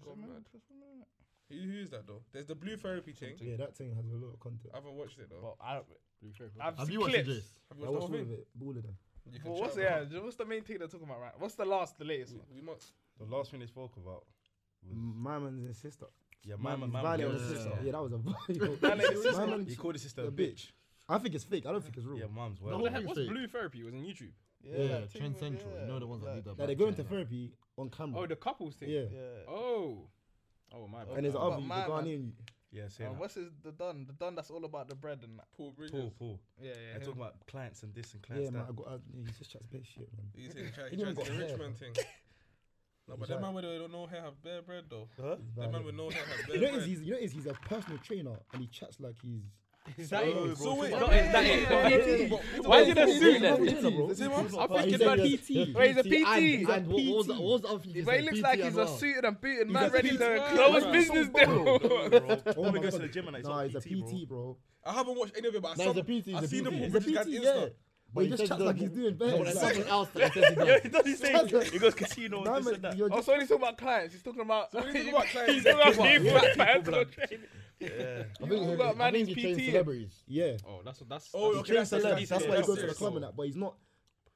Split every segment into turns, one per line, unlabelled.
mad just for a minute. Who, who is that though? There's the blue therapy thing.
Yeah, that thing has a lot of content.
I haven't watched it though.
But I don't. I've
Have
seen
you watched it,
clips.
Jace?
Have
I
you watched the
watched
whole
all of
thing?
it, all of them.
You
But what's
chat
yeah?
about
What's the main thing they're talking about? Right? What's the last, the
it.
latest one?
We, we must.
The last thing they spoke about was
My man's his sister.
yeah,
My
my
man's
man.
Valiant was
yeah.
his sister. Yeah, that was a
Man,
viral.
it's just-
My man's-
He called his sister
a
a
bitch.
bitch.
I think it's fake. I don't think it's real.
Yeah, mum's
The
well.
whole thing
Like,
is
What's
fake.
blue therapy? It was on YouTube.
Yeah,
that thing
Trend
was-
Central.
yeah.
You know the ones that
Like-
did that.
Like they
back
go into
then.
therapy on camera.
Oh, the couples thing.
yeah.
Yeah.
Oh. Oh my. bad.
And there's
But
other
my
Ghanaian. you-
yeah,
Uh,
saying that.
what's his, the Don? The Don that's all about the bread and that.
Paul Bridges.
Paul, Paul.
Yeah, yeah.
They're
him.
talking about clients and this and
Yeah,
clients
man. I
that.
got. I, yeah, he just chats bare shit, man.
He's in China.
He
He's trying
don't
to
got
get
hair.
rich man thing. No, but
He's
that
like-
man with the- no hair have bare bread though.
Huh?
He's
That man
violent.
with no hair have bare
You know, is
bread.
he's you know is he's a personal trainer and he chats like he's.
Is that it?
Oh,
So
bro,
wait,
Not-
wait,
is that
wait,
it?
wait,
PT?
wait, wait, wait,
Why
wait,
is it a
wait,
suit
wait,
then?
wait,
He's a trainer, bro. Oh
Is it one?
He's a-
I'm
he's
thinking
a-
about
he's a-
PT.
Wait, he's a
PT.
PT.
He's a
And what, what was the,
PT.
what was the other thing? you
But he
said?
looks
PT
like
as
he's a
well.
suited and booted man
He's a
ready
PT
to
man,
close
bro.
business
Bro,
deal.
no,
Oh
bro. When
my
we go to
God.
the gym and it's
Nah,
all
he's a
PT, bro.
PT, bro.
I haven't watched any of it, but
No,
I
he's
saw.
a PT.
I
He's
seen the
a
Paul
PT.
He's a
Bridges guy's
PT, yeah.
Insta.
But he
he
just
says
chats
he
like
does
he's
more-
doing
No, but there's
bad.
something else that he says he does.
Does he say
That's a-
he goes casino and this and that?
You're
Oh,
just
so he's talking about clients. He's talking about.
What are you talking about, clients?
He's talking about
What?
being
Yeah.
black personal training.
Yeah.
I
You
think-
got
I
man
think
in
he trains
PT.
celebrities.
yeah.
Oh, that's that's.
Oh,
that's-
okay, that's that's-
Trains celebs,
that's
That's why he
serious,
goes to the
that's
club and
serious.
that, but he's not.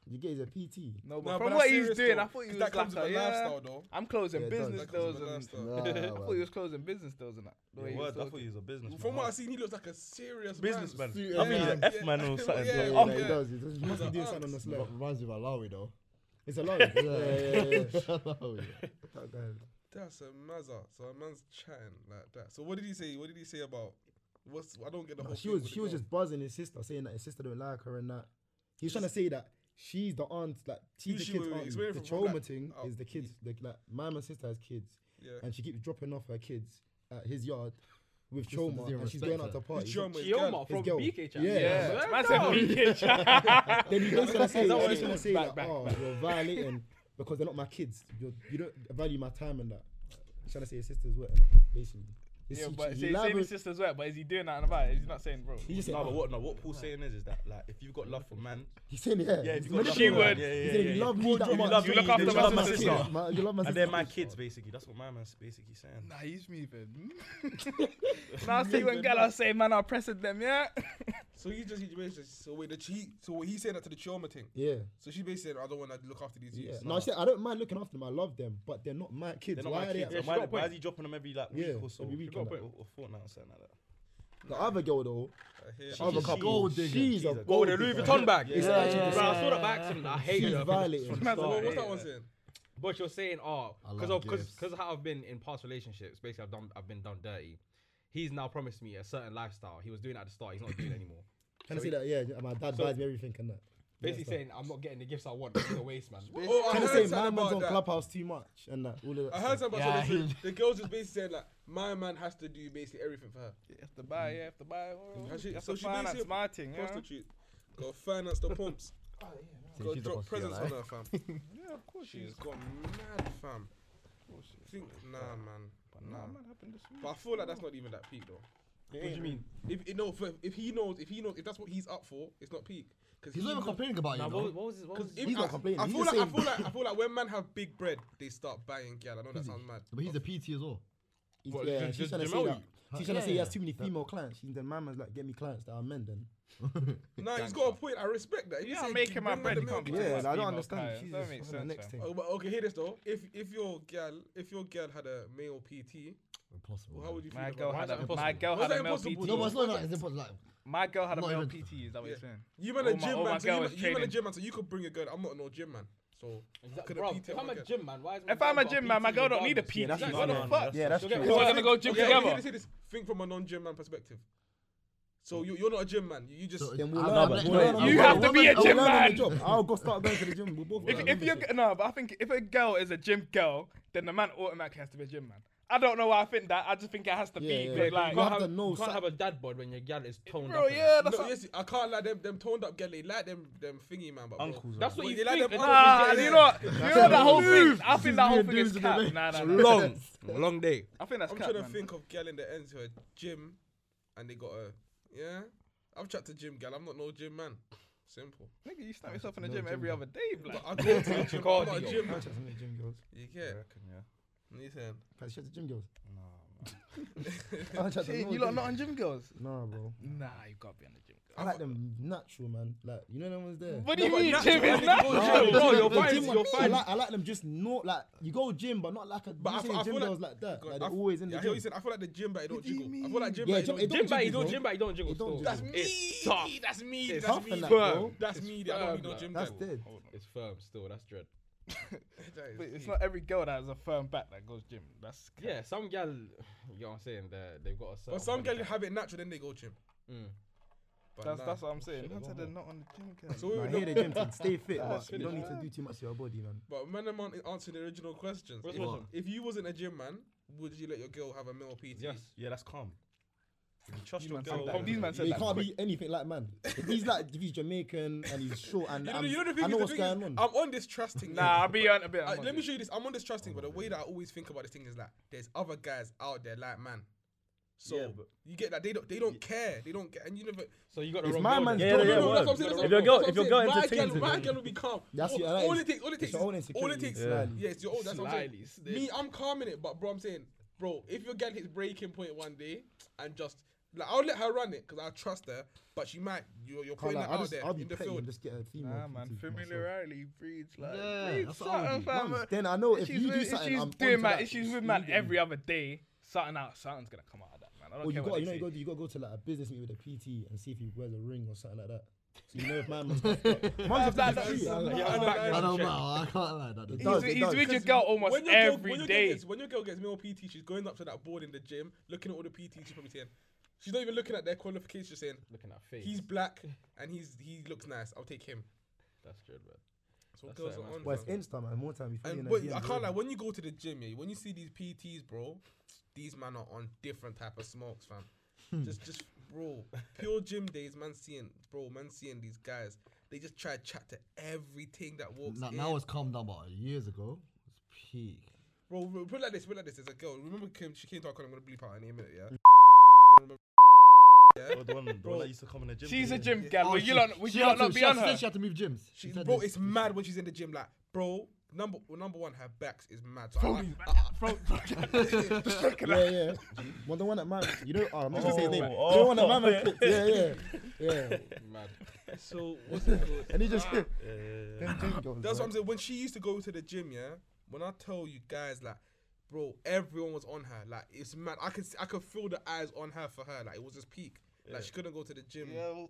You get he's a PT.
No, but
Nah,
from
that's
what he's
serious,
doing,
though,
I thought
'cause
he was
that
like,
comes with
a,
a
yeah,
lifestyle though.
I'm closing
Yeah, it does.
business
That comes
deals.
with a
And,
lifestyle.
Nah,
Uh,
I thought he
man.
was closing business deals and that. the way
Yeah,
he was
word, I thought
talking.
he was a businessman.
From what
huh?
I've seen, he looks like a serious
businessman.
Man.
Yeah,
I think he's
yeah,
an F man or
yeah, yeah,
Yeah,
something.
yeah.
bro.
yeah, he does. He does- he must be doing something on the
But
slab.
Reminds me of Alawi though.
It's a lot. Yeah, yeah, yeah. yeah.
Alawi.
That guy.
That's a mazza. So a man's chatting like that. So what did he say? What did he say about? What's I don't get the
No,
whole.
she
thing
was
with the
she was
girl.
just buzzing his sister, saying that his sister don't like her and that. He was trying to say that she's the aunt, like she's
Who
the
she-
kid's
wait, wait,
aunt.
explain it
The
from- from
trauma
that-
thing
oh,
is the kids, like like my mum and sister has kids,
yeah.
and she keeps dropping off her kids at his yard with
Sister
trauma,
doesn't even
and she's
respect
going out
her.
to parties.
Chioma is
Chioma
girl.
from
girl.
BK chat.
Yeah.
Yeah,
Yeah.
man said BK chat.
Then he goes to say,
that what
he's
it
gonna
is?
say
Back,
that,
back,
oh, you're violating because they're not my kids. You're, you don't value my time and that. He's trying to say his sister's wet, basically. You
Yeah,
see,
but
she-
he's
he
saying his
elaborates-
sister's wet, but is he doing that and about it? He's not saying, bro.
he just said,
No, but
oh,
what? No, what Paul's saying is, is that like if you've got love for man,
he's saying, yeah,
yeah, if
he's
you've got love
She
for
would.
man, yeah, yeah,
He said,
yeah,
if you
yeah.
love
If
me, that
you
much,
love me, then you love my
sister.
sister.
My- You love my
and
sister.
they're my kids basically. That's what my man's basically saying.
Nah, he's me, man. now I see when girl I say, man, I'm pressing them, yeah?
So he just he basically so wait the cheat. So he said that to the Chioma thing.
Yeah.
So she basically said I don't want to look after these
Yeah.
youths.
No, I said I don't mind looking after them. I love them, but they're not my kids.
They're not
Why
my
are they?
kids.
at-
so
she
why-
got a
Why
point.
is he dropping them every like
Yeah,
week or so?
every week
Or-
and that.
or or fortnight or something like that.
The other girl though,
I hear
the other
she's
couple,
gold digger.
she's a
She's a
Well,
gold
the Louis
digger.
Vuitton bag.
Yeah,
yeah, yeah,
Bro, I
yeah,
saw the
yeah,
bag. something, I hate
She's
it.
violating.
Man,
What-
so
what's
what-
that one saying?
But you're saying, oh,
I
because
love
because
gifts.
because how I've been in past relationships, basically I've done I've been done dirty. He's now promised me a certain lifestyle. He was doing it at the start. He's not doing it anymore.
Can I say that? Yeah, my dad buys me everything and that.
Basically saying, I'm not getting the gifts I want. This is a waste, man.
Oh, I
Trying to
heard something
say my man's
about
on
that.
Clubhouse too much and that. All of that.
I
stuff.
heard something
Yeah,
about
I
so the,
heard-
the girls just basically saying like my man has to do basically everything for her.
You have to buy, you have to buy. oh, You
Has
have
she-
to
so she basically
finance
a
my thing, yeah?
Prostitute. Got to finance the pumps.
So
Got to
she's a
drop
prostitute,
presents on
like.
her, fam.
Yeah, of course she
She's
is.
got mad, fam. Think, nah, man.
Nah,
Nah.
man, happened this week.
But I feel like that's not even that peak though.
What do you mean?
If you know, if, if he knows, if he knows, if that's what he's up for, it's not peak. Because
He's not even complaining about it,
Now,
you.
what,
know?
was- what was his, what was
Because
his-
if
He's
I,
not complaining,
I
he's
feel
just
like I
saying-
feel like I feel like when men have big bread, they start buying gal. I know that sounds mad.
But he's a PT as well.
He's-
What,
yeah,
J-
she's
J-
trying to say
Jamel
that.
you?
She's trying to
Yeah,
say he has
yeah.
too many female clients. She, then my man's like, get me clients that are men. Then
Nah, he's got a point. I respect that. If
Yeah,
say
I'm making my
bring
bread.
the
You can't be
milk,
too
yeah,
much
like, I don't
female
understand.
clients.
She's
That
just
makes
on the
sense,
next
fam.
thing.
Oh, but okay, hear this though. If if your gal, if your gal had a male PT,
Impossible.
well, how would you feel?
My
about
girl
that?
had a
impossible?
my
Why
girl
is
had
that
a male
impossible,
PT.
No, but it's not like it's impossible. Like,
My girl had a
Not
male
even-
PT. Is that what you're saying?
You man
Oh,
a
my-
gym
oh, my
man, so
girl
you,
was
man- you man a
training.
gym man, so you could bring a girl. I'm not no gym man, so
Exact-
could
bro,
PT
if
out
I'm
my
a
girl.
gym man, why is
If I'm a
got
gym man, my
PT
girl don't need a
regardless?
PT.
that's
What
true.
the
No, no,
fuck?
Yeah, that's
So
true.
get- We're gonna go gym
Okay, okay,
together.
hear this, hear this. Think from a non-gym man perspective. So you, you're not a gym man. You, you just
So-
Then we'll
I know,
learn-
but
we'll
wait,
learn on
you
the
have
job.
to be a
We'll
gym
learn on the
man.
job. I'll go start going to the gym. We'll both
If,
learn
if you're
membership.
no, but I think if a girl is a gym girl, then the man automatically has to be a gym man. I don't know why I think that. I just think it has to
Yeah,
be
yeah.
but like,
You
You
can't,
have
have,
to know
you can't
some-
have a dad bod when your gal is toned
bro,
up. and
yeah,
that.
that's
no,
what-
yes, I can't like them them toned up girl. They like them them thingy man, but bro.
Uncles.
That's what
man.
Wait,
you
they
think.
like them
and
other
that's-
Yeah,
Nah, you
yeah.
know what? You know that whole thing. I think that whole
Just
thing is
doing
cap.
the
Nah, nah, nah.
Long, long day.
I think that's
I'm
cap,
trying to
man.
think of gal in the end to a gym, and they got a yeah. I've chatted to gym gal. I'm not no gym man. Simple.
Nigga, you snap yourself in the gym every other day,
But
black.
I go to the gym. I'm not a
Cardio.
gym man.
Chats on the gym, girls.
You
Yeah, I
get. it?
reckon, yeah.
What you saying?
Can she has the gym girls?
Nah, man.
I chat to
Shane,
no
you lot
gym
not on
girls.
gym girls?
Nah, bro.
Nah, you gotta be on the gym girls.
I like them natural, man. Like you know them ones there.
What do you
but
mean,
natural,
gym is
I think
natural?
both
Nah,
Bro,
the gym-
you're
the
fine,
gym
you're
ones- I
fine.
like, I like them just not like you go gym, but not like a. But
I
I,
f- I
gym
feel like-
girls like that.
God,
Like
I
they're
f-
always in the
Yeah, I hear
gym.
what you said. I feel like the gym, but it don't
do you
jiggle. I feel like the gym,
Yeah,
but
gym-
it
it
don't.
Jim
don't
back, you
jiggle,
don't
bro.
jim back, you don't jiggle.
It don't
still.
jiggle.
That's me.
It's tough.
That's me. That's
It's
tough
me.
and that,
bro.
bro.
That's
It's
me. I don't need
firm,
no
like,
gym.
That's
bag.
dead.
It's firm still. That's dread.
That is
But it's
deep.
not every girl that has a firm back that goes gym. That's
Yeah, some gal, you know what I'm saying? They they've got a certain.
But some girls
body type.
have it natural, then they go gym.
Mm.
But
That's,
nah.
that's what I'm saying.
shit,
That's
one
they're not on the gym girls.
So we
Nah,
were
I hear
not-
the gym thing. Stay fit,
Nah,
but
it's
you don't need
finished.
to do too much to your body, man.
But man, I'm answering the original questions.
What's
If-
the question?
If you wasn't a gym man, would you let your girl have a male PT?
Yes.
yeah, that's calm. You trust
You
your
man
girl.
said that. These man said
But he
that
can't
quick.
be anything like man. If he's like if he's Jamaican and he's short and
You know,
I'm-
you know the
I
thing
know
is, the
what's
thing is, I'm
going on.
on this trusting.
Nah,
thing.
I'll be on a bit.
Uh,
I'm on
let me
it.
show you this. I'm on this trusting, but the way that I always think about this thing is that there's other guys out there like man. So
Yeah, but-
you get that they don't they don't care. They don't care, and you never.
So you got the
It's
wrong
my
girl
man's
then.
Yeah, job. yeah,
no, no, that's what I'm
word.
saying. that's
If
what-
your girl- if
that's what
your
I'm
girl entertains
saying.
it,
my girl, my
then-
girl will be calm.
That's
all,
your- that
all
is-
it takes. All it
it's
takes.
your own
is- all it
insecurity.
takes.
Yeah.
Yeah, it's your own. That's what I'm saying.
Slyly, snitch.
Me, I'm calming it, but bro, I'm saying, bro, if your girl hits breaking point one day and just like I'll let her run it because I trust her, but she might you're, you're
Can't
putting
lie,
that
I'll
out
just
there
I'll be
in the
petty and
field.
just get a female.
Nah, man,
PT for myself.
familiarity breeds like
Yeah,
breeds
that's what I would
something,
do.
fam.
Man, Then I know if
Issues
you do
with-
something,
issues
I'm
doing
onto
man
that
issues with man
immediately.
every other day. Something out, something's gonna come out of that man. I don't
Or
care
you
what
got, you know,
they
you got,
say.
you got to go to like a business meet with a PT and see if he wears a ring or something like that. So you know if man man's man's
that
just
doesn't
free.
sound
I'm
like-
like,
Yeah,
I'm like,
I don't know. I can't lie. That
It
doesn't-
does.
He's, he's with your girl almost
When your, girl, when,
every
your girl
day.
gets, when your girl gets male PT, she's going up to that board in the gym, looking at all the PTs. She's probably saying, she's not even looking at their qualifications. She's saying,
Looking at face.
he's black and he's he looks nice. I'll take him.
That's dread, man.
So
That's
girls
fair,
are
man.
on.
well, it's
fam.
Insta, man. More time. He's
And
and,
but I can't lie. When you go to the gym, yeah, when you see these PTs, bro, these man are on different type of smokes, fam. just, just, bro, pure gym days, man. Seeing, bro, man, seeing these guys, they just try to chat to everything that walks.
Nah,
in.
Now it's calmed down, but years ago, it's peak.
Bro, bro, put it like this, put it like this. There's a girl. Remember, Kim, she came to our corner. I'm gonna bleep out her name in a minute, yeah. Remember-
Oh, the one, the one that used to come in the gym.
She's a
Yeah.
gym girl.
Oh,
Would you
she-
lot, would
she
you
had
lot
to-
not
she
be
had-
on
she said
her?
She had to move gyms.
She,
She said
bro,
this.
it's mad when she's in the gym. Like, bro, number well, number one, her backs is mad. So I, like- I,
yeah, yeah. Well, the one that man, you know, oh, I'm not gonna say his name.
Oh,
the one that man,
yeah.
man clicked. yeah, yeah, yeah.
Mad.
so what's it called?
And he just,
Yeah, yeah, yeah.
them gym girls,
That's what
man.
I'm saying. When she used to go to the gym, yeah. When I tell you guys, like, bro, everyone was on her. Like, it's mad. I could s- I could feel the eyes on her for her. Like, it was just peak. Like, she couldn't go to the gym.
Yeah, well,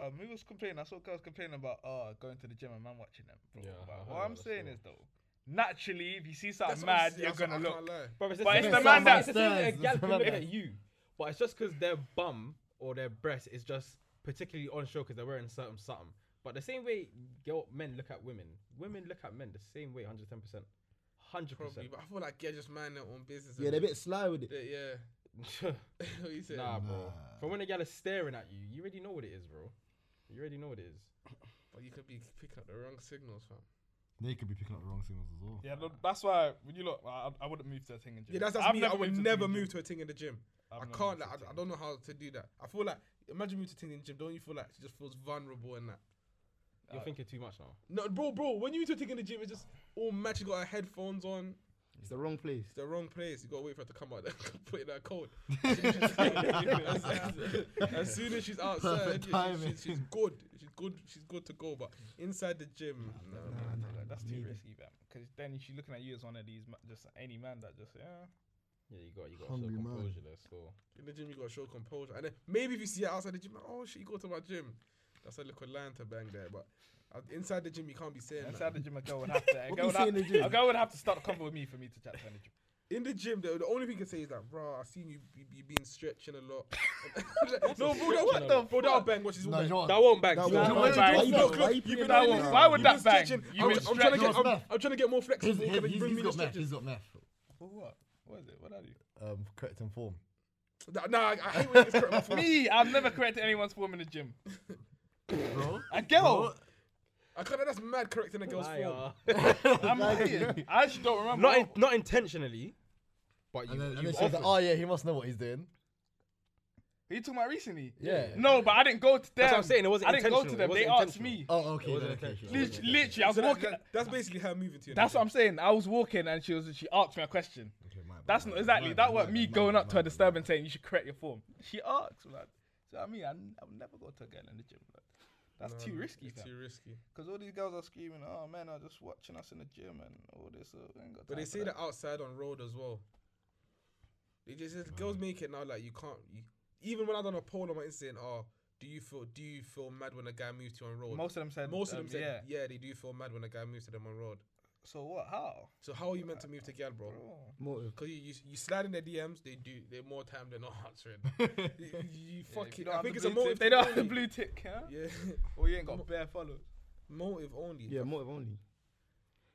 um, who was complaining? I saw girls complaining about oh going to the gym and man watching them. Bro.
Yeah, I
but
heard
what I'm
about that
saying
story.
is though, naturally, if you see
That's
something
what I'm
mad,
saying,
you're
that's what-
gonna
I can't
look.
lie.
Bro, but
But
it's
it's
the
the
man
man
that
that-
a
It's
gal
the
can
man
look
that-
at you, but it's just because their bum or their breast is just particularly on show because they're wearing certain something. But the same way girl, men look at women, women look at men the same way, hundred ten percent, hundred
Probably, but I feel like yeah, just mind their own business.
Yeah, they're a bit sly with it.
Yeah, yeah.
percent.
what you saying?
Nah, bro. From when a gal is staring at you, you already know what it is, bro. You already know what it is.
But you could be picking up the wrong signals, fam.
They could be picking up the wrong signals as well.
Yeah, no, that's why when you look, I, I wouldn't move to a thing in gym.
Yeah, that's, that's
I've
me. I would
never moved to a
never
thing in
move
gym.
to a thing in the gym.
I've
I
never
can't.
moved
Like,
to a thing
I, I
in
don't know how to do that. I feel like imagine moving to a thing in the gym. Don't you feel like she just feels vulnerable and that?
You're thinking too much now.
No, bro, bro. When you need to take in the gym, it's just all match. You got her headphones on.
It's the wrong place.
It's the wrong place. You gotta wait for her to come out. Put in that cold. as, as- as soon as she's outside,
Perfect
yeah, she-
timing.
she- she's good. She's good. She's good to go. But inside the gym, no,
Nah, nah,
Like, that's
nah,
too
neither.
risky, man. Because then she's looking at you as one of these, ma- just any man that just yeah.
Yeah, you got you got
Hungry
some
man.
composure there still.
in the gym you gotta show composure. And then maybe if you see her outside the gym, like, oh shit, you go to my gym. That's a little line to bang there. But uh, inside the gym, you can't be saying that.
Inside the gym, a girl would have to. A
What
girl
you
would
say
have,
in the gym?
a girl would have to start a convo with me for me to chat to her in the gym.
In the gym, the, the only thing you can say is that, bro, I've seen you, you, you been stretching a lot. no, bro, that, what the, bro, that'll bang. Watch this.
No,
bang.
you know what?
That won't bang.
That
still.
won't
That
bang. Why
won't bang.
you
No,
bang?
look,
Why you
you've
put
been
that
out
one?
there.
Why would
You've
that
been
bang?
stretching.
You've
I'm,
been
I'm, trying to
stretching.
get, I'm, I'm trying to get more
His,
flexible.
his,
Can I
he's,
bring me the
he's got meth.
stretches?
He's got meth.
For what? What is it? What are you?
Um, correct in form.
Nah, nah, I hate when it's correct. my fault.
Me, I've never corrected anyone's form in the gym.
Bro,
A girl.
I can't. That's mad correcting a girl's form.
Liar.
I'm lying. I actually don't remember.
Not in, not intentionally, but you.
and then,
you
and then she's like,
often-
"Oh yeah, he must know what he's doing."
Are you talking about recently?
Yeah. yeah.
No, but I didn't go to them.
That's what I'm saying, it wasn't
I didn't go to
intentional,
them.
it
They
wasn't
asked me.
intentional.
Oh, okay.
wasn't
then, okay,
intentional.
sure,
Lit-
okay.
Literally, I was
So that-
walking.
that- that's basically her moving to you.
That's what I'm saying. I was walking and she was she asked me a question.
Okay, my bad,
That's
my
not
bad,
exactly
my
that
bad,
weren't
my
me
bad,
going
my
up to a
bad, my
disturb and saying you should correct your form. She asked, man. So I mean, I, n- I've never got to a girl in the gym. Like, that's too risky,
Um, It's too risky.
because all these girls are screaming, "Oh man, are just watching us in the gym and all this." So I ain't got
But
time
they
for
say that outside on road as well. They just says girls
Mm.
make it now like you can't. You, even when I done a poll on my Instagram, oh, do you feel do you feel mad when a guy moves to you on road?
Most of them said.
Most of
um,
them said
Yeah.
yeah. they do feel mad when a guy moves to them on road.
So what? How?
So how are you meant to move to gal, bro?
Bro.
Motive.
Cause you, you you slide in their DMs, they do they more time they're not answering. you, you
If
fuck
you
it.
don't
I
have
think
the
it's a
blue
motive.
tick- They don't have the
only.
blue tick, huh?
Yeah,
Or you ain't got bare followers.
motive only.
Yeah, motive only.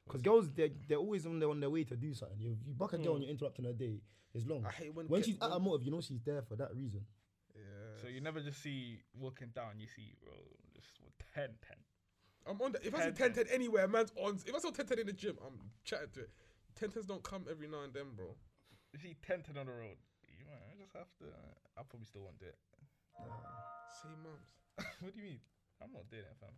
Because girls, they're, they're always on their, on their way to do something. You, you buck a girl and you're interrupting her day. It's long.
I hate when
When
get-
she's at
when-
a motive, you know she's there for that reason.
Yeah.
So you never just see walking down. You see, bro, just 10, 10.
I'm on. The, if I see
10-10.
10 10 anywhere, man's on. If I saw 10 10 in the gym, I'm chatting to it. 10 10s don't come every now and then, bro.
You see 10, 10 on the road. You might I just have to. I probably still won't do it.
See, mums.
what do you mean? I'm not doing it, fam.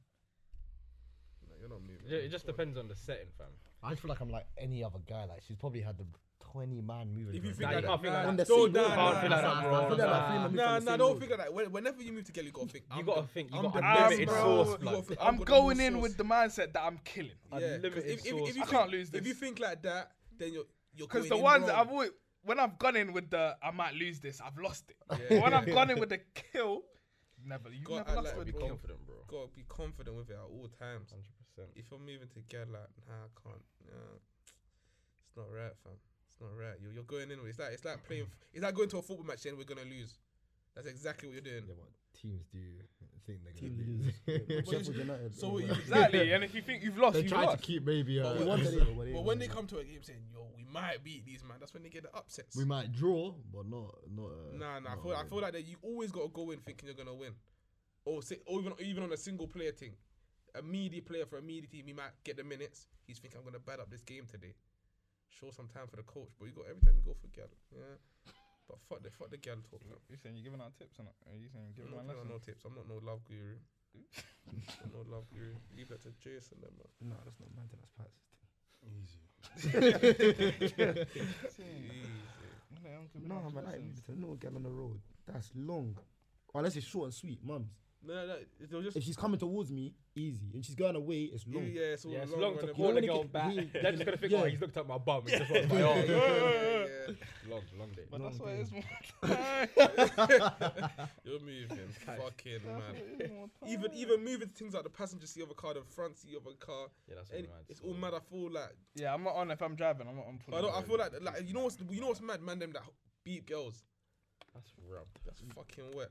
No, you're not moving.
It ju- It just depends on the setting, fam.
I just feel like I'm like any other guy. Like she's probably had the twenty man moving.
If you
to
think
Nah,
her
like
you
day.
can't
that,
think
nah,
like
that.
don't-
On the
nah,
same
nah, nah,
road. Can't feel like that,
nah,
bro. Nah,
nah.
nah,
nah,
Nah, nah,
nah, nah.
don't figure that. When- Whenever you move together, you gotta think.
You
I'm
gotta
the-
think. You
I'm
got
the
best,
unlimited
bro.
source,
You gotta
blood.
think,
I'm
got the
going
most
in
sauce.
with the mindset that I'm killing.
Yeah, 'cause
Unlimited
if, if, if you
sauce.
think,
I can't lose
If you
this.
think like that, then you're you're going
Because the
in
ones that
wrong.
I've always, when I've gone in with the I might lose this, I've lost it.
Yeah.
When I've gone in with the kill, never. You've
Got-
never
I
lost
like
with
to
the
be
kill.
confident.
Confident, bro.
Gotta be confident with it at all times.
100%.
If you're moving together, like, nah, I can't. Nah, it's not right, fam. It's not right. You're, you're going in with it's like it's like playing. f- It's like going to a football match and we're gonna lose. That's exactly what you're doing.
Yeah, but teams do think they're
Team
gonna
lose. Yeah, but
lose.
Sheffield United.
so what
yeah,
you-
whatever.
Exactly. and if you think you've lost,
They
you've
try to
lost.
keep maybe.
But
Uh,
They want to leave, they
But when they
want
come to a game saying, "Yo, we might beat these man," that's when they get the upsets.
we might draw, but not not. Uh,
Nah, nah. I
not
feel, I
win.
feel like that you always gotta go in thinking you're gonna win, or say, or even even on a single player thing. A media player for a media team, he might get the minutes. He's thinking I'm gonna bad up this game today. Show some time for the coach, but you got every time you go for gal, yeah. But fuck the fuck the gal talk. Man.
You saying you're giving out tips or not? Are you saying you're
I'm
giving
not
one
giving out no
lesson?
tips. I'm not no love guru. I'm no love guru. Leave that to Jason then, man.
No, that's not man, that's Pat's
Easy.
Yeah, I'm giving
No,
out
man, I ain't
lessons.
moving to no girl on the road. That's long. Unless it's short and sweet, mums.
No, no, they were just
If she's coming towards me, easy. If she's going away, it's
yeah,
long.
it's all
Yeah, it's
long
long
run
to
of-
call
when
the
it
girl
get-
back.
yeah,
They're just gonna think,
yeah.
oh, he's looked at my bum. He's just like,
Yeah,
oh,
yeah, yeah.
long, long day.
But that's what it is. more
You're moving, fucking man.
time, more time.
Even even moving things like the passenger seat of a car, the front seat of a car,
Yeah, that's
any-
all mad.
it's all mad. I feel like
Yeah, I'm not on if I'm driving. I'm not on.
I don't. I
pulling.
feel like like you know what's you know what's mad, man. Them that beat girls,
That's rough.
that's fucking wet.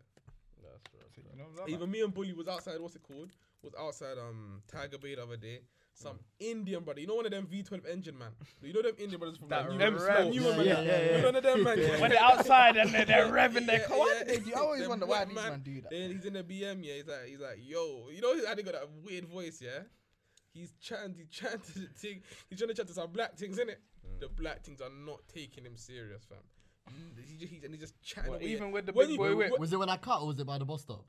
That's rough.
So,
bro.
you know what I'm saying?
Even me and Bully was outside. What's it called? Was outside um Tiger Bay the other day. Some Indian brother, you know one of them V12 engine man. You know them Indian brothers from
That
like,
red-
New- that newer
yeah,
man.
yeah, yeah,
You know one of them man. yeah.
When they're outside and they're, they're revving their
Yeah,
car. Why
yeah.
do they do? I always
Them
wonder why
black
these
man-
men do that.
Then he's in the BM, yeah. He's like, he's like, yo, you know, how they got that weird voice, yeah. He's chatting, he's chatting to the thing. He's trying to chat to some black things, innit?
Mm.
The black things are not taking him serious, fam. Mm, He just, he's, and he's just chatting.
Well,
away.
even with the
When
big
you-
boy whip.
when-
Was it when I cut or was it by the bus stop?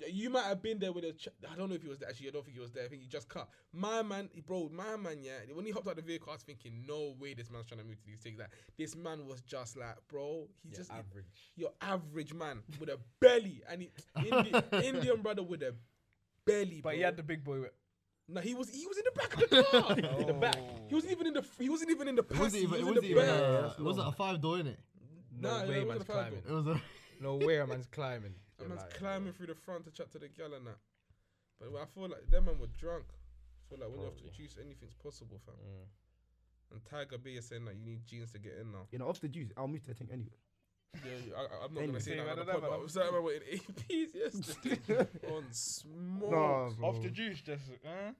yeah, You might have been there with a. Ch- I don't know if he was there. Actually, I don't think he was there. I think he just cut. My man, bro, my man, yeah. When he hopped out the vehicle, I was thinking, no way, this man's trying to move to these things. Like this man was just like, bro, he just
average.
your average man with a belly and he, Indi- Indian brother with a belly.
But
bro.
he had the big boy whip.
no, he was he was in the back of the car. In the back. He wasn't even in the he wasn't even in the
It
passenger. He
wasn't even.
was
It
in
wasn't
the
even.
back.
uh, It wasn't a five door in it.
No
Nah, yeah,
way,
it
man's
wasn't a five
climbing.
It was a.
No way, a man's climbing.
A
You're
man's
lying,
climbing through the front to chat to the gal and that. But I feel like them man were drunk. I feel like when you
Probably.
have to juice, anything's possible, fam.
bro. Mm.
And Tiger B is saying that you need jeans to get in now.
You know, off the juice, I'll move to the thing anyway.
Yeah, yeah, I, I'm not
Anyway.
gonna say
Yeah,
that.
I
on the
don't know,
pod,
man.
but I was talking about in APs yesterday on smoke.
Off the juice, just. Uh,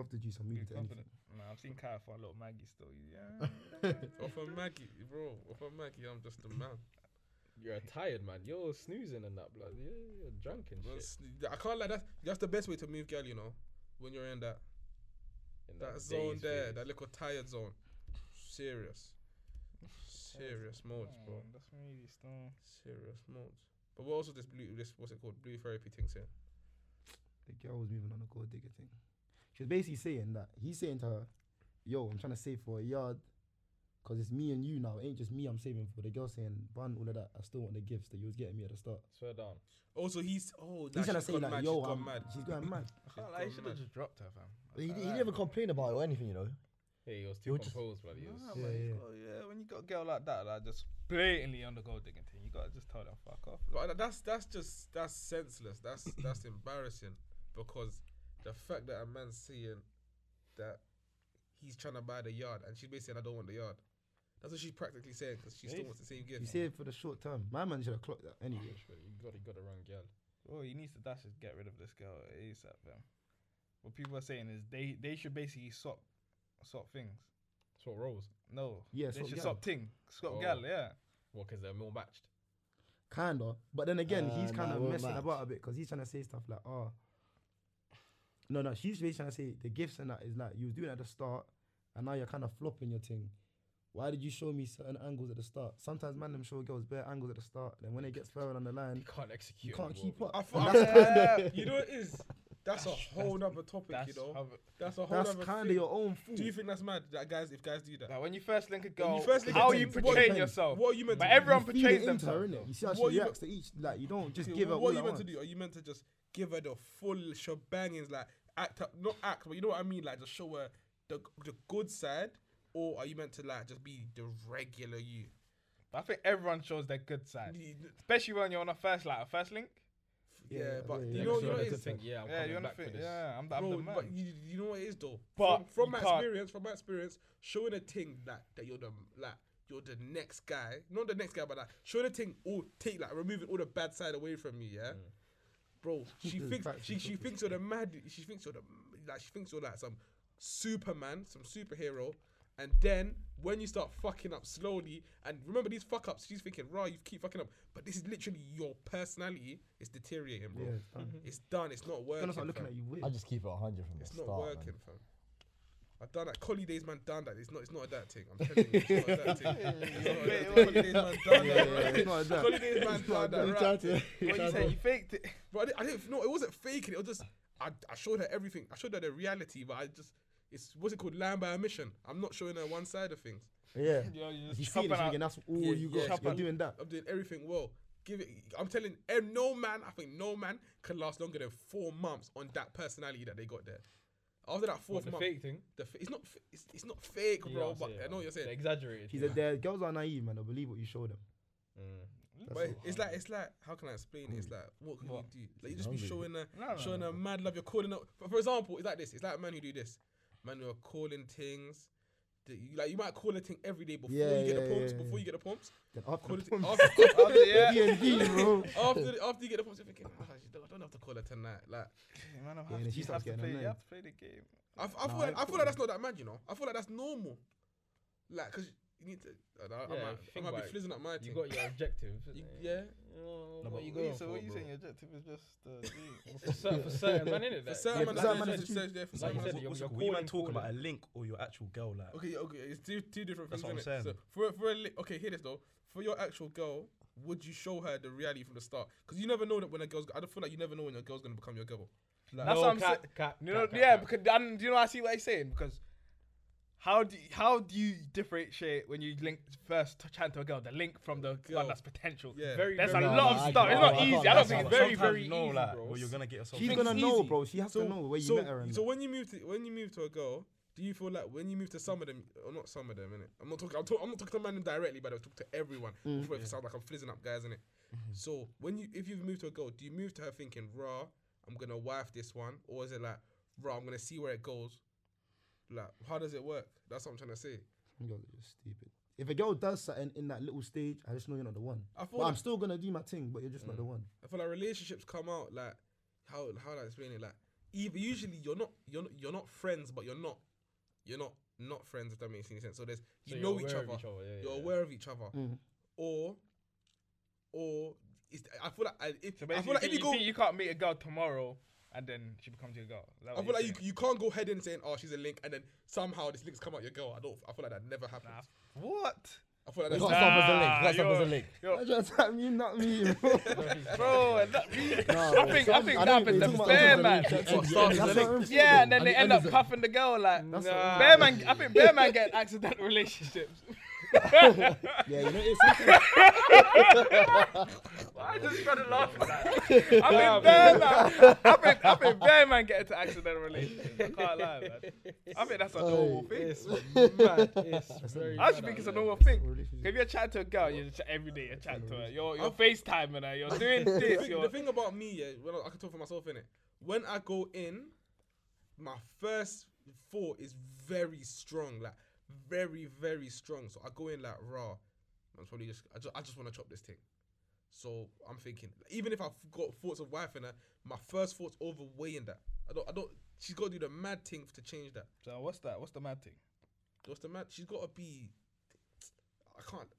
Off the juice, I'm
be
moving to anything.
confident. Nah, I've seen Kyle for a little Maggie still. Yeah.
Off a Maggie, bro. Off a Maggie, I'm just a man.
You're a tired, man. You're snoozing and that, blood. You're, you're drunk and shit.
That's- I can't like that. That's the best way to move, girl. You know, when you're in that
in
that
daze
zone there,
phase.
that little tired zone. Serious, serious modes, bro.
That's really still.
Serious modes. But what else is this blue? This what's it called? Blue therapy thing here.
The girl was moving on a gold digger thing. She was basically saying that he's saying to her, "Yo, I'm trying to save for a yard, cause it's me and you now. It ain't just me I'm saving for." The girl saying, "Bun, all of that. I still want the gifts that you was getting me at the start."
Swear down.
Also, he's oh,
He's
nah,
trying to
she's
say
gone
like,
mad,
"Yo,
she's gone
I'm-
mad.
she's going mad."
I can't lie, he
gone
should
mad.
have just dropped her, fam.
But He, he didn't even complain about it or anything, you know.
Yeah, he was too
He was just-
composed, bloody. he was-
Nah,
Yeah,
man, you
yeah.
gotta- yeah, when you got a girl like that, like just blatantly on the gold digging thing, you gotta just tell them fuck off.
But tha- that's that's just that's senseless. That's that's embarrassing because the fact that a man's saying that he's trying to buy the yard and she's basically saying I don't want the yard. That's what she's practically saying because she still wants the same gift.
You save for the short term. My man should have clocked that anyway.
But you got, you got the wrong girl.
Oh, he needs to dash and get rid of this girl ASAP, fam. What people are saying is they they should basically swap swap things.
That's what rolls.
No,
Yeah,
they
swap
should
gal.
swap thing, swap
Oh.
gal, yeah.
Well, because they're more matched.
Kinda, but then again, he's
Uh,
kind
nah,
of
we're
messing
matched.
about a bit because he's trying to say stuff like, "Oh, no, no." She's basically trying to say the gifts and that is like you was doing it at the start, and now you're kind of flopping your thing. Why did you show me certain angles at the start? Sometimes man them show girls bare angles at the start, then when it gets further down the
You
line,
can't
you
execute.
can't
anymore.
keep up.
I
And
thought-
that's
Yeah, you know what it is. That's a whole nother topic, you
That's
know.
how-
that's a whole
that's
nother
kind
thing.
of your own fault.
Do you think that's mad? That guys, if guys do that,
Like when you first link a
you
girl,
first link a
how
girl,
you
what
portraying
depends?
oh.
yourself.
what are you meant
But
to do?
everyone
You feed it
portrays
into her,
themselves.
innit?
though.
You see how
What
she
you
reacts to each. Like you don't just
Okay,
give
wh-
her all
what are you
at
meant
once.
to do? Are you meant to just give her the full shebangings, like act up, not act, but you know what I mean, like just show her the the good side, or are you meant to like just be the regular you?
I think everyone shows their good side,
You-
especially when you're on a first like a first link.
Yeah,
Yeah,
but
yeah,
you know,
yeah. Next
you know
one,
what
I
it
could
is,
think,
yeah, I'm
yeah,
coming
you're on a
back for
fit.
this.
Yeah, I'm the, I'm
bro.
the man.
But you, you know what it is though.
But
from, from
you
my
can't-
experience, from my experience, showing a thing like that you're the like you're the next guy, not the next guy, but like showing a thing all take like removing all the bad side away from you, yeah.
Mm.
Bro, she
This is
thinks
facts,
she,
this
she thinks you're the mad. She thinks you're the like she thinks you're like some Superman, some superhero. And then when you start fucking up slowly, and remember these fuck ups, she's thinking, "Raw, you keep fucking up." But this is literally your personality is deteriorating, bro.
Yeah, it's done.
It's done. It's not working.
Gonna start looking
fam.
at you weird.
I just keep it 100 from
It's
the
not
start. man.
working, fam. I done that. Collie days, man, done that. It's not. It's not a that thing. I'm telling you, it's not a that thing. It's not a that- Collie days, man, done
Yeah, yeah,
that.
it's not a
bro.
that.
Collie days, man,
It's
done
not a
that.
that.
right?
What you say? You faked it.
But I didn't, I didn't. No, it wasn't faking. It was just. I, I showed her everything. I showed her the reality, but I just. It's what's it called? Land by omission. I'm not showing her one side of things.
Yeah.
Yo, you
You
just
see
chopping
this
out.
and that's all
Yeah,
you
yeah,
got.
chop
You're
out.
doing that.
I'm doing everything well. Give it. I'm telling. And no man. I think no man can last longer than four months on that personality that they got there. After that
What,
fourth
the
month,
fake thing?
The f- it's not f- it's, it's not fake,
You
bro.
what
But
I'm
I
saying,
know what you're
They're
saying.
Exaggerated.
He said, "Their girls are naive, man. They'll believe what you show them."
Mm.
That's
But
all.
it's like it's like how can I explain it? It's like what can
What?
you do? Like you just be
Hungry.
showing a
No, no,
showing
no.
a mad love. You're calling up. For, for example, it's like this. It's like man who do this. Man who are calling things. That you, like you might call a thing every day before
Yeah,
you get the
yeah,
pumps.
yeah,
Before
yeah.
you get the pumps.
Then after
Call
the
it
pump-
after,
After, yeah.
D&D, bro.
after after you get the pumps. You're thinking, "Ah, shit, I don't have to call her tonight. Like
Man, I'm
Yeah,
have
then
to,
she
you
starts
have to
getting
play.
annoyed.
You have to play the game.
I, f- I feel
Nah,
like,
I
I feel
feel
like that's not that mad, you know. I feel like that's normal. Like, cause you need to. I, I,
Yeah,
might, I
think
might
about it.
be flizzing up my
You
thing.
got your objectives.
You-
innit?
yeah.
Oh,
No, but
what you
What you-
going
so
for,
what you
bro?
saying? Your objective is just uh,
For
the-
certain, for certain man, innit?
For
Like,
certain
yeah,
man,
but
that's
that man
there,
is
just- there for
Like
certain
you
man-
said, you're-
What's
you're
it called? What you man
calling-
talking
calling.
about? A link or your actual girl? Like,
Okay, okay, it's two two different
That's
things.
what
innit?
I'm
So
saying.
for for a li- okay, hear this though. For your actual girl, would you show her the reality from the start? Because you never know that when a girl's. I don't feel like you never know when your girl's gonna become your girl. Like,
That's
No,
what I'm
cat,
saying.
cat,
You know,
cat, cat,
yeah,
cat.
because and you know I see what he's saying because how do you, how do you differentiate when you link first to chat to a girl the link from the
Girl.
one that's potential?
Yeah.
Very,
There's a
very-
No,
lot
no, I
of stuff. It's
can't-
not
I can't-
easy. I don't
that's
think
how
it's
it
very
is.
very
no,
easy,
like,
bro.
well, you're gonna get yourself.
She's
Makes
gonna know,
easy.
bro. She has to know where you
so,
met her. And
so when you move to when you move to a girl, do you feel like when you move to some of them, or not some of them, innit? I'm not talking. I'm, talk, I'm not talking to man directly, but I talk to everyone.
Mm.
Before it sounds like I'm flizzing up guys, innit?
Mm-hmm.
so when you if you've moved to a girl, do you move to her thinking, "Raw, I'm gonna wife this one," or is it like, "Raw, I'm gonna see where it goes"? Like, how does it work? That's what I'm trying to say.
You guys are just stupid. If a girl does something in that little stage, I just know you're not the one.
I feel
But I'm
like- Mm.
still gonna do my thing, but you're just not the one.
I feel like relationships come out like how how do I explain it like either usually you're not you're not, you're not friends but you're not you're not not friends if that makes any sense. So there's you
So
know
you're
each
aware
other,
of each other, yeah,
you're
yeah.
aware of each other,
Mm.
or or it's, I feel like I, if,
So
I
basically,
feel like if you
you,
go,
think you can't meet a girl tomorrow and then she becomes your girl. Is that
I
what
feel
you're
like you,
saying?
you can't go head in saying oh she's a link and then somehow this link's come out your girl. I don't I feel like that never happens.
Nah. What?
I feel like
That's
that's
up
just-
Nah,
as a link. That's up as a
you're-
link.
That's just time you, not me. Bro,
bro. Oh, and that-
I
think- I think that happens to Bear Man. yeah, and then they end up cuffing the girl like.
That's
Nah.
Bear man, I think Bear man get accidental relationships.
Yeah, you know, it's something-
I just gotta laugh at that.
I think Bear man, I think, I think Bear man get into accidental relationships. I can't lie, man. I think that's a normal thing.
It's mad. It's very
I just
mad
think it's a
out
normal thing.
relationship.
If you're chatting to a girl, you're just every day you're chatting to her. You're you're FaceTiming her. You're doing
the,
this.
thing,
You're
the thing about me, yeah, when I, I can talk for myself in it. When I go in, my first thought is very strong, like very very strong. So I go in like raw. I'm probably just I just I just want to chop this thing. So I'm thinking, even if I've got thoughts of wife in her, my first thoughts overweighing that. I don't I don't. She's got to do the mad thing to change that.
So what's that? What's the mad thing?
What's the mad? She's got to be. I can't.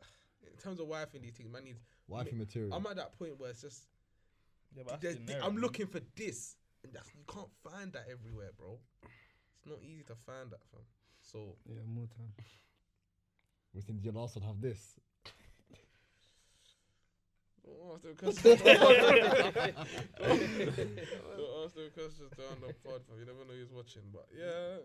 In terms of wife and these things, man needs.
Wifey
Ma-
material.
I'm at that point where it's just
Yeah, but
there's
that's
thi-
generic,
I'm
man.
looking for this, and that's you can't find that everywhere, bro. It's not easy to find that, fam. So
Yeah, more time.
We think you'll also have this.
don't ask them questions. don't ask them questions down the pod, fam. You never know who's watching, but yeah.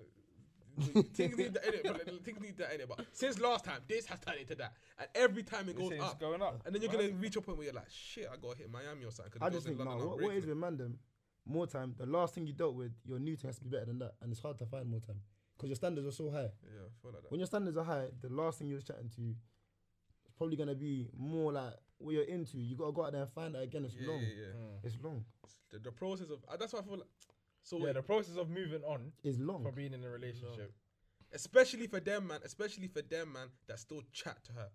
things need that in it, but like, things need that in it. But since last time, this has turned into that, and every time it
This
goes
thing's
up,
going up.
and then you're gonna reach a point where you're like, shit, I gotta hit Miami or something. 'cause
I
the girls
just
in
think, man,
London are
what, what is
breaking
with man them? More time. The last thing you dealt with, your new thing has to be better than that, and it's hard to find more time because your standards are so high.
it. Yeah, I feel like that.
When your standards are high, the last thing you was chatting to is probably gonna be more like what you're into. You gotta go out there and find that again. It's
Yeah,
long.
yeah, yeah.
It's long.
The, the process of uh, that's why I feel like. So
Yeah,
wait,
the process of moving on
It's long.
from being in a relationship.
especially for them, man. Especially for them, man. That still chat to her.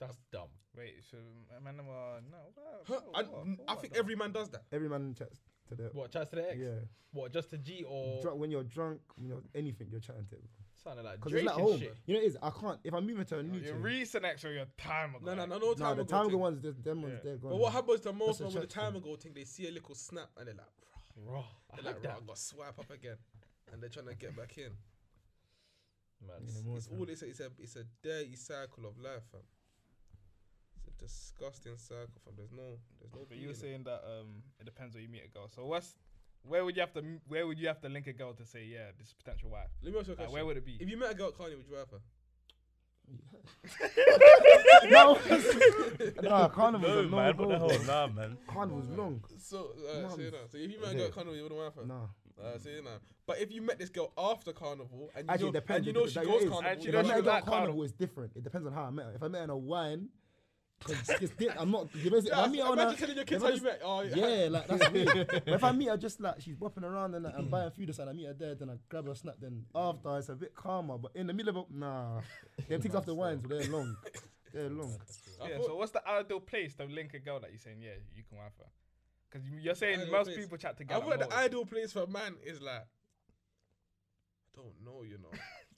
That's dumb.
Wait, so man, uh, no, what,
Huh,
what,
I,
what,
n- I
what
think
the-
every man does that.
Every man chats to their
What, chats to the ex?
yeah.
What, just to G or
Drunk, when you're drunk, when you're anything, you're chatting to it
sounded like
because
Drake
it's like
and
home.
shit?
You know, it is. I can't if I'm moving to a new
Your
thing-
recent ex or your time ago?
No, no,
ex?
no, no
Nah,
time
the
ago.
time ago
thing.
ones, them them ones,
Yeah.
they're gone.
But what happens to most
That's a
men with the
chat
time ago thing? They see a little snap and they're like, "Rah."
Raw. I
they're
like
like, "Rah,
that.
I got swipe up again," and they're trying to get back in.
Man,
Yeah, more
It's
time.
all it's a, it's a it's a dirty cycle of life, fam. It's a disgusting cycle, fam. There's no there's no.
But
beauty
you were
in it.
saying that um, it depends where you meet a girl. So what's where would you have to m- where would you have to link a girl to say yeah this is potential wife?
Let me ask you a
Like,
question.
where would it be?
if you met a girl at Kanye, would you wife her?
no, nah, carnival's a
No,
long
man. What the
ago,
hell?
bro.
Nah, man.
Carnival's long.
So, uh, so, you
Mums.
know, so if you met a girl at Carnival, you wouldn't wife her.
Nah.
Uh, so you know. But if you met this girl after carnival and you
Actually, it
know,
depends.
and you
if
know
it-
she
that
goes
is.
carnival,
Actually,
you
If
know
I
that's
she
met a
not
goes
girl
that
at carnival,
carnival.
it's different. It depends on how I met her. If I met her in a wine, 'cause it's di- I'm not. You basically,
Yeah,
if I meet her on
imagine
a-
telling your
if
kids
I
how you
just-
met. Oh,
Yeah, like that's weird. But if I meet her just like she's bopping around and, that and buying food or something, I meet her there, then I grab her snap. Then after it's a bit calmer, but in the middle of a, nah, them things after wines they're long, they're long.
I
yeah.
thought-
So what's the ideal place to link a girl that you're saying yeah you can wife her? Because you're saying
ideal
most
place.
people chat to
I
girls.
feel like the ideal place for a man is like, I don't know, you know.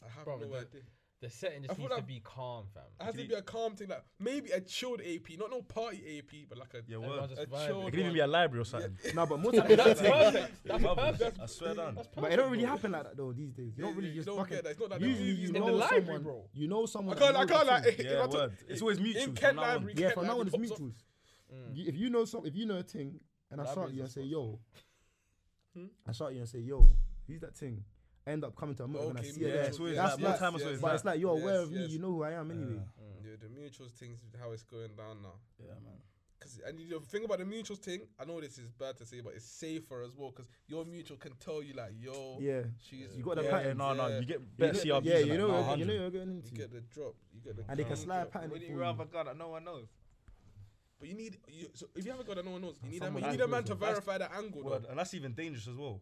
I have
Bro,
no
the-
idea.
The setting
I
just
feel
needs to
like-
be calm, fam.
It has to be a calm thing, like maybe a chilled AP, not no party AP, but like a
Yeah,
Everyone
word.
just
a
vibing.
It
chilled.
could even be a library or something.
Nah, but most times,
That's perfect. That's
Marvellous.
perfect.
I swear down.
but it don't really happen like that though these days. You don't really
You
just
don't
fucking.
get that. It's not like that.
usually
It's
you
in
know
the library,
someone,
bro.
you know someone.
I
that
can't, I
knows
can't
the
like.
thing.
if
Yeah,
I talk-
word. It's always mutual
In
from
Kent
now on.
Library,
Yeah,
Kent
from now on
Library
it's
pops up.
mutuals. You, if you know some, if you know a thing, and I start you and say, "Yo," I start you and say, "Yo, who's that thing?" I end up coming to a moment when I
Okay,
see her
yeah,
there.
it's always
That's
like, more
like-
time it's always
but
that.
it's like you're aware
Yes,
of me.
yes.
You know who I am anyway.
Yeah, the mutuals things, how it's going down now.
Mm. yeah, man.
Cause and you know, the thing about the mutuals thing, I know this is bad to say, but it's safer as well. Cause your mutual can tell you like, yo,
Yeah.
she's
You got the
Yeah,
pattern.
yeah, no, no.
yeah.
You get better
you know,
CRBs.
yeah,
than
you know,
like
what- you know,
900.
you're getting
you
into,
get the drop, you get the,
and they can
drop.
slide a pattern.
Would
for
you rather a
you.
girl that no one knows?
But you need, you, so if you have a girl that no one knows, you need a
Someone
man, you need
that
a man
knows
to
them.
verify that angle.
Word.
Though.
And that's even dangerous as well.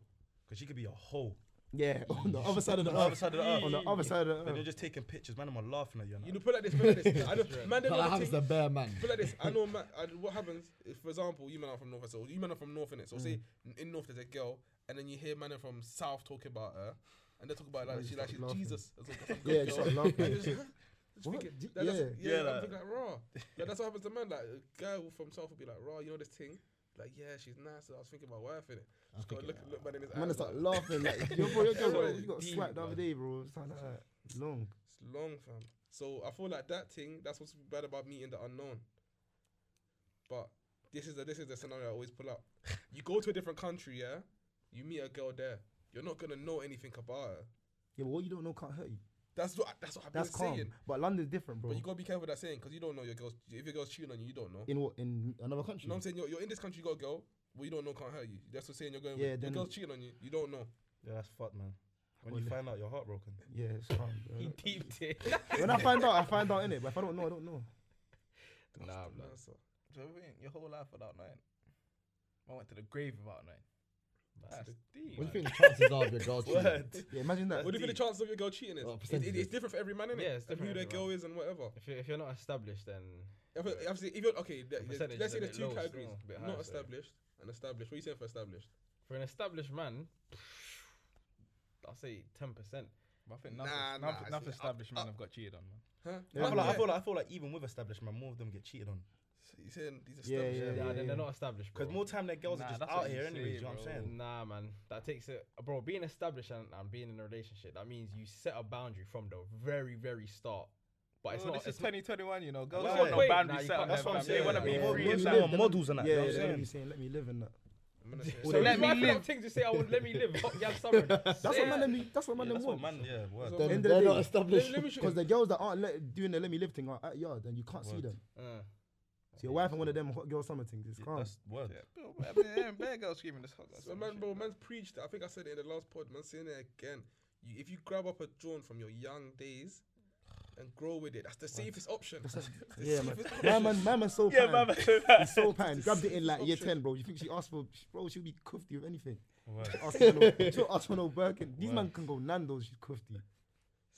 Because she could be a hoe.
Yeah, on the other side of the
On the other
earth.
side of the earth.
On the other side of the
And they're
earth.
just taking pictures. Man, I'm laughing at you.
You know, put like this, put like this. I don't, man, they
But that
know the
happens to
thing.
bare man.
Put like this. I know, man. I, what happens? If, for example, you men are from north, so you men are from north in it. So say in north there's a girl, and then you hear man from south talking about her, and they talk about like
you
she like she's
start laughing.
Jesus. That's like, that's a
Yeah,
good
you
girl.
start laughing.
Just- just
What?
thinking-
D-
that- that's- yeah,
yeah.
Yeah,
I'm
like-
thinking like raw. Like, that's what happens to man. Like a guy will- from South will be like, raw, you know this thing? Like, yeah, she's nice. I was thinking about wife in it. Just go look, look man in his
Man,
eyes.
start
like,
laughing. Like, yo, bro, your girl,
That's
bro,
what
you got
deep,
swiped the other
man.
day, bro. Something like that. long.
It's long, fam. So I feel like that thing. That's what's bad about meeting the unknown. But this is the this is the scenario I always pull up. You go to a different country, yeah. You meet a girl there. You're not gonna know anything about her.
Yeah, but what you don't know can't hurt you.
That's what that's what I've
That's
been
calm.
saying.
But London's different, bro.
But you gotta be careful with that saying because you don't know your girls. If your girl's cheating on you, you don't know.
in what in another country?
You know what I'm saying? You're, you're in this country, you got a girl. What you don't know can't hurt you. That's what saying you're going
Yeah,
with.
then-
Your girl's cheating on you. You don't know.
Yeah, that's fucked, man. When
Well,
you find out, you're heartbroken.
yeah, it's calm. bro.
He deeped it.
when I find out, I find out in it. But if I don't know, I don't know.
nah, bro.
That's all.
So we ain't your whole life without knowing. I went to the grave without knowing. That's deep.
What do you think the chances are of your girl cheating?
Yeah, imagine that.
What do you think the chances of your girl cheating is?
Well,
It- it-
percentages.
it's different for every man, innit?
Oh, Yeah, it's
And
different
Who their
for everyone.
girl is and whatever.
If you're, if you're not established, then
If, obviously, if you're, okay, the, the,
Percentage
let's
is
say
a
there's
bit
two
low
categories:
still, a bit high,
not
so.
established and established. What are you saying for established?
for an established man, I'll say ten percent.
I think
Nah,
enough,
nah,
enough,
I
enough
see.
established
I-
men have got cheated on, man.
Huh?
I,
Yeah.
feel like, I feel like I feel like even with established man, more of them get cheated on.
So you're saying these
Yeah,
established?
Yeah,
yeah,
then
yeah.
they're not established.
Because
bro.
more time their girls
Nah,
are just
that's what
out
you
here,
say,
anyways. you know what I'm
bro.
saying?
Nah, man, that takes it, bro. Being established and, and being in a relationship, that means you set a boundary from the very, very start. But it's
Well,
not.
this is
It's
2021, you know. Girls
Well,
want no
wait, nah,
boundaries
you
set on
can't-
them.
that's what I'm
fam. They
saying.
want to be
Yeah.
more
Yeah.
free.
Yeah.
Yeah.
more models and that,
Yeah,
you
yeah,
know what I'm
yeah,
saying?
you saying let me live in that.
I'm gonna say.
So
so
let
let
me
me
live.
live. Things to say, I would let me live. Fuck, you have something.
That's what man. Let me. That's what man.
Yeah,
them
that's what
want.
man. Yeah, word.
So-
At the end
Then
of the
they're not
day,
Let,
established.
let me show
because the girls that aren't let, doing the let me live thing are at yard, and you can't see
Word.
them.
Uh,
So your wife and one of them hot girl summer things. It's
Yeah,
calm.
That's word.
I mean, bare girls screaming this hot.
So man, bro, man's preached. it. I think I said it in the last pod. Man, saying it again. You, if you grab up a drone from your young days and grow with it, that's the safest option. That's the
Yeah, man.
safest
My
option.
man, my man's so
Yeah,
pan.
man.
He's so pan. Grabbed it in like year
Option.
ten, bro. You think she asked for? Bro, she'll be coofy with anything.
Word.
Ask for no, she'll ask for no Birkin. These
Word.
man can go Nando's. She's coofy.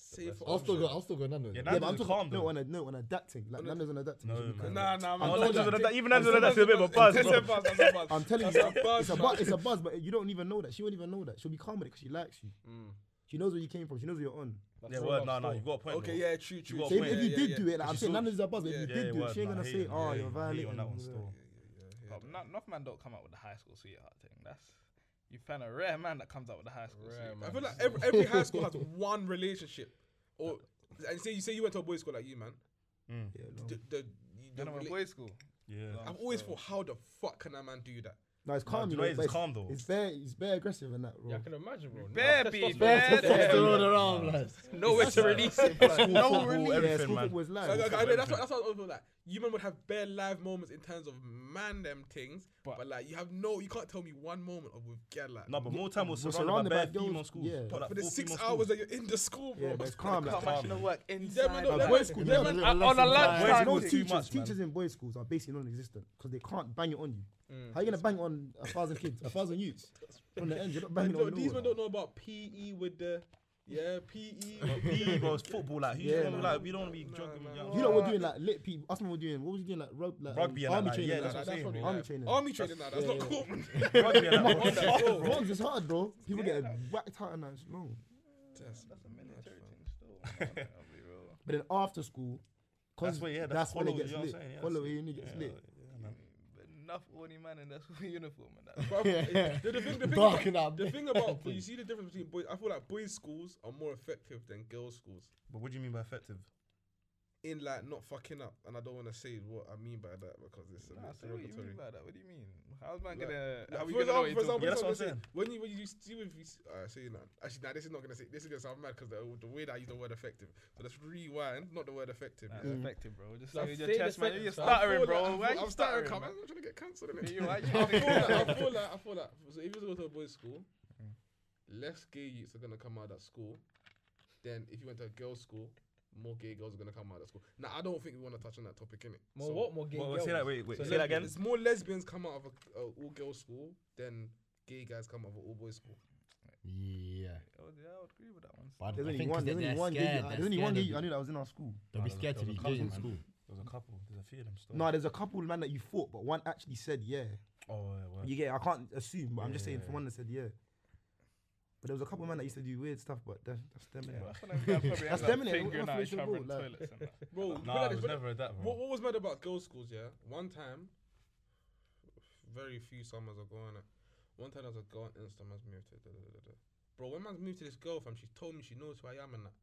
Safe
I'll still
option.
go. I'll still go. Nando's.
Yeah,
Yeah,
Nando's
yeah, but I'm
is
talking
calm
no
though.
on a no on a dat thing. Like
On a-
Nando's on a dat thing.
No,
should be
man.
calm.
Nah, nah, man.
I'm
don't
telling
do
you,
that.
even
I'm
Nando's on
telling
that's a
you,
bit of a buzz,
that's
bro.
a buzz, that's a buzz.
I'm telling you,
That's a buzz,
it's a
man.
buzz. It's a buzz, but you don't even know that. She won't even know that. She'll be calm with it because she likes you.
mm,
She knows where you came from. She knows where you're on.
that's
Yeah,
all
word.
I've
No, no,
thought.
you got a point.
Okay,
though.
yeah, true, true.
got
So
true. Oh,
if,
point.
Yeah,
if you
yeah,
did
yeah.
do it, like I'm
She
saying,
saw-
none of these are buzz. But
yeah,
if you
yeah,
did do it,
word,
she ain't
nah,
gonna
I
say,
hear-
"Oh,
I
you're
hear you on that
violating."
one
me."
still.
But no- enough man don't come out with the high school sweetheart thing. That's you find a rare man that comes out with the high school
Rare
sweetheart.
I feel like every, every high school has one relationship, or and say you say you went to a boys' school like you, man.
Mm.
Yeah, no.
The, the, the
Then I'm
rela-
a boys' school.
Yeah.
I've always thought, how the fuck can a man do that?
No, it's calm.
do
you
you know
know,
it's
but
calm, though?
It's very, it's very aggressive in that
Yeah, I
role.
can imagine, bro.
Bare
Nah,
beat,
testosterone-
bare
testosterone around, lads.
Nowhere to release it. bro.
No
Yeah,
everything,
school
man.
football's live.
Like, like, I
everything.
know, that's what that's what I was talking about. You men would have bare live moments in terms of man them things, but,
But-
like you have no, you can't tell me one moment of with girl like.
No, but more time was
We're surrounded
surrounded by
by
bare
girls,
female schools.
yeah.
Bro, like
for the
four
six
female
hours
schools.
that you're in the school, bro.
Yeah, but it's calm. Like,
Can't imagine the work
Yeah, man,
inside.
no,
out.
that-
boys' school,
yeah,
yeah,
man,
man,
on
lessons
a
in
lunchtime
life.
thing.
You know,
Too
teachers,
much, man.
teachers in boys' schools are basically non-existent because they can't bang it on you. How you gonna bang on a thousand kids, a thousand youths from the end? You're not
Like,
banging
no,
on
these
no
men
one.
don't know about PE with the yeah E. PE.
But PE was football. Like, who's
Yeah,
gonna be
man.
like, we don't want to be jogging.
nah.
with young-
You know, we're doing like lit people. Us men were doing. What was you doing like rug, like
Rugby
um,
and
army
that, like,
training?
yeah, Oh,
that's
that's
what I'm
what
saying.
I'm
Army
Yeah.
training.
Army training now. That's
yeah,
not
yeah.
cool.
Rugby and that, bro.
That's cool.
Bronze is hard, bro. People get whacked out and that's long.
That's-
That's a military
fam.
thing still. man. I'll be real.
But then after school, 'cause
That's where, yeah, that's
that's when it
hollow,
gets
you know what
lit.
I'm saying? Yeah,
Follow
that's-
it, it gets
Yeah,
lit.
yeah, man.
But Enough only man in their school uniform and that.
Bruv, it- the, the thing, the thing
Dark in
about,
that
the
bit.
thing about but you see the difference between boys. I feel like boys' schools are more effective than girls' schools
But what do you mean by effective?
in like not fucking up. And I don't want to say what I mean by that because it's a
Nah,
bit
so what do you mean
derogatory.
by that? What do you mean? How's man
Like-
gonna?
Like,
how we
for
gonna know
example, for
what you're
example,
talking
Yeah,
what
that's what I'm
I'm saying. When you when you see with you, s- uh, so you know, actually, now this is not gonna say this is gonna sound mad because the, the way that I use the word effective. So let's rewind, not the word effective.
about?
yeah.
Nah, it's effective, bro. Just say
Like,
with your
say the
chest, man.
sentence,
I
You're
fam.
feel
stuttering,
like-
bro.
I
Why
feel-
you
I'm stuttering,
stuttering?
come. I'm
man?
not trying to get cancelled. innit?
You- why you-
I feel like, I feel like, I feel like, so if you go to a boys' school, less gay youths are gonna come out of that school. Then if you went to a girls' school, more gay girls are gonna come out of that school. Now I don't think we want to touch on that topic, innit?
More
So-
what? More gay
Well,
girls.
say that. Wait, wait.
So
Say that again.
There's more lesbians come out of a, a all girls' school than gay guys come out of an all boys' school.
I would- Oh, yeah, I would agree with that one.
But I- I
There's only
think
one.
'cause
There's
they're
only one. gay-
scared,
There's
they're
only one.
scared
gay-
of
I
it.
knew that was in our school.
They'll be
Nah,
scared
there
to
was
be
a
gay
couple,
in
man.
school.
There's a couple. There's a few of them still.
No, there's a couple man that you thought, but one actually said yeah.
Oh, yeah, word.
You get? it? I can't assume, but I'm just
Yeah,
saying
yeah,
for one that said yeah. But there was a couple man that used to do weird stuff, but that's, that's them. innit?
That's when I'm gonna probably
That's
end
them,
up
innit?
fingering
What
out
if we should
trouble
vote, like-
toilets and that.
Bro, put it
Nah,
like
it
this,
was
put it-
never that, bro.
What, what was mad about girls' schools, yeah? One time, very few summers ago, innit? One time there was a girl on Insta, man's moved to. Da, da, da, da. Bro, when man's moved to this girl, fam, she told me she knows who I am and that.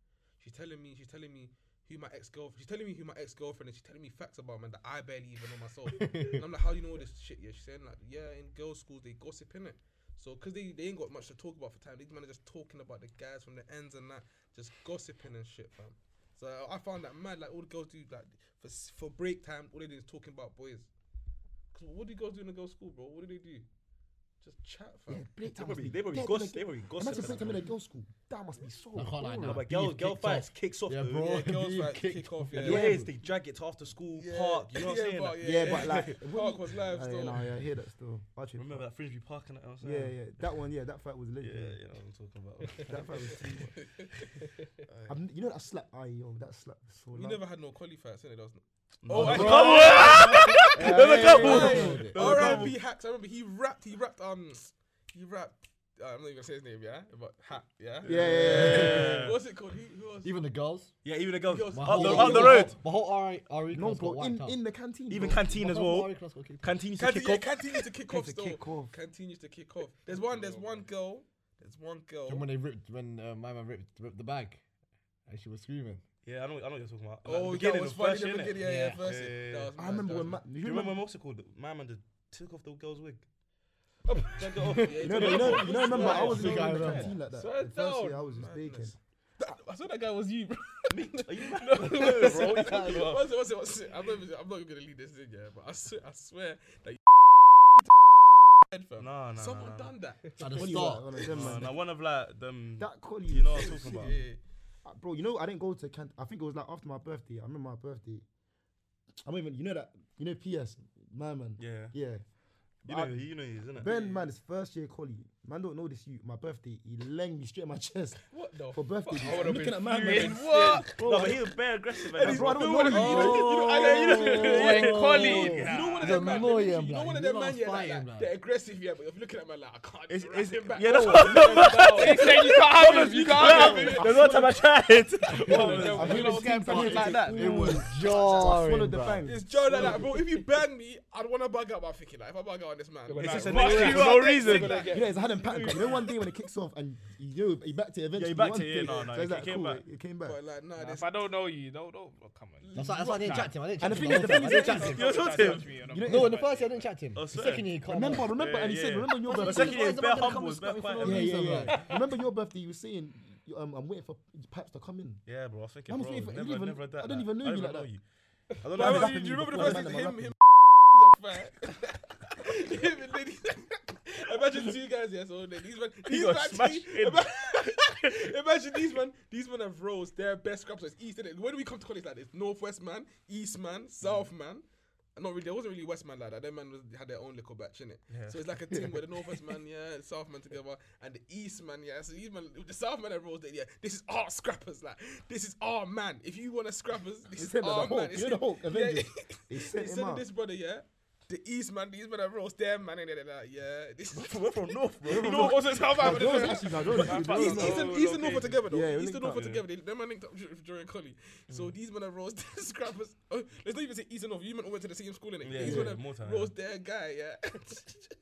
She's telling me. She's telling me who my ex girlfriend. She's telling me who my ex girlfriend is. She's telling me facts about man that I barely even know myself. and I'm like, how do you know all this shit? Yeah, she's saying like, yeah, in girls' schools they gossip in it. So because they, they ain't got much to talk about for time, these men are just talking about the guys from the ends and that, just gossiping and shit, fam. So I found that mad. Like all the girls do, like for s- for break time, all they do is talking about boys. 'Cause what do you girls do in the girls' school, bro? What do they do? Just chat, fam.
Yeah, break
They
time must
probably,
be
they probably
dead,
gossip.
innit?
They probably
Imagine
gossip.
break time in a girls' school. That must be so.
I can't lie
boring.
now.
But girl,
Beef
girl
kicked
fights
off.
kicks off.
Yeah,
though.
bro.
Yeah, girls
you
like kick
kicked-
off. Yeah,
Yeah,
yeah,
Nowadays, they drag it to after school park. You know what I'm saying?
but
Like,
Yeah, but like,
Park was live
Uh, yeah,
still.
no, yeah, I hear that still. Archie,
Remember that frisbee park and that? you know what I'm
Yeah,
saying?
yeah, that one. Yeah, that fight was lit.
Yeah,
Yeah,
you know what I'm talking about.
that fight was. too much. I'm, you know that slap, aye, yo, that slap was so.
We
loud.
never had no quality fights, innit? That was
Mm.
Oh,
No,
I-
no,
R.I.P. Hacks. I remember he rapped. He rapped. Um, he rapped. Uh, I'm not even gonna say his name, yeah, but Hack, yeah.
Yeah, yeah, yeah.
yeah.
What's it called? Who, who else?
Even the girls.
Yeah, even the girls
Girls-
up the,
whole-
up the
whole-
road.
The whole RE RE
No,
class got
bro, in,
wiped out.
in the canteen.
Even
bro.
canteen
The
as
whole
well.
RE class got kicked out.
Canteen used to
Canteen,
kick
yeah,
off.
Canteen used to kick off
To
still.
kick off.
Canteen used to kick off. There's one. There's one girl. There's one girl.
And when they ripped, when uh, my man ripped, ripped the bag, and she was screaming.
Yeah, I know, I know what you're talking about. Like,
Oh, that
beginning
was
of
funny.
first
The
year, innit?
beginning, yeah, yeah,
Yeah.
first.
Yeah, yeah,
year.
yeah.
That was
I
mad,
remember
that
when.
was
Ma-
Do you remember what's it called? My man just took off the girl's wig.
mad.
Took it off.
Yeah,
You know, you know, you know, remember I
Swear
wasn't
down.
even in the
Swear
canteen like that.
Swear
The first
down.
year I was just baking.
Madness. That- I saw that guy was you, bro.
Me? Are you mad?
bro.
What are you talking about?
What's it, what's it, what's it? I'm not, even- I'm not even gonna leave this in, yeah. But I swear, I swear that you head fam.
Nah, nah, nah,
Someone
nah, nah.
done that.
At the
What do you
start,
like, one of them,
Nah,
man?
nah, one of like them.
That call
You know what I'm talking about?
Yeah.
Uh, bro, you know I didn't go to Kent. I think it was like after my birthday. I remember my birthday. I'm not even. You know that. You know PS. My man.
Yeah.
Yeah.
You
I-
know, you know, isn't it?
Ben, man, it's first year collie. Man, don't know this. You, my birthday. He langed me straight in my chest
What the?
for birthday.
I
I'm
would've
looking
been
at my
furious.
man.
What?
Bro,
No,
I-
but he was bare aggressive.
bro,
At
I
that
don't know.
You know, you know, I know, you know, you know,
Oh.
you know,
Colin.
you know one of them man.
Annoying,
you know
blood.
one of
You
them
lot
man.
was
Yeah, like,
fighting,
like,
blood.
they're aggressive, yeah. But if you're looking at man, like I can't.
It's,
drive
it's,
him back.
yeah, that's what.
They said Oh, you can't have him. You can't have him.
There's one time I tried.
I've never seen something
like that.
Ooh.
it was
I
jarring.
swallowed the
bruv.
bang.
It's Joe like that, bro. If you ban me, I'd want to bug out. But I'm thinking, like, if I bug out on this man,
It's
like,
just a
fuck
next
you
thing
up.
for no reason.
You know, it's a hidden pattern. 'cause You know, one day when it kicks off and you know, he backed it eventually.
backed
one
it, yeah,
day.
no, no,
So
it
it's like,
came
cool,
back.
It came back.
But like, nah, this
If I don't know you, don't don't oh, come on.
That's why, that's why I didn't chat to him. I didn't chat
And the
to
thing
him.
is, the
the whole
thing
time.
is,
I didn't
it's-
chat to him.
You're so Tim.
You know,
No, in the first year I didn't chat to him.
I
The
swear.
second year he calmed
Remember,
down.
remember, and he said,
yeah.
remember your
The
birthday.
second year
Why is
is
the
bare
man gonna come
humble.
and
It's bare
smack me for
quiet.
no
Yeah, yeah,
reason,
yeah.
bruv.
Remember your birthday? You were saying, you- um, I'm waiting for Paps to come in.
Yeah, bro. I was thinking,
Man,
bro,
if- if-
never,
if even-
never had that.
I don't even know you like that.
I don't
But I
know.
remember-
you.
do you remember the
before.
first thing?
Man,
Him,
I'm
him, the fight. Him and Liddy. Imagine two guys, yes, all day. These man, these
got
man,
smashed in.
ima- imagine these man, these man have rows. Their best scraps is East. Innit? When we come to college like this, Northwest man, East man, South
Mm.
man. And Not really. There wasn't really West man like that. Them man was, had their own little batch in it.
Yeah.
So it's like a team where the Northwest man, yeah, the South man together, and the East man, yeah. So these man, the South man have rows. That yeah, this is our scrappers. Like this is our man. If you want to scrappers, this
It's
is
him as a
our
Hulk.
man. It's
You know the Hulk,
yeah,
Avengers.
yeah.
They sent
Instead
him
of
out.
this brother, yeah, the East man, the East man that rolls their man, and they're like, yeah, this is
We're from North, bro.
no, also South
Nah, those
Africa.
actually- nah, those actually-
Nah,
those
East,
no,
actually-
East and,
no,
East and
no,
North are together though.
Yeah, we're
East and
linked
North are
up, yeah. Mm.
together. They, them man linked up dur- during college. So these men are rose their scrappers. Oh, let's not even say East and North. You men all went to the same school innit?
Yeah,
these
yeah, Mm.
men
more time,
rose their guy. Yeah.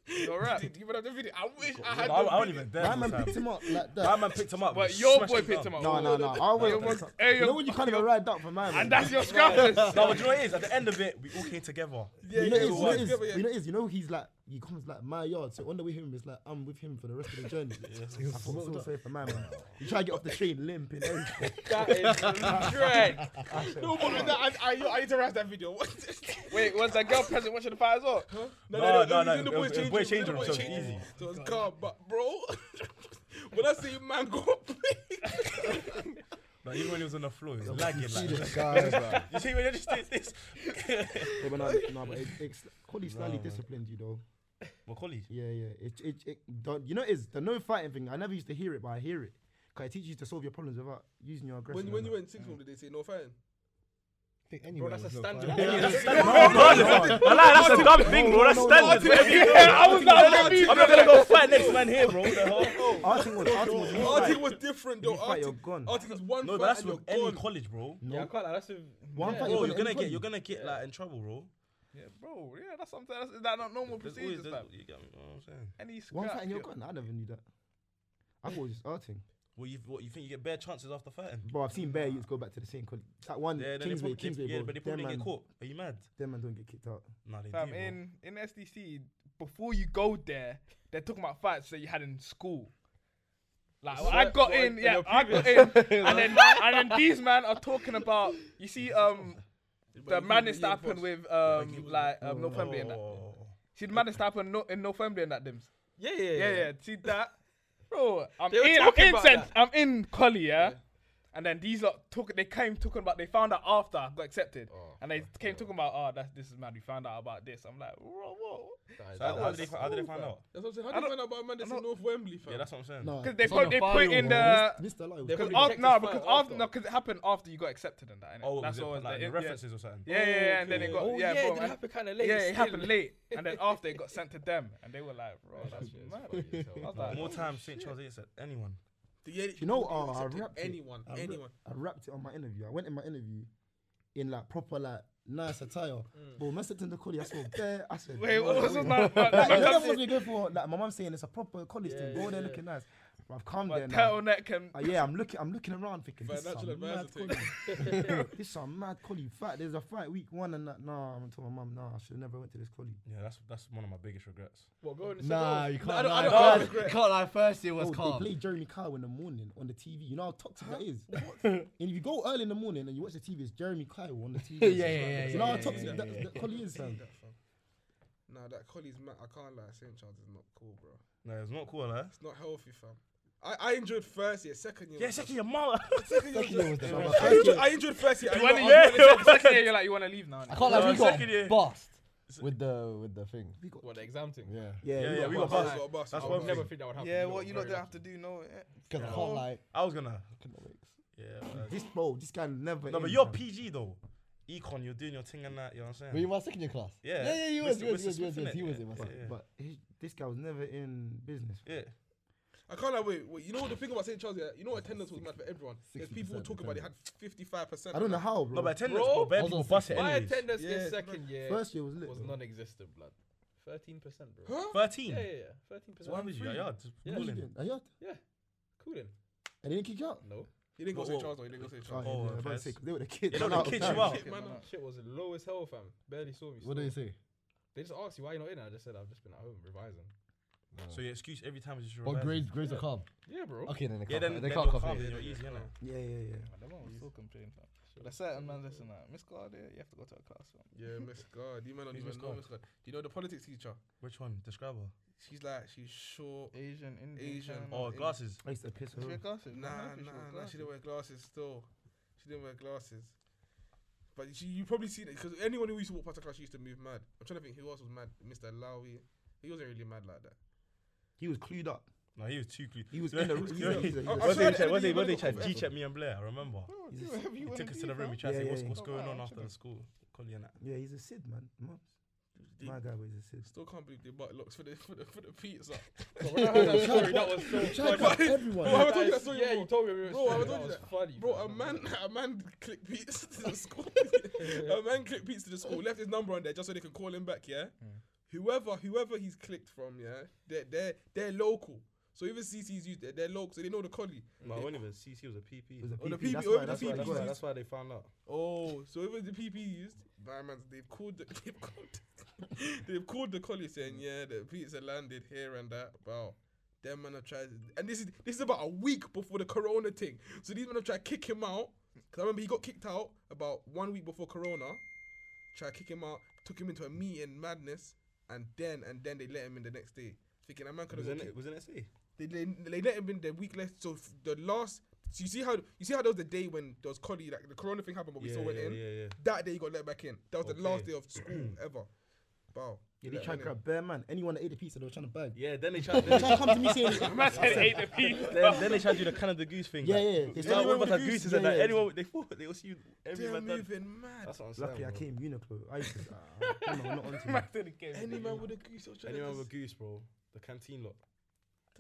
You're right.
Did you men have the video? I wish I
I
had.
I
the
don't
video.
even
My
dare.
man picked
man
him up like that.
picked him up.
But
and
your
smashed
boy
him
picked
down.
him up.
No, no, no. I
Your
was.
boy- hey,
You
your-
know when you can't even ride that for my man.
And that's your scrappers.
No, but you know what it is? At the end of it, we all came together.
Yeah,
you
yeah,
know, it's, you, know
yeah,
it's,
yeah, yeah.
you know it's, you know he's like he comes like my yard, so on the way home it's like I'm with him for the rest of the journey. I felt so safe for my man. You try to get off the train limping. everything.
That is dread.
No, but with that, I, I, yo, I need to write that video.
Wait, was that girl present watching the fight as well?
No,
No,
no, no, no,
no, no,
no,
it
boys
was- it
changing,
was boy
it was
changing
boy
themselves,
changing.
easy.
So it's calm, but bro, when I say man go
Like, even when he was on the floor, he was lagging. Like,
Guys,
you see, when you just did this.
yeah, but no, no, but it, it's Cody slightly
man.
disciplined you though.
Macaulay.
Yeah, yeah. It, it, it don't, you know, it's the no fighting thing. I never used to hear it, but I hear it. Cause it teaches you to solve your problems without using your aggression.
when when
and
you went six form, did they say no fighting?
I think
Bro,
anyway,
that's a
it was not
standard.
fine.
Regardless, I lie, that's a dumb thing, bro. That's standard.
I was not confused.
I'm not gonna go fight next man here, bro. What the hell?
that. Our thing was, our thing was, no
Artie
fight.
was different
You
though.
fight,
Artie
you're gone.
Artie is one
No,
fight
but that's
and you're
with any
gone.
college, bro.
Yeah, I can't. lie, That's a.
One
yeah.
fight,
Bro,
You're
you're
gonna
gonna get,
end
you're gonna get like in trouble, bro.
Yeah, bro, yeah, that's something. That's, is that not normal
There's always,
procedures,
there's,
fam?
you get me, you know what I'm saying?
Any scrap.
One fight and you're
yeah.
gone. I never knew that. I thought it was just arting.
Well, you what you think you get bare chances after fighting?
Bro, I've seen bare youths go back to the same college. That one,
Yeah, then they
Kingsway,
probably,
Kingsway,
yeah,
bro.
but they
Them
probably
man-
get caught. Are you mad?
Them man don't get kicked out.
Nah, they
Fam,
do. bro.
in in SDC before you go there, they're talking about fights that you had in school. Like
So-
I got
what,
in,
in
yeah,
your
I got in,
previous-
and then and then these man are talking about you see um the madness that happened with um like um, Northumbria and that.
Oh.
Oh,
See the madness that happened no, in Northumbria and that dims.
Yeah,
Yeah, yeah. See that, bro. I'm
They were
in. I'm
talking
in.
about
Sense, I'm in. Collie, yeah? And then these lot talk. They came talking about. They found out after I got accepted,
Oh,
and they came talking about. Oh, that's this is mad. We found out about this. I'm like, whoa, whoa.
So how, how did they, fi- how did they find out?
That's what I'm saying.
I
How do you
don't-
find out about a man that's
I
in North Wembley, fam?
Yeah, that's what I'm saying.
No,
Because they
It's on
put
the
they put
file,
in
bro.
the
Mr. Lai was
They
cool.
could-
because after
checked
no
his
because
file
after
after.
no because it happened after you got accepted and that. And
Oh,
that's
that's
always
like
the
in
yeah.
references or something.
Yeah, yeah, yeah, and then it got
Oh,
yeah,
yeah, it
bro,
did
and-
happen kinda late
Yeah, it
still.
happened late, and then after it got sent to them, and they were like, bro, that's mad. I was like,
More time St. Charles ain't said anyone.
Yeah,
You know,
you
uh, I
accepted
wrapped it.
anyone,
I wra-
anyone.
I wrapped it on my interview. I went in my interview in like proper like nice attire. But when I stepped in the college, I saw bare. I said,
Wait, what
"No
was
way."
this man?
Like, you know that's what we go for. Like my mum's saying, it's a proper college thing.
Yeah,
Go there
yeah.
looking nice. But I've come there
But
now.
turtleneck and
Uh, yeah, I'm looking. I'm looking around thinking this is
Financial
some mad
advisor
collie. this some mad collie. Fact, there's a fight week one and that. Nah, I'm gonna tell my mum. Nah, I should have never went to this collie.
Yeah, that's that's one of my biggest regrets.
What going to
Nah, you can't
I don't- I
lie.
don't- I don't
First-
regret.
can't lie. First year was
Oh, they
calm.
play Jeremy Kyle in the morning on the TV. You know how toxic that is. and if you go early in the morning and you watch the TV, it's Jeremy Kyle on the TV.
Yeah, yeah, yeah,
You know how
yeah,
toxic
yeah,
that,
yeah,
that collie is,
That,
fam.
fam. Nah, that collie's mad. I can't lie. St. Charles is not cool, bro.
No, it's not cool, eh?
It's not healthy, fam. I, I enjoyed first year, second year.
Yeah,
was
second your mother.
Second
Second year was the
I
summer.
enjoyed- I enjoyed, I enjoyed first year. and you
when
know,
you
I was
yeah,
like,
second year, you're like, you want to leave now.
I can't lie. We
No, second year.
got bossed with the with the thing.
We got-
What the exam thing?
Yeah.
Yeah,
Yeah, yeah, we
"Oh,
got
bus,
bus.
got bus,
That's
got bus."
one thing.
Never think that would happen.
Yeah,
lot
what
are
you lot
very
don't
lucky.
have to do, no. eh.
Because I can't lie.
I was gonna.
Economics.
Yeah. but-
This bro, this guy never.
No, but
ends,
you're
fam.
PG though. Econ, you're doing your thing and that. You know what
Were you
I'm saying?
in my second year class?
Yeah.
Yeah, yeah, you was,
Mr.
you was,
Mr.
you was, you was,
Smith, innit?
he was in my
Yeah.
second.
But he, this guy was never in business.
Yeah.
I can't lie. Wait, wait. You know what the thing about St. Charles? Yeah, you know attendance was mad for everyone. There's
60%
people who talk about it had 55%.
I don't know how, bro.
No, but attendance,
Bro,
bro. Bare
I was
people
on
bus it
My
anyways.
attendance
Yeah,
in second year
First year was lit.
was
bro.
non-existent, blood. Thirteen percent, bro.
Huh?
Thirteen.
Yeah, yeah, yeah. Thirteen
So why
percent.
was you? Yeah, just
Yeah.
What you
cooling.
doing? Are you out?
Cooling.
And they didn't kick you out.
No.
He didn't go
Whoa,
St.
whoa.
Charles, though. He didn't go St.
Oh,
Charles.
yeah,
Oh,
yeah, I was
okay.
about to say, they were the kids.
They don't
Nah,
kick
nah.
you out.
Shit, man,
Shit was low as hell, fam. Barely saw me.
What did
still.
he say?
They just asked you why you're not in. I just said I've just been at home revising.
So your excuse every time is just
Well,
revise.
grades, grades are calm.
Yeah, bro.
Okay, then they
Yeah,
can't.
then
they
then
can't
you're
copy.
calm.
it.
then You're easy, innit?
Yeah, yeah, yeah.
Them man was still complaining, fam. But there's certain man listen that Miss Guardia, you have to go to a class, fam.
Yeah, Miss God. You might not
Who's
even
Miss
know
God?
Miss God. Do you know the politics teacher?
Which one? Describe her.
She's like, she's short.
Asian, Indian,
Asian.
China.
Oh,
in-
glasses.
I used to piss her
She wear
off.
glasses?
Nah,
I don't think
nah,
wore
nah.
glasses.
She didn't wear glasses. Still, she didn't wear glasses. But she, you probably see that because anyone who used to walk past her class she used to move mad. I'm trying to think who else was mad. Mr. Lowy. He wasn't really mad like that.
He was clued up.
No, he was too clean.
He was in the.
What
he was- he was- he
I- I swear
was-
they
to
tried? What
everything
they
you
what they
wanna
tried?
go
G
forever.
check me and Blair. I remember.
Bro,
He's
do
a-
whatever you
He
wanna
took us
do,
to the room.
fam.
He tried to say,
Yeah,
"What's
yeah,
what's
yeah.
going on after the school collie and that."
Yeah, he's a Sid man. Mumps.
Deep.
My guy was a Sid.
Still can't believe they butt locks for the for the for the pizza.
But when I heard that story, that was so
Check
funny.
out everyone.
Bro, I haven't
That
told you that
is-
story
Yeah, you
before.
told me. we were
Bro, I
straight.
haven't told you
was
that.
funny.
Bro,
fam.
a man, a man clicked Pete's to the school. a man clicked Pete's to the school. Left his number on there just so they can call him back. Yeah. Whoever, whoever he's clicked from, yeah, they're they're they're local. So even CC's used, they're, they're local, so they know the collie.
No, I wouldn't even. CC was a PP.
It was a
Oh, the
PP,
PP,
that's
oh,
why-
the
that's why-
PP.
that's why- that's
why they found out.
Oh, so even the PP used, nah, man, they've called, the, they've called, they've called the collie saying, yeah, the pizza landed here and that. Wow, them man have tried, and this is this is about a week before the Corona thing. So these men have tried to kick him out. Cause I remember he got kicked out about one week before Corona. Tried to kick him out, took him into a meeting madness, and then and then they let him in the next day, thinking that man could have
Was
got
it?
kicked
Was it SA?
they, they, they let him in the week left. So f- the last, so you see how you see how there was the day when there was collie like the corona thing happened, but we
Yeah,
still went
yeah,
in.
yeah, yeah.
That day he got let back in. That was the last
Okay.
day of school ever. Wow.
Yeah,
Let
they
him
tried to
in.
grab bear man. Anyone that ate the pizza, they were trying to bag.
Yeah. Then they tried.
They tried to come to me saying,
Man said ate the pizza.
Then, then they tried you the Canada Goose thing.
Yeah,
like,
yeah, they
They
started
started
with
with
the
the
goose,
gooses
yeah,
and that.
yeah.
Anyone they thought they will see you. Every
They're
man done.
moving mad.
That's what I'm saying.
Luckily, I
bro.
came Uniqlo. I used to. Ah, no, not onto
Man
that.
said he came.
Any man with a goose or trying to
Anyone
just-
with goose, bro. The canteen lot.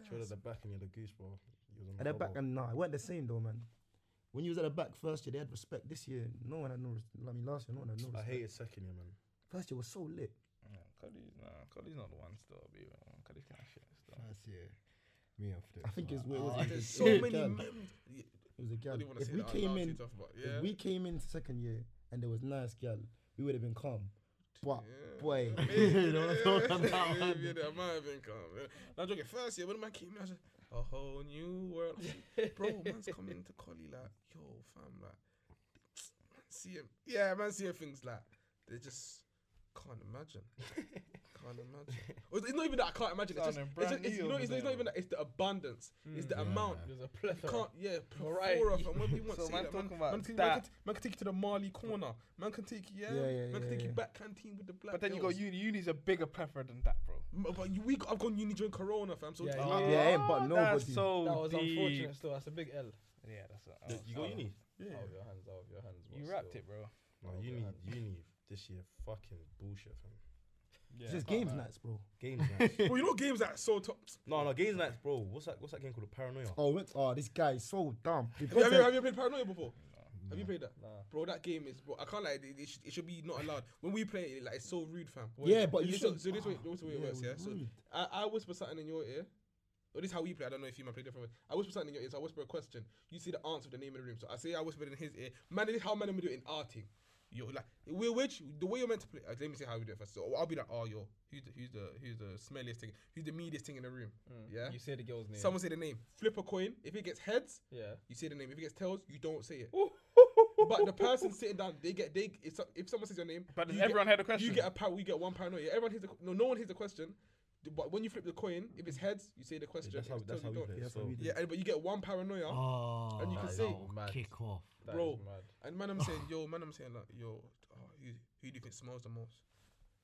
Showed at
That's-
the back and you're the goose, bro. You was on
At the back,
bubble.
and nah, it weren't the same though, man. When you was at the back first year, they had respect. This year, no one had no respect. I mean, last year, no one had no
I
respect.
hated second year, man.
First year was so lit.
Nah, Cody's nah, Cody's not the one still. I'll be real. Cody's kind of shit still.
First year. Me and Flip.
I think it's what was
Ah,
it?
There's
It
so
was a
many.
gal.
Mem-
It was a
I
gal.
didn't want to
If
say
we
that. out
came
loud,
in,
too tough, but yeah.
if we came into second year and there was nice gal, we would have been calm. But
Yeah.
boy,
Maybe,
Don't wanna talk about
yeah,
that.
maybe that might have been calm. Now joking. First year, when man came, in, I was like, a whole new world, bro. Man's coming to Collie like, yo, fam, like, man, see him, yeah, man, see him things like, they just can't imagine, can't imagine. Or It's not even that I can't imagine. It's just,
Sounding
it's,
brand
just, it's,
new
you know,
over
it's, it's not
there. Hmm.
even that. It's the abundance. it's the amount.
There's a
You
plethora.
can't, yeah,
Variety.
plethora. From when we want
So
see
man's
that, man,
talking about
man, can, Man,
that.
can, man can take you to the Mali corner. Man can take you, yeah,
Yeah, yeah,
man can
yeah,
take you
yeah.
back canteen with the black.
But then you go
girls.
uni. Uni's a bigger preference than that, bro.
M- But you, we, I've gone uni during Corona, fam. So
Yeah,
I-
yeah.
I-
yeah, I ain't but
Oh,
nobody.
That's so
That was
deep.
unfortunate. Still, that's a big L.
Yeah, that's. What,
Th- You got uni?
yeah.
Out of your hands. Out of your hands.
You
but
wrapped
still.
it, bro.
No,
Oh,
uni,
God.
uni this year fucking bullshit, fam.
Yeah.
It's just games nights, bro.
Games nights.
Bro, you know games that are so top.
no, no, games nights, bro. What's that? What's that game called? The Paranoia.
Oh, we went, oh, this guy is so dumb. We
Have you,
went
have you,
to-
have you played Paranoia before? Have you played that?
Nah.
Bro, that game is bro. I can't like it, it, should, it should be not allowed. When we play it, like it's so rude, fam.
Yeah, but you
so,
should- Ah.
so this way, this way it
Yeah, it
works,
was
yeah. So
rude.
I, I whisper something in your ear. Or this is how we play. I don't know if you might play different. Ways. I whisper something in your ear. So I whisper a question. You see the answer, with the name of the room. So I say I whispered in his ear. Man, this is how man we do it in our team. Yo, like we which the way you're meant to play. uh, let me see how we do it first. So I'll be like, oh, yo, who's the who's the who's the smelliest thing? Who's the meanest thing in the room? Yeah.
You say the girl's name.
Someone say the name. Flip a coin. If it gets heads,
Yeah.
you say the name. If it gets tails, you don't say it. but the person sitting down, they get they. If, so- if someone says your name,
But does
you get-
everyone hear the question?
You get a par- We get one paranoia. Everyone hears the qu- no. No one hears the question. D- But when you flip the coin, if it's heads, you say the question.
That's how.
If it's
That's how
tails,
we
you don't.
play. Ah. it,
That's how
so-
we do it.
Yeah, and- but you get one paranoia,
Oh,
and you can say,
that'll kick off.
That
bro.
is mad.
And man, I'm saying, yo, man, I'm saying like, yo, oh, who, who do you think smells the most?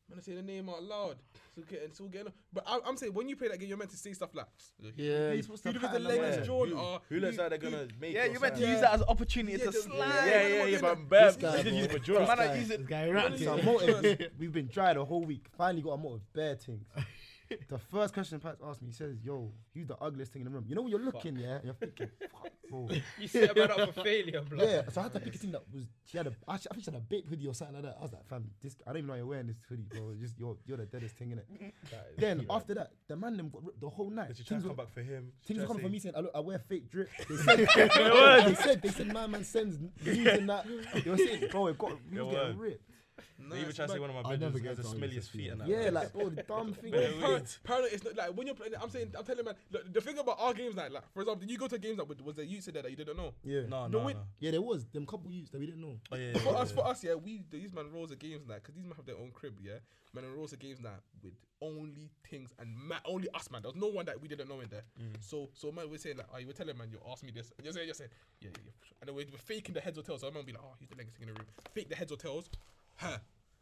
Man, I say the name out loud. Still getting, still getting. But I, I'm saying when you play that game, you're meant to say stuff like,
Yeah,
who do you
you're supposed to
think the
pattern
legs
them.
drawn
Who-
are?
Who looks like they're gonna make?
Yeah,
your
you meant to
side?
use that as an opportunity
Yeah,
to
just-
slide.
yeah, yeah, yeah, but
This guy, bro.
Bro, man, I
guy.
use it.
This guy
This
ranted.
So our motive, we've been dry the whole week. Finally got a motive, bare things. the first question Pat asked me, he says, "Yo, who's the ugliest thing in the room?" You know when you're looking, yeah, and you're thinking, "Fuck, bro."
You set a man up for failure, bro.
yeah. So I had to pick a thing that was she had a, I sh- I think she had a big hoodie or something like that. I was like, "Fam, this, I don't even know you're wearing this hoodie, bro. It's Just you're, you're the deadest thing in it."
That is
Then
mad.
after that, the man them got ripped the whole night.
Did you try
Things
to
were-
come back for him? She
Things
tried
were coming
to
for
say-
me saying, I, look, I wear fake drip. They said, they said, they said, my man sends news and that. They were saying, bro, it got, we
It
was getting
was.
ripped.
No,
They even
it's
tried to
mad.
say one of my
I never
bedrooms
get
has the
to argue with
smelliest feet and
Yeah,
that.
like, bro, the dumb thing.
But it's par- paranoid is not like when you're playing. I'm saying, I'm telling man. Look, the thing about our games night, like for example, did you go to games night? with- Was there you said that that you didn't know?
Yeah.
No,
No,
no,
wait.
no.
Yeah, there was them couple youths that we didn't know.
Oh, yeah,
For
yeah,
us,
yeah.
for us, yeah, we these man rolls the games night because these man have their own crib, yeah. Man, and rolls the games night with only things and ma- only us, man. There was no one that we didn't know in there.
Mm.
So, so man, we're saying like, oh, you were telling man, you asked me this. You're saying, you're saying, yeah, yeah. yeah. And then we're, we're faking the heads or tails. So man, be like, oh, he's the legacy in the room. Fake the heads or tails, huh?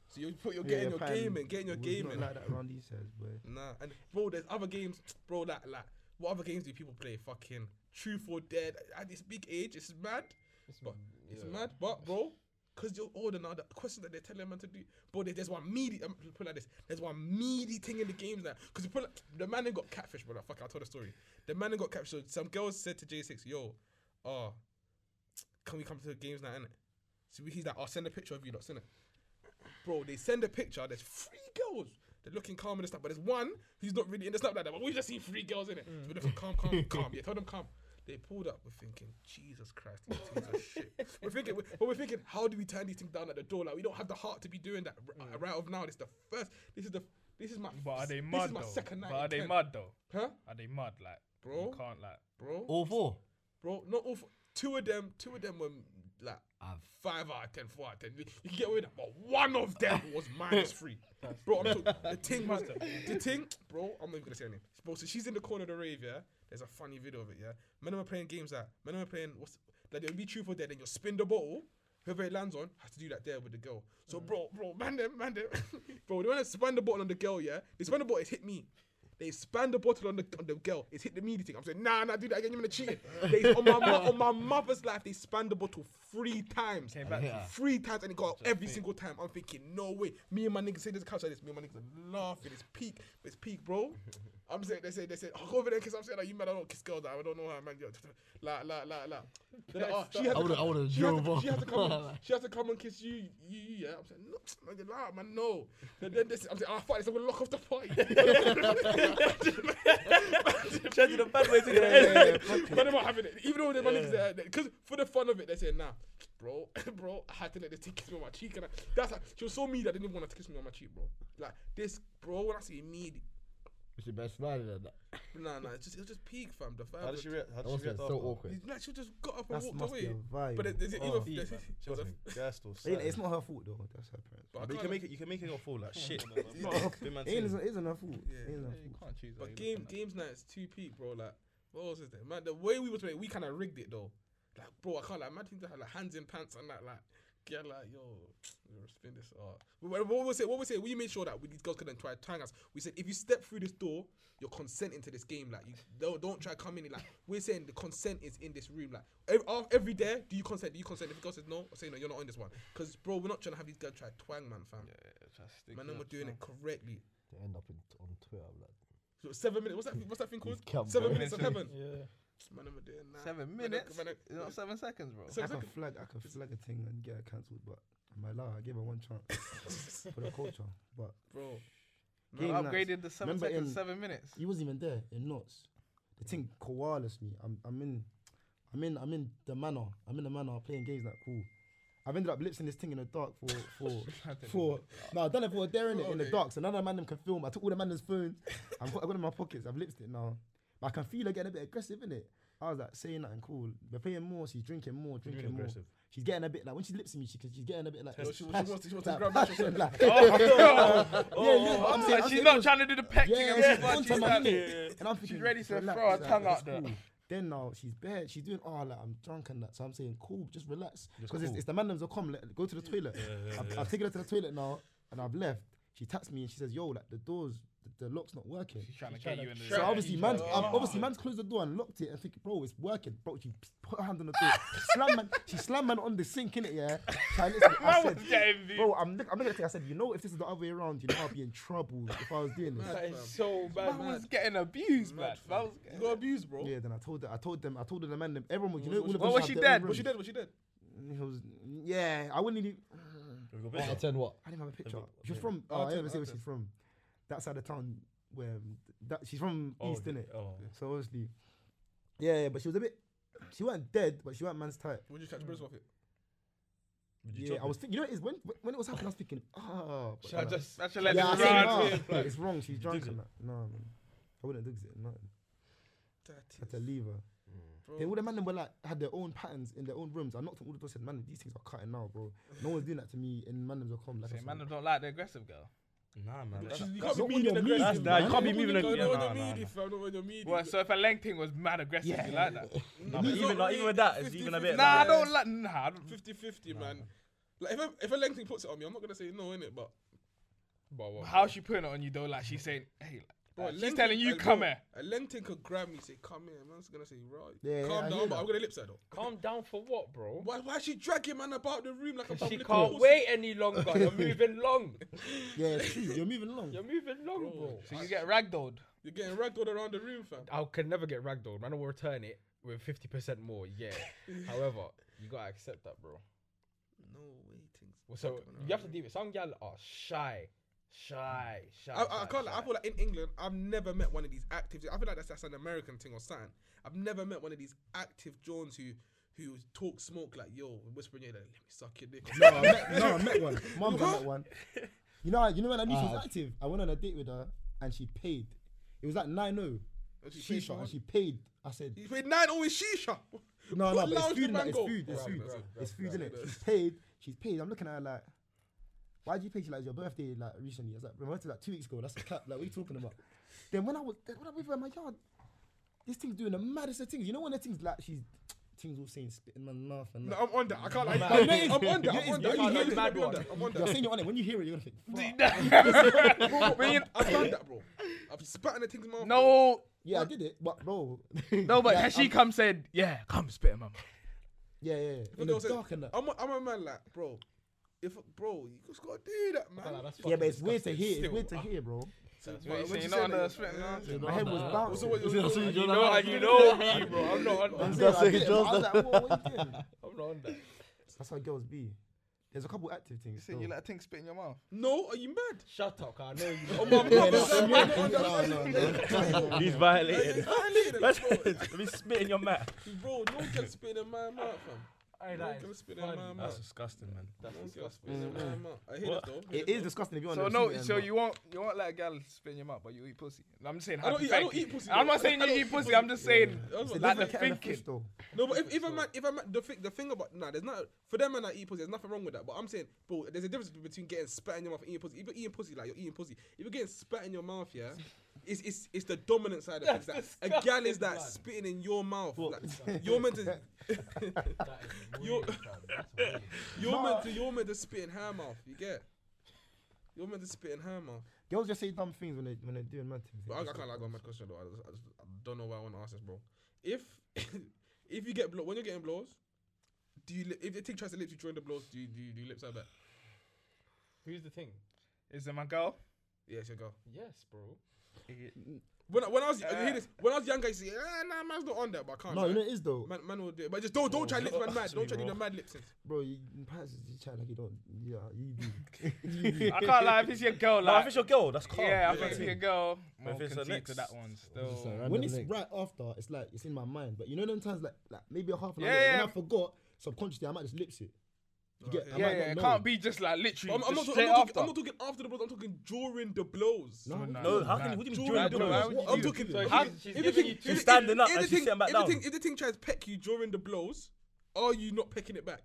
So you put, you're getting your game in, getting your game in.
Like that around these heads, boy.
Nah, and bro, there's other games, bro. Like, like, what other games do people play? Fucking Truth or Dead. At this big age, it's mad. It's, but, it's mad, but bro, because you're older now, the question that they're telling man to do, bro, there- there's one meaty. I'm put it like this. There's one meaty thing in the games now. Because you put like, the man that got catfish, bro. Like, fuck, it, I'll tell the story. The man that got catfish. So some girls said to J6, "Yo, oh, can we come to the games now?" Innit? So he's like, "I'll send a picture of you, lot, innit?" bro, they send a picture. There's three girls. They're looking calm in the snap, but there's one who's not really in the snap like that. But we just seen three girls in it. So we just calm, calm, calm. Yeah, tell them calm. They pulled up. We're thinking, Jesus Christ, these things are shit. We're thinking, we but we're thinking, how do we turn these things down at the door? Like we don't have the heart to be doing that r- uh, right off now. This is the first. This is the. This is my.
Mm. But are they
this
mad
is my
though?
second night.
But are
in
they
tent.
mad though?
Huh,
Are they mad? Like,
Bro.
you can't like.
bro?
All four.
Bro, not all. F- two of them. Two of them were like
I've-
five out of ten, four out of ten. You you can get away with that, but one of them was minus three. Bro, I'm talking, the thing was the thing, bro. I'm not even gonna say her name. Bro, so she's in the corner of the rave, yeah. There's a funny video of it, yeah. Men are playing games that men are playing what's like they'll be truthful there, then you'll spin the bottle. Whoever it lands on has to do that there with the girl.
Mm.
So bro, bro, man them, man them. bro, they wanna span the bottle on the girl, yeah. They span the bottle, it hit me. They span the bottle on the on the girl. It's hit the media thing. I'm saying, nah, nah, do that again. You're gonna cheat. They, on my mo- on my mother's life, they span the bottle three times.
Came back.
Yeah.
Three times and it got out every single time. I'm thinking, no way. Me and my niggas say this couch like this. Me and my niggas are laughing. It's peak. It's peak, bro. I'm saying they say they say, oh, go over there, kiss. I'm saying like you man, I don't kiss girls. Like, I don't know her, man. Yo, La la la la. Then, like, oh, she had
I
to
would've-
come-
I would've
she had to-
drove
She had to
off.
come. and- She had to come and kiss you. You, you yeah. I'm saying no, man, you're loud, man.
"Ah,
No. Then, then this, I'm saying, oh, fuck this. I'm gonna lock off the party.
Shout to the bad boys again.
But they're not having it. Even though the managers there, because for the fun of it, they say, nah, bro, bro, I had to let this thing kiss me on my cheek. And I, that's how, she was so mean that I didn't even want her to kiss me on my cheek, bro. Like, this, bro, when I say me,
She better smile than that.
Nah, nah, it's just, it's just peak, fam. The
How did
vibe.
she react?
That
How did she
was
react
so
after?
awkward.
Like, she just got up and
That
walked
must be
away.
a vibe.
But it, it, it,
Oh,
even,
yeah, man. She
but
must
the-
have been gassed or
Ain't-
something.
it's not her fault though. That's her parents.
but I
But you
can't-
can make it. You can make it go full like shit. Big Oh, man
It
saying,
isn't, it isn't her fault. It isn't her
You
fault.
can't choose. how
But
you look
game
at that.
games nights two peak, bro. Like what else is there? Man, the way we were playing, we kind of rigged it though. Like bro, I can't like imagine to have like hands in pants and that like. Yeah, like yo, we're gonna spin this up. What what was it? What was it? We made sure that we, these girls couldn't try to tang us. We said if you step through this door, you're consenting to this game. Like you don't don't try come in. it, Like we're saying the consent is in this room. Like every, every day, do you consent? Do you consent? If the girl says no, I say no. You're not on this one. Cause bro, we're not trying to have these girls try twang, man, fam. man, then we're doing it correctly.
They end up in, on Twitter, like,
So seven minutes. What's that? What's that thing called?
can't
Seven
go.
minutes of heaven.
Yeah.
Man, I'm doing that.
Seven
Man,
minutes.
Man,
It's not seven seconds, bro.
I
seven
could flag, I could flag a thing and get it cancelled, but I'm allowed. I gave her one chance for the culture, but
bro.
game
I
nights-
upgraded the seven
Remember
seconds,
in-
seven minutes.
He wasn't even there in knots. The thing koalas me. I'm I'm in I'm in I'm in the manor. I'm in the manor playing games like cool. I've ended up lipsing this thing in the dark for for for no, I've done it for a dare in it in the
Okay.
dark. So none of the man them can film. I took all the man's phones. I've got, I've got it in my pockets. I've lipsed it now. But I can feel her getting a bit aggressive in it. I was like saying nothing cool. We're playing more. She's drinking more, drinking more.
aggressive.
She's getting a bit like when she's lipsing me. She, she's getting a bit like.
No, she- she
passion-
wants to- she wants to
like
grab that
passion,
shit.
like-
Oh,
Yeah, yeah. I'm
oh,
saying-
she's
I'm saying it
not
was-
trying to do the pecking
yeah,
and
she's
shit, but
on
she's
to my
like,
limit. And I'm thinking,
ready to
relax,
throw her
like,
tongue
it's
out there.
cool. Then now she's bare. She's doing oh like I'm drunk and that. So I'm saying cool, just relax. Because it's, it's the man them's will come. Let, go to the toilet. I've, I've taken her to the toilet now and I've left. She taps me and she says yo like the doors the, the lock's not working.
she's trying to get you in
So
the.
obviously, man's um,
Oh.
obviously man's closed the door and locked it and think, bro, it's working. Bro, she put her hand on the door, slam man, she slam man on the sink in it, yeah. She- I literally- I
Man
said,
was getting beat.
bro, I'm, look- I'm looking at it. I said, you know, if this is the other way around, you know, I'd be in trouble if I was doing this.
Mad,
That
fam.
is so bad.
Man was getting abused, man. Man was
You
getting-
got abused, bro.
Yeah, then I told her, I told them, I told the man, them, everyone, was- you know,
What-
all of
what
them
was
had
she
their own
dead?
room.
Was
What she did? What she did?
He was, yeah, I wouldn't even.
Out of 10 what?
I didn't have a picture. She's from. Oh, I never say where she's from. That side of town where um, that she's from East, innit?
Oh.
So obviously, yeah, yeah, but she was a bit. She wasn't dead, but she wasn't man's type.
Would you catch birds off it?
Yeah, I was thinking. You know, what it is when when it was happening, I was thinking, oh,
Should I just, I should let
yeah, I
this
said,
ride.
nah,
Yeah.
like, it's wrong. She's drunk and that. No, man, I wouldn't do it. Nothing. I had to leave her. They all the man them were like had their own patterns in their own rooms. I knocked on all the doors. Said, man, these things are cutting now, bro. No one's doing that to me in man them's com. Like, I
Say,
said,
man, I don't like the aggressive girl.
Nah, man.
She's- You
that's
can't
not
be
when
mean and
you're mean,
aggressive.
That's- nah,
you can't be mean and-
aggressive.
yeah,
No,
nah,
no,
nah,
mean, fam. No, no, mean.
Well, so if a leg thing was mad aggressive, you like that?
Nah, but even not even with that, it's even a bit.
Nah, I
like-
don't like. Nah, I don't,
50-50, man. Like if a, if a lengthy puts it on me, I'm not gonna say no in it, but
But what?
how's she putting it on you though? Like she's saying, hey,
bro,
like,
a
she's
lengthy-
telling you,
a-
come
bro,
here.
A lengthy could grab me, say come here. Man's gonna say right,
Yeah, yeah,
calm
I hear
down. But
that.
I'm gonna lips at though.
Calm down for what, bro?
Why why is she dragging man about the room like a
She
public
can't
pussy?
wait any longer. You're moving long.
yeah, it's true. You're moving along.
You're moving long, bro.
So you get ragdolled.
You're getting ragdolled around the room, fam.
I can never get ragdolled. Man, I will return it with fifty percent more. Yeah. However, you gotta accept that, bro.
No waiting.
Well, so you have to deal with some gal are shy, shy, shy.
I, I
shy,
can't. Like, I
shy.
feel like in England, I've never met one of these active. I feel like that's, that's an American thing or something. I've never met one of these active Johns who who talk smoke like yo, whispering yeah, like, let me suck your dick.
No, I met, no, I met one. Mum I met one. You know, you know when I knew she
Ah.
was active. I went on a date with her and she paid. It was like nine zero.
And she
She
paid
shot
for
and
it.
she paid. I said,
You paid nine always shisha.
no, no,
What
but it's
lounge
food,
did
man,
man
it's
go?
food, it's
Bruh,
food,
bruh, bruh,
it's food,
bruh,
innit?
bruh.
She's paid. She's paid. I'm looking at her like, why'd you pay? She's like, it's your birthday, like recently. I was like, remember to like two weeks ago. That's a cap. Like, what are you talking about? Then when I was then when I was with her in my yard, this thing's doing the maddest of things. You know when the things like she's things all saying spit in my mouth and
No,
that.
I'm on that. I can't. Like,
Nah,
I'm,
you know
I'm on that.
you
I'm on
know
that.
you
I'm
hear
on
the
that.
mad
I'm on that. I'm on
You're
that.
saying you're on it. When you hear it, you're gonna think. Fuck.
Bro, I've- I've done that, bro. I've spat in the thing's mouth.
No,
Yeah, I did it, but bro.
no, but
Yeah,
has she
I'm-
come said, yeah, come spit him, mum.
Yeah, yeah, yeah.
If a
In
girl
the
says-
dark and that.
I'm a, I'm a man like, bro. If bro, you just gotta do that, man.
Nah, that's
Yeah, but
fucking
it's weird to
disgusting.
hear. It's
Still,
weird to
uh,
hear, bro.
So you're
What'd
saying you're
you say
not on
that
the
you-
spit and
yeah.
nothing.
So
My head was
So
bouncing.
what? You
And You know, and you know me, bro. I'm not on that.
I'm saying, I did it, but I was like, what, what are you doing?
I'm not on that.
That's how girls be. There's a couple active things.
Listen, you
still.
like think spit in your mouth.
No, are you mad?
Shut up, I know you.
Oh my brother's
no,
like,
no,
man, no, no, no, no, no, no.
He's violated.
It's violated, bro.
Let me spit in your mouth.
Bro, no one can spit in my mouth, fam. No one can spit in my mouth.
That's disgusting, man.
No one can spit in my mouth. I hear that though. I hear
It
that
is
though.
disgusting if you want
So
to.
no, so you won't you won't let a gal spit in your mouth, but you eat pussy. I'm just saying.
I don't eat- I don't
hypothetically.
eat pussy,
I'm
though.
not saying you
I don't
eat
eat
pussy.
pussy.
I'm just saying
That's what-
like the
different kettle of
thinking.
fish, though.
No, but if, if a man, if a man, the thing, the thing about nah, there's not for them man that eat pussy. There's nothing wrong with that. But I'm saying, bro, there's a difference between getting spat in your mouth and eating pussy. If you're eating pussy, like you're eating pussy, if you're getting spat in your mouth, yeah, it's it's it's the dominant side of things. That a gal is that spitting in your mouth. Like, you're meant to, you're you're meant to you're meant to spit in her mouth. You get. You're meant to spit in her mouth.
Girls just say dumb things when they when they're doing mad things.
But I, I can't lie, I got my question though. I, just, I, just, I don't know why I want to ask this, bro. If if you get blow, when you're getting blows, do you li- if the thing tries to lips you during the blows, do you do you, do you lips like that?
Who's the thing?
Is it my girl?
Yeah, it's your girl.
Yes, bro.
When I, when I was you
Uh,
hear this, when I was younger, I used to say, ah, nah, man's not on that, but I can't.
No, you know
man.
it is though,
man, man will do it, but just don't don't try lips man mad. Don't try do the mad lips.
bro. You perhaps you try like you don't. Yeah, you do.
I can't lie. If it's your girl,
Nah, if
like
it's your girl, that's calm.
yeah,
yeah.
I think if it's your girl. More
if it's the
concede to
next-
that one
Just a
still.
random
when it's
link.
right after, it's like it's in my mind. But you know, them times like like maybe a half an hour
Yeah,
later,
yeah.
when I forgot subconsciously, I might just lips it. You get? I
Yeah,
might
yeah, it
not
can't
know.
be just like literally
I'm, I'm, not,
just
talking,
straight
I'm, not
after.
talking, I'm not talking after the blows. I'm talking during the blows.
No,
nah.
No, how can you? What do you mean during
Nah,
the
bro, how
blows?
would
What
you
I'm
do
talking.
So
if
how-
the-
she's
if the
giving
thing-
you
if
two-
the-
She's standing up
if the
and she's
thing-
sitting back
if the
down.
thing- If the thing tries to peck you during the blows, are you not pecking it back?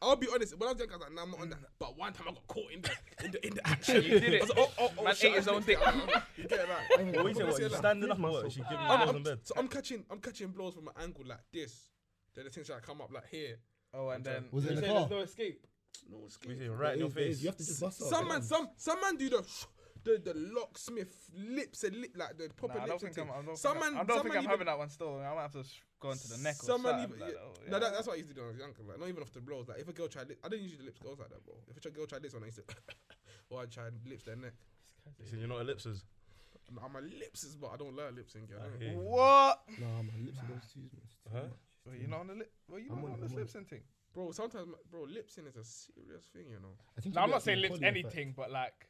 I'll be honest. When I was young, I was like, "Nah, I'm not on that." But one time I got caught in the in the, in the action.
You did it.
I was like, "Oh, oh, oh!"
Man
shit,
ate his
I
own
slipped
dick.
it. You get it right.
What you say? What?
Yeah,
She's
like-
standing up.
Yeah,
What?
myself.
She giving
I'm-
you on
I'm-
bed.
so I'm catching, I'm catching blows from an angle like this. Then the thing should come up like here.
Oh, and then
Was it in
You
the
said
car?
there's no escape.
No escape.
We say right in
It
your
is- it is.
face.
You have to just bust up.
Some man, some some man do the the the locksmith lips and lip like the proper
Nah, I don't
lips. and
think I'm.
thing.
I don't
Some
think I'm-
man-
I don't
some
think
man
I'm
even-
having that one still. I might have to sh- go into the neck or something.
Someone even-
like,
yeah.
oh,
No,
yeah.
that, that's what I used to do when I was younger. Like, not even off the blows. Like, if a girl tried, li- I didn't usually lips girls like that, bro. If a girl tried this one, I used to, or I tried lips their neck.
So you're not ellipses.
Nah, my lips is, but I don't like lips in girl.
I
I don't-
hear you.
What?
No, man, lips are those two. man. It's too
Huh?
much.
Well, you not on the lip. Well, you
I'm on
not on,
it,
the
I'm on
lips and thing.
Bro, sometimes, my, bro, lips in is a serious thing, you know.
I think
No,
you
I'm
get
not
that
saying
from
lips
Polly effect.
anything, but like.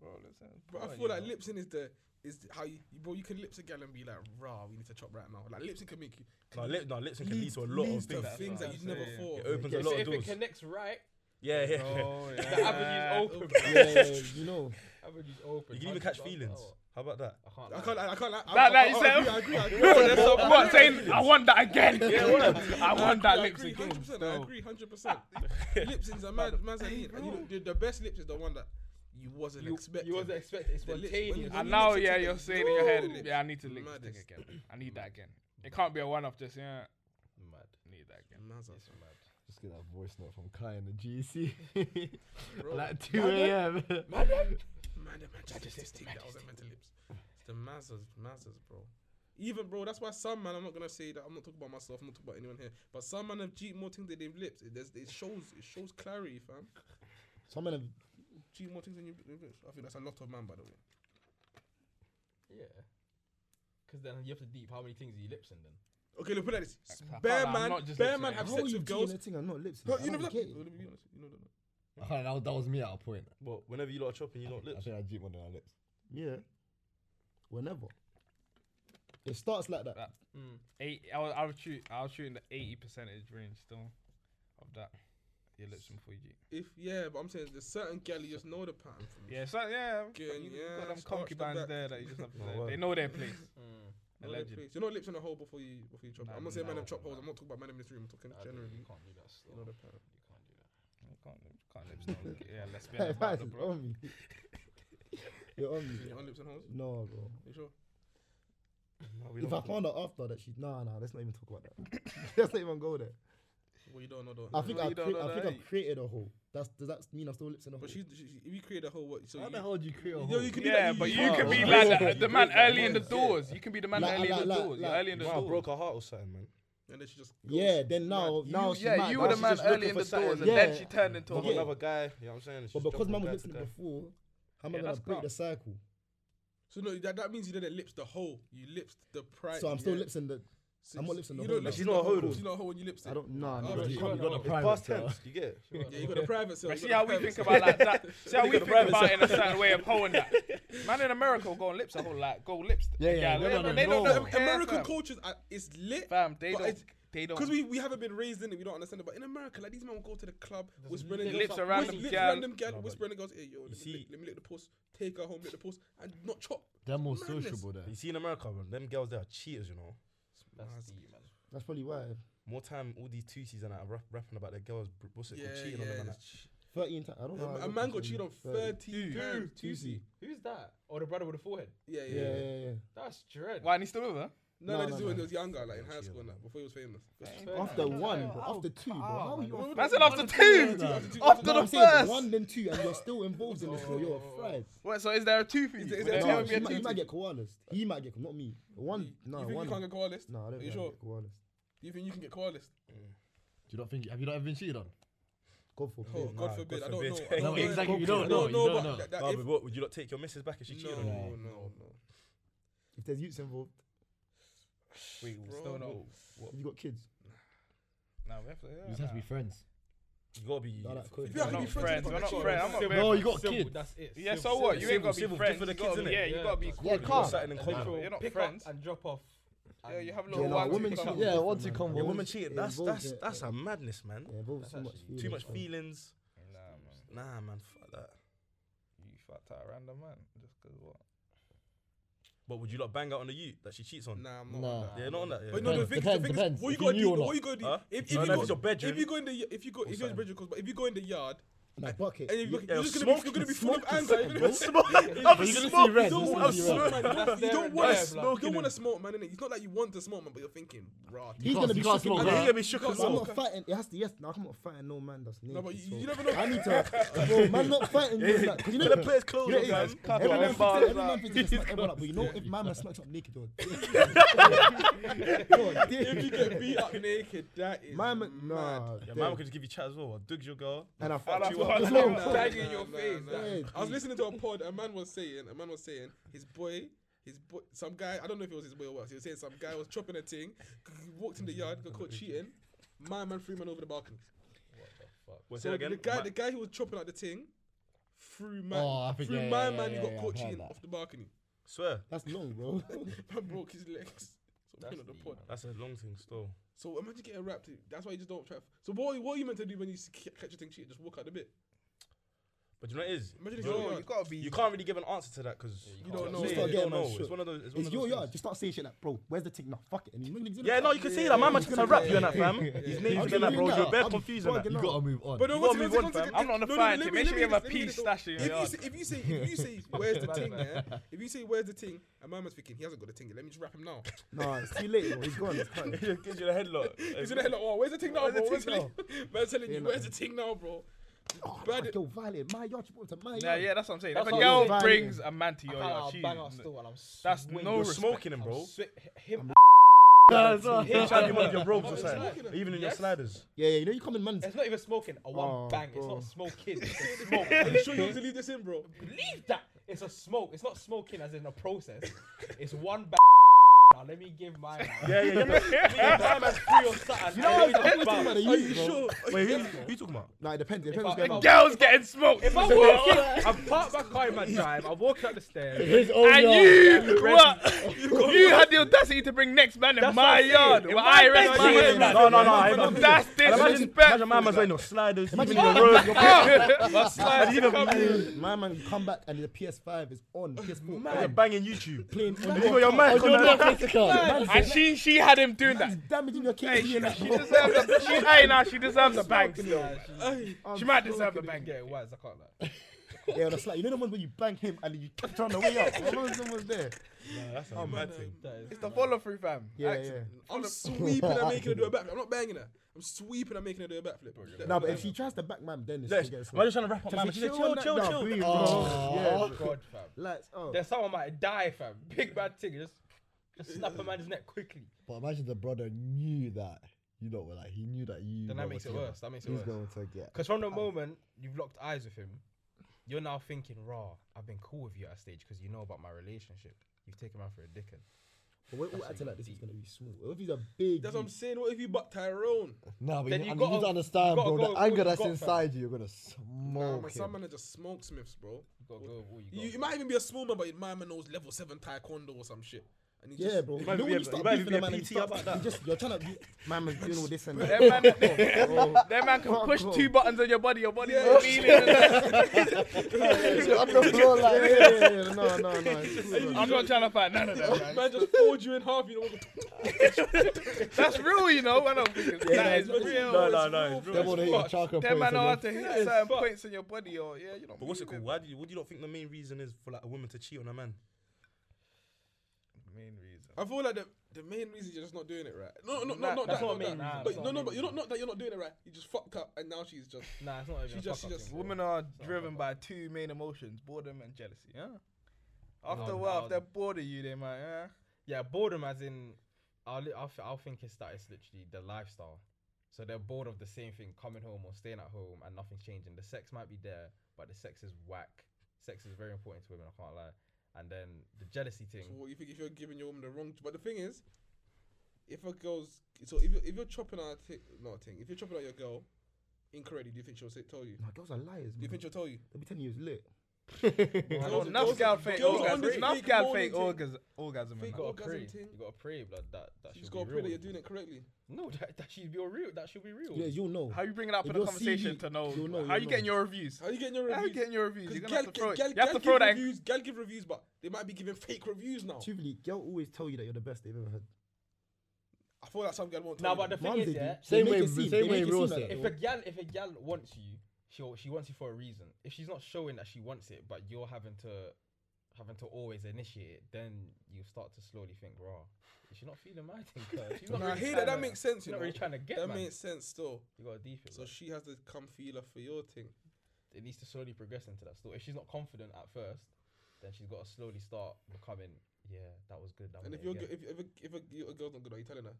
Bro, lips and-
But
bro,
I feel
you
like
know.
lips in is the is the- how you, bro. You can lips a girl and be like, rah, we need to chop right now. Like lips in can make you.
No, lip, no, lips can lead to a lot of
leads to
things.
things that
what
you
I'm
never
saying.
thought.
It opens a
So
lot of
if it
doors.
connects right,
Yeah, yeah.
Oh,
the avenue's
yeah.
open.
Yeah, you know.
Avenue's open.
You can even
100 miles
catch
per
feelings.
hour.
How about that?
I can't.
I can't. I can't. I,
That-
I,
that
I,
yourself?
I agree. I agree. I agree.
I'm not saying I want that again. I want that
I
lips
agree,
again.
100%, I agree, hundred percent. Lips is a mad, man's idea. And you know, the, the best lips is the one that you wasn't
You,
expecting.
you wasn't expecting. It's
The lips, when you-
spontaneous.
And
lips
now,
are
yeah,
taking
you're
the
saying in your head,
doors.
yeah, I need to link this thing
Maddest.
again. I need that again. It can't be a one-off. Just yeah,
Mad.
need that again.
Man's are
Just get that voice note from Kai in the GC.
Bro,
like 2 a.m.
man, the Manchester's team that wasn't meant to lips. It's the Mazdas, Mazdas, bro. Even bro, that's why some man. I'm not gonna say that. I'm not talking about myself. I'm not talking about anyone here. But some man have cheat more things than their lips. It, there's- it shows. It shows clarity, fam.
Some men have
Cheat more things than your your lips. I think that's a lot of man, by the way.
Yeah. Because then you have to deep how many things are you lips in then?
Okay, look put it like this.
I
Bare
can't lie, I'm
man,
not just
bare
lipsing
man
it.
have
How are
sex
you
with
doing
girls.
that thing and not lips?
No,
I
you know
don't
that.
get
You
it.
know that.
Oh, that, was, that was me at a point.
Well, whenever you lot are chopping, you're not
I
lips.
think I jeep one of our lips.
Yeah. Whenever. It starts like that.
That- Eight. I was. I was shoot. I was shooting the eighty percentage range still, of that. Your lips and Fuji.
If yeah, but I'm saying there's certain girl you just know the pattern from.
Yeah. So yeah.
Good,
you
yeah,
got
scotch
them
the
concubines
back.
there that you just have.
Oh,
to-
wow.
They know their place.
Know their
Allegedly.
place. You're not lips in a hole before you before you chop. it. I'm
Nah,
not saying man
nah,
have chop
nah.
holes. I'm not talking about man in this room. I'm talking generally.
You can't do that
You know
slow.
the pattern.
You can't do that.
Can't, can't lips not look- Yeah. Let's be
Hey,
about
Faz,
the
you're
bro.
on me. You're on me.
You on lips and holes?
No, bro.
You sure?
No, we
If I
don't.
found out after that, she nah, nah. Let's not even talk about that. let's not even go there.
Well, you don't know though.
I think
No,
I,
you don't
crea-
know
I think
that.
I've created a hole. That's does that mean I'm still lips in a hole?
But she, she, she- if you create a hole, what? So
How
you,
the hell do you create a
you
hole?
know, you can be
Yeah,
like,
but
you,
you
you
can be
can't-
like
Yeah.
the, the man
Yeah.
early in the
Yeah.
doors. You can be the man
Like-
early in
like-
the
like-
doors. You're
like-
early in the
Wow,
doors.
broke her heart or something, man.
And then she just. goes.
yeah. Then now,
Mad.
now she's
Yeah,
mad.
you
now
were the
she's
man
just
early
looking
in
for
the doors,
something.
and then
Yeah.
she turned into a
From
Yeah.
another guy, you know what I'm saying? She's
But because
jumping
mum
from
was
guy
lips
to
in it
guy.
before, how am I
Yeah,
gonna
that's
break
calm.
the cycle?
So no, that, that means you didn't lips the hole. You lips the pride.
So I'm still
yeah.
lips in the
So
I'm not
you-
lipsing the
you
whole
don't
lot.
lipstick
She's not a
the whole-
hoedown.
She's not a hoe when you lipstick.
I don't. Nah, nah.
Oh,
nah.
you
got,
got
you got
another
the past tense. You get it?
Yeah, you got a private cell.
Right,
you
see
got
how
a
we
private
think
cell.
about like that. See how we think about it in a certain way of hoeing that. Man in America will go on lips a whole like go lips.
Yeah, yeah,
Like,
women
they
don't
they don't
know.
know.
American
fam.
culture is lit.
Fam, they
but
don't.
it's-
They don't.
Because we, we haven't been raised in it, we don't understand it. But in America, like these men will go to the club, whispering
lips
and
lips are random gal.
random gal, whispering and goes, "Hey yo, let me,
see-
lick, let me lick the puss, take her home, lick the puss, and not chop."
They're more
Madness.
sociable there.
You see in America, man, them girls they are cheaters, you know.
That's
That's probably why.
More time, all these two season are rap, rapping about their girls, br- what's it
yeah,
called, cheating
yeah.
on them and that.
it's-
Thirteen times. I don't know. how
a
I
man got
this
cheated on
one.
30 times.
Tusi.
Who's that? Or the brother with the forehead?
Yeah, yeah.
Yeah,
yeah.
yeah, yeah.
That's dread.
Why and he's still with her?
No, no,
No,
this
no,
is when
no.
he was younger, like in high school and that, before he was famous.
After one, bro, after two, bro. How are
Oh,
you? on-
Man said after two. After
No,
the
I'm saying
first.
one, then two, and you're still involved in this, bro. You're fried.
What? So is there a two for you?
Is there- is
Would
there
there
Oh.
ever
two?
No,
be a
he might,
two
he
for
might
you?
get koalas. He might get not me. One, no,
you think
one.
you can't get coalesced?
no, I don't
Are
think
you
I
sure?
get koalas.
Do you think you can get coalesced?
Do you not think? Have you not ever been cheated on?
God forbid.
Oh, God
nah,
forbid.
God
I don't know.
forbid.
I don't
No,
know.
exactly, you don't
I
know, you don't
but
know.
that- that
Nah,
if-
but what, would you not take your missus back if she cheated
No,
on you?
no, no.
If there's youths involved,
Wait,
Bro,
still no.
if you got kids,
Nah, we have to.
You just have to be friends.
You gotta be.
No, that could.
Yeah,
We're not
Be friends,
friends.
but
We're not
actually-
friends. I'm not
Civil,
No,
very-
you got
civil,
kids.
That's it.
Yeah, so
Civil,
what? You ain't
Civil,
gotta be
civil,
friends.
for the
You gotta
kids,
be-
innit?
Yeah, you
Yeah,
gotta be
that's
Yeah,
cool.
calm.
Sat in
Yeah,
control.
You're not
Pick
friends.
up and drop off.
Yeah, you have a
Yeah,
little
no,
while
women
to
cheat.
come.
Yeah,
Yeah,
one two
man.
combo.
Yeah, woman cheating.
it
That's
involves
that's
it,
that's
yeah.
a madness, man.
yeah, involves too much feelings.
Too much
fam.
feelings. Nah, man, fuck that.
You fucked out a random man just because what?
But would you not bang out on the you that she cheats on?
Nah, I'm not.
Nah.
on that.
Yeah, not on that. Yeah.
But no, the
Depends,
thing, the thing is,
depends,
what you
if you
gotta
knew
do,
or
what
not.
you gotta do,
Huh?
if, if,
No,
you
no, if
go,
it's your bedroom.
if you go in the, if you go, if your
Outside.
bedroom, 'cause if you go in the yard,
In a bucket.
and you,
Yeah,
you're just gonna be, you're gonna be full of
smoke
anger. You're gonna be
But you're gonna see red.
You don't
you're
want
gonna
to
see
smoke,
red.
man. You don't- You
there
don't
and
want
there,
to smoke. You
blood.
don't want to smoke, man. Innit? It's not like you want to smoke, man, but you're thinking, rah.
He's
You
gonna
can't-
be
you can't
shocking.
smoke
I'm
And he's
that.
gonna be shook as
I'm
well.
not fighting. It has to. Yes, no, I'm not fighting no man that's naked.
No, but you,
so-
you never know.
I need to. Bro, man, not fighting you like. Cause you know
Let
the
the players close,
You know,
on,
it
guys.
is. Every
on,
man
them bars
thinks- every
up.
man thinks he can smack everyone up, but you know if man man smacks up naked, you're dead. You're dead.
If you get beat up naked, that is
My man, nah.
Yeah,
dead.
man, we could just give you chat as well. Doug's your girl.
And I
I
fucked you
fucked
up.
you
It's
up.
all
Nah,
fucked.
nah.
Dagging your face.
nah.
that- I was
Yeah.
listening to a pod. A man was saying, a man was saying, his boy, his boy, some guy. I don't know if it was his boy or what. He was saying some guy was chopping a thing, g- walked in the yard, got caught cheating. My man threw man over the balcony.
Wait, say
So
that
the
again.
guy,
Ma-
the guy who was chopping out the thing, threw man,
Oh, I think-
threw
yeah,
my
yeah,
man.
yeah,
he got caught
yeah, I've heard
cheating
that.
off the balcony.
Swear,
That's long, bro.
Man broke his legs. So man on the pod.
that's a long thing still.
So imagine getting wrapped. That's why you just don't try. So what, what are you meant to do when you s- catch a thing cheating? Just walk out the bit.
But you know what it is.
Imagine
You
if
don't-
you're
No, you gotta be.
You can't really give an answer to that because
You don't know.
Yeah,
Start
you
getting
don't
man
know.
shook.
It's one of those. It's, one
It's
of
your
those
yard.
things.
Just start saying shit like, bro, where's the tick? Nah, fuck it. And you're not gonna
Yeah, no, you can say that. My man's gonna rap you and that, fam. He's naked and that, bro. You're bare confused on that.
You gotta move on.
But no,
You
what's
gotta
the
move on,
context?
fam.
I'm not on the
No, no,
fire
let
team.
me-
Make
let
sure
me
you have a
get this,
piece
let me get
stashed in
this.
your yard.
If you say, if you say, if you say, where's the ting? Yeah? If you say, where's the ting? And my man's thinking, he hasn't got the ting. yet, Let me just wrap him now.
Nah, it's too late, bro. He's gone. It's cut.
Gives you the headlock.
He's in the head like, oh, where's the ting now,
Where's the
bro? Where's the
ting
ting? Man's telling
Yeah,
you,
like-
where's the ting now, bro?
Oh,
Bad-
that girl violated my yard. She brought it to my
Yeah,
yard.
yeah, that's what I'm saying.
That's
if a
how
girl
it's valid.
brings a man to your
I'll
yard,
bang out
she-
still and I'm
that's
swinging.
no
You're
respect.
smoking him, bro.
Him.
You're trying to be one of your robes or
It's
something.
smoking.
Even in your
Yes.
sliders.
Yeah, yeah. You know you come in man's.
It's not even smoking. A one
Oh,
bang. It's
bro.
not smoking. It's a smoke.
Are you sure you want to leave this in, bro?
Believe that. It's a smoke. It's not smoking as in a process. It's one bang. Now let me give mine. now.
Yeah, yeah, yeah.
Let me give mine as three or something. and let me just bounce.
Are
Are you sure?
Wait, who who you talking about?
Nah, it depends. It depends
I-
what's
if
going on.
I-
Girls getting smoked.
If I'm walking, I'm parked my car in my drive. I'm walking up the stairs.
His own
And
yard.
you, what? you had the audacity to bring next man in
That's
my
what I'm
yard.
saying. In
Well,
my
I rest
bed,
my
yeah,
head.
yeah,
No, no, no. I- I'm-
That's
And Imagine,
disrespectful.
imagine my man's wearing no sliders. Imagine
Imagine-
your robes. Your
Slide
even-
come in.
My man, you come back and the PS5 is on. PS4
You're banging YouTube.
playing on
You
your
got your mic
You're
on
not
that.
critical.
And she, she had him doing that.
He's damaging your
Hey,
kidney
she,
and that.
she deserves a, she, hey, now she deserves a bang still. man. She might deserve a bang.
Yeah, it was. I can't lie.
Yeah, that's like you know the ones where you bang him and you catch on the way up. One of them was there.
That's a mad thing.
It's the follow through, fam.
Yeah, yeah.
Accent.
I'm sweeping and making her do a backflip. I'm not banging her. I'm sweeping and making her do a backflip, bro.
Nah, but if she tries to back man, then it's
Yes.
gonna get
Why are you trying to wrap up
Just
my man?
say,
She said, chill,
on
chill,
that- nah,
chill.
breathe, bro.
Oh,
Yeah.
God, fam.
Like, oh.
There's someone might die, fam. Big bad thing. Just, just snap a man's neck quickly.
But imagine the brother knew that. You know, like he knew that you.
Then
lot
that
were
makes it
together.
worse. That makes it
He's
worse.
going to get.
Because from the moment you've locked eyes with him, you're now thinking, raw, I've been cool with you at a stage because you know about my relationship. You've taken me out for a dickhead.
But we're all acting like this is gonna be small. What if he's a big?
That's what I'm
dude?
saying. What if you butt Tyrone?
No, but
Then
you,
you
and you
gotta-
need to understand,
you gotta
bro.
go with
The
what you
anger that's
got, fam.
inside you, you're gonna
Oh,
Nah,
smoke
my
it.
son manager smoke Smiths, bro.
Gotta go with what you
You,
got.
you might even be a small man, but your man knows level seven taekwondo or some shit. And he
Yeah,
just,
bro.
You might
know
be
when
a-
you start
you might
beefing
be a
a man and you
PT
start-
about that.
you just you're trying to, you, man, man, doing all this and
That
that.
man, that man can push two buttons on your body. Your body's not feeling it.
I'm not blown like, yeah, yeah, yeah, no, no, no. It's cool, bro.
I'm not trying to fight none of that.
Man just fold you in half. You know.
That's real, you know. I don't think it's
That is real.
No, no,
it's
no. it's
real.
real.
They want to hit your chakra
That man
points
know
and
how
then-
to hit
Yeah, it's
certain
fucked.
points in your body, or yeah, you don't.
But what's it
believe
called? Why do you, what do you not think the main reason is for like a woman to cheat on a man?
Main reason.
I feel like the, the main reason you're just not doing it right. No, no, no,
Nah,
not
that's
that.
not a main
that.
reason.
But
Nah, that's
no,
not a
no,
main
but you're not,
reason.
not that you're not doing it right. You just fucked up, and now she's just.
Nah, it's not even.
She
a
just-
fuck
she
up
just-
thing, bro.
Women are
not
driven
fucked
by two main emotions: boredom and jealousy. Yeah. After
No,
a while,
no.
if they're bored of you, they might. Yeah.
Yeah, boredom as in, I'll, li- I'll, th- I'll think it's that it's literally the lifestyle. So they're bored of the same thing, coming home or staying at home and nothing's changing. The sex might be there, but the sex is whack. Sex is very important to women, I can't lie. And then the jealousy thing.
So what you think if you're giving your woman the wrong? But the thing is, if a girl's so if you're, if you're chopping out a thing, not a thing, if you're chopping out your girl incorrectly, do you think she'll say, tell you? Do
Nah, girls are liars.
you
man.
think she'll tell you?
They'll be telling you it's lit.
I know
Girls-
enough
girls-
gal fake
girls are on
orgasm.
this
Enough
fake
gal
moaning
fake
thing.
orgas- orgasm.
Fake
and
You
that.
gotta
orgasm
pray.
thing.
You gotta pray, blood. That that
You
should
just
be
gotta pray
real.
that you're doing it correctly.
No, that, that should be real. That should be real.
Yeah, you'll know.
How you bringing it up
If
for the
your
conversation
CV
to know?
you'll know,
How
you'll
you getting
know.
your reviews?
How are you getting your
How you
reviews?
getting your reviews?
Because
You're gonna
gal,
have to throw.
gal,
it- eh?
gal,
You have to
gal
throw
give
that.
reviews, gal give reviews, but they might be giving fake reviews now.
Truthfully, Oh. girl always tell you that you're the best they've ever had.
I feel like some gal won't.
Nah,
Tell
but
you.
the thing
Mums, they
is,
do.
yeah,
They
Same
make
way-
it seem-
same
they
way
make it
Rose
seem
said.
like-
if a gal if a gal wants you, she she wants you for a reason. If she's not showing that she wants it, but you're having to having to always initiate it, then you start to slowly think, raw. She's not feeling my thing. cuz. She's not
Nah, I
really
hear that. That
tryna-
makes sense.
She's
You
not
know,
really trying to get
that
man.
makes sense still.
You gotta deep it.
So
like,
she has to come feeler for your thing.
it needs to slowly progress into that. Still, if she's not confident at first, then she's got to slowly start becoming. Yeah, that was good. that
And
was
if you're
good.
if if a, if a, your girl's not good, are you telling her?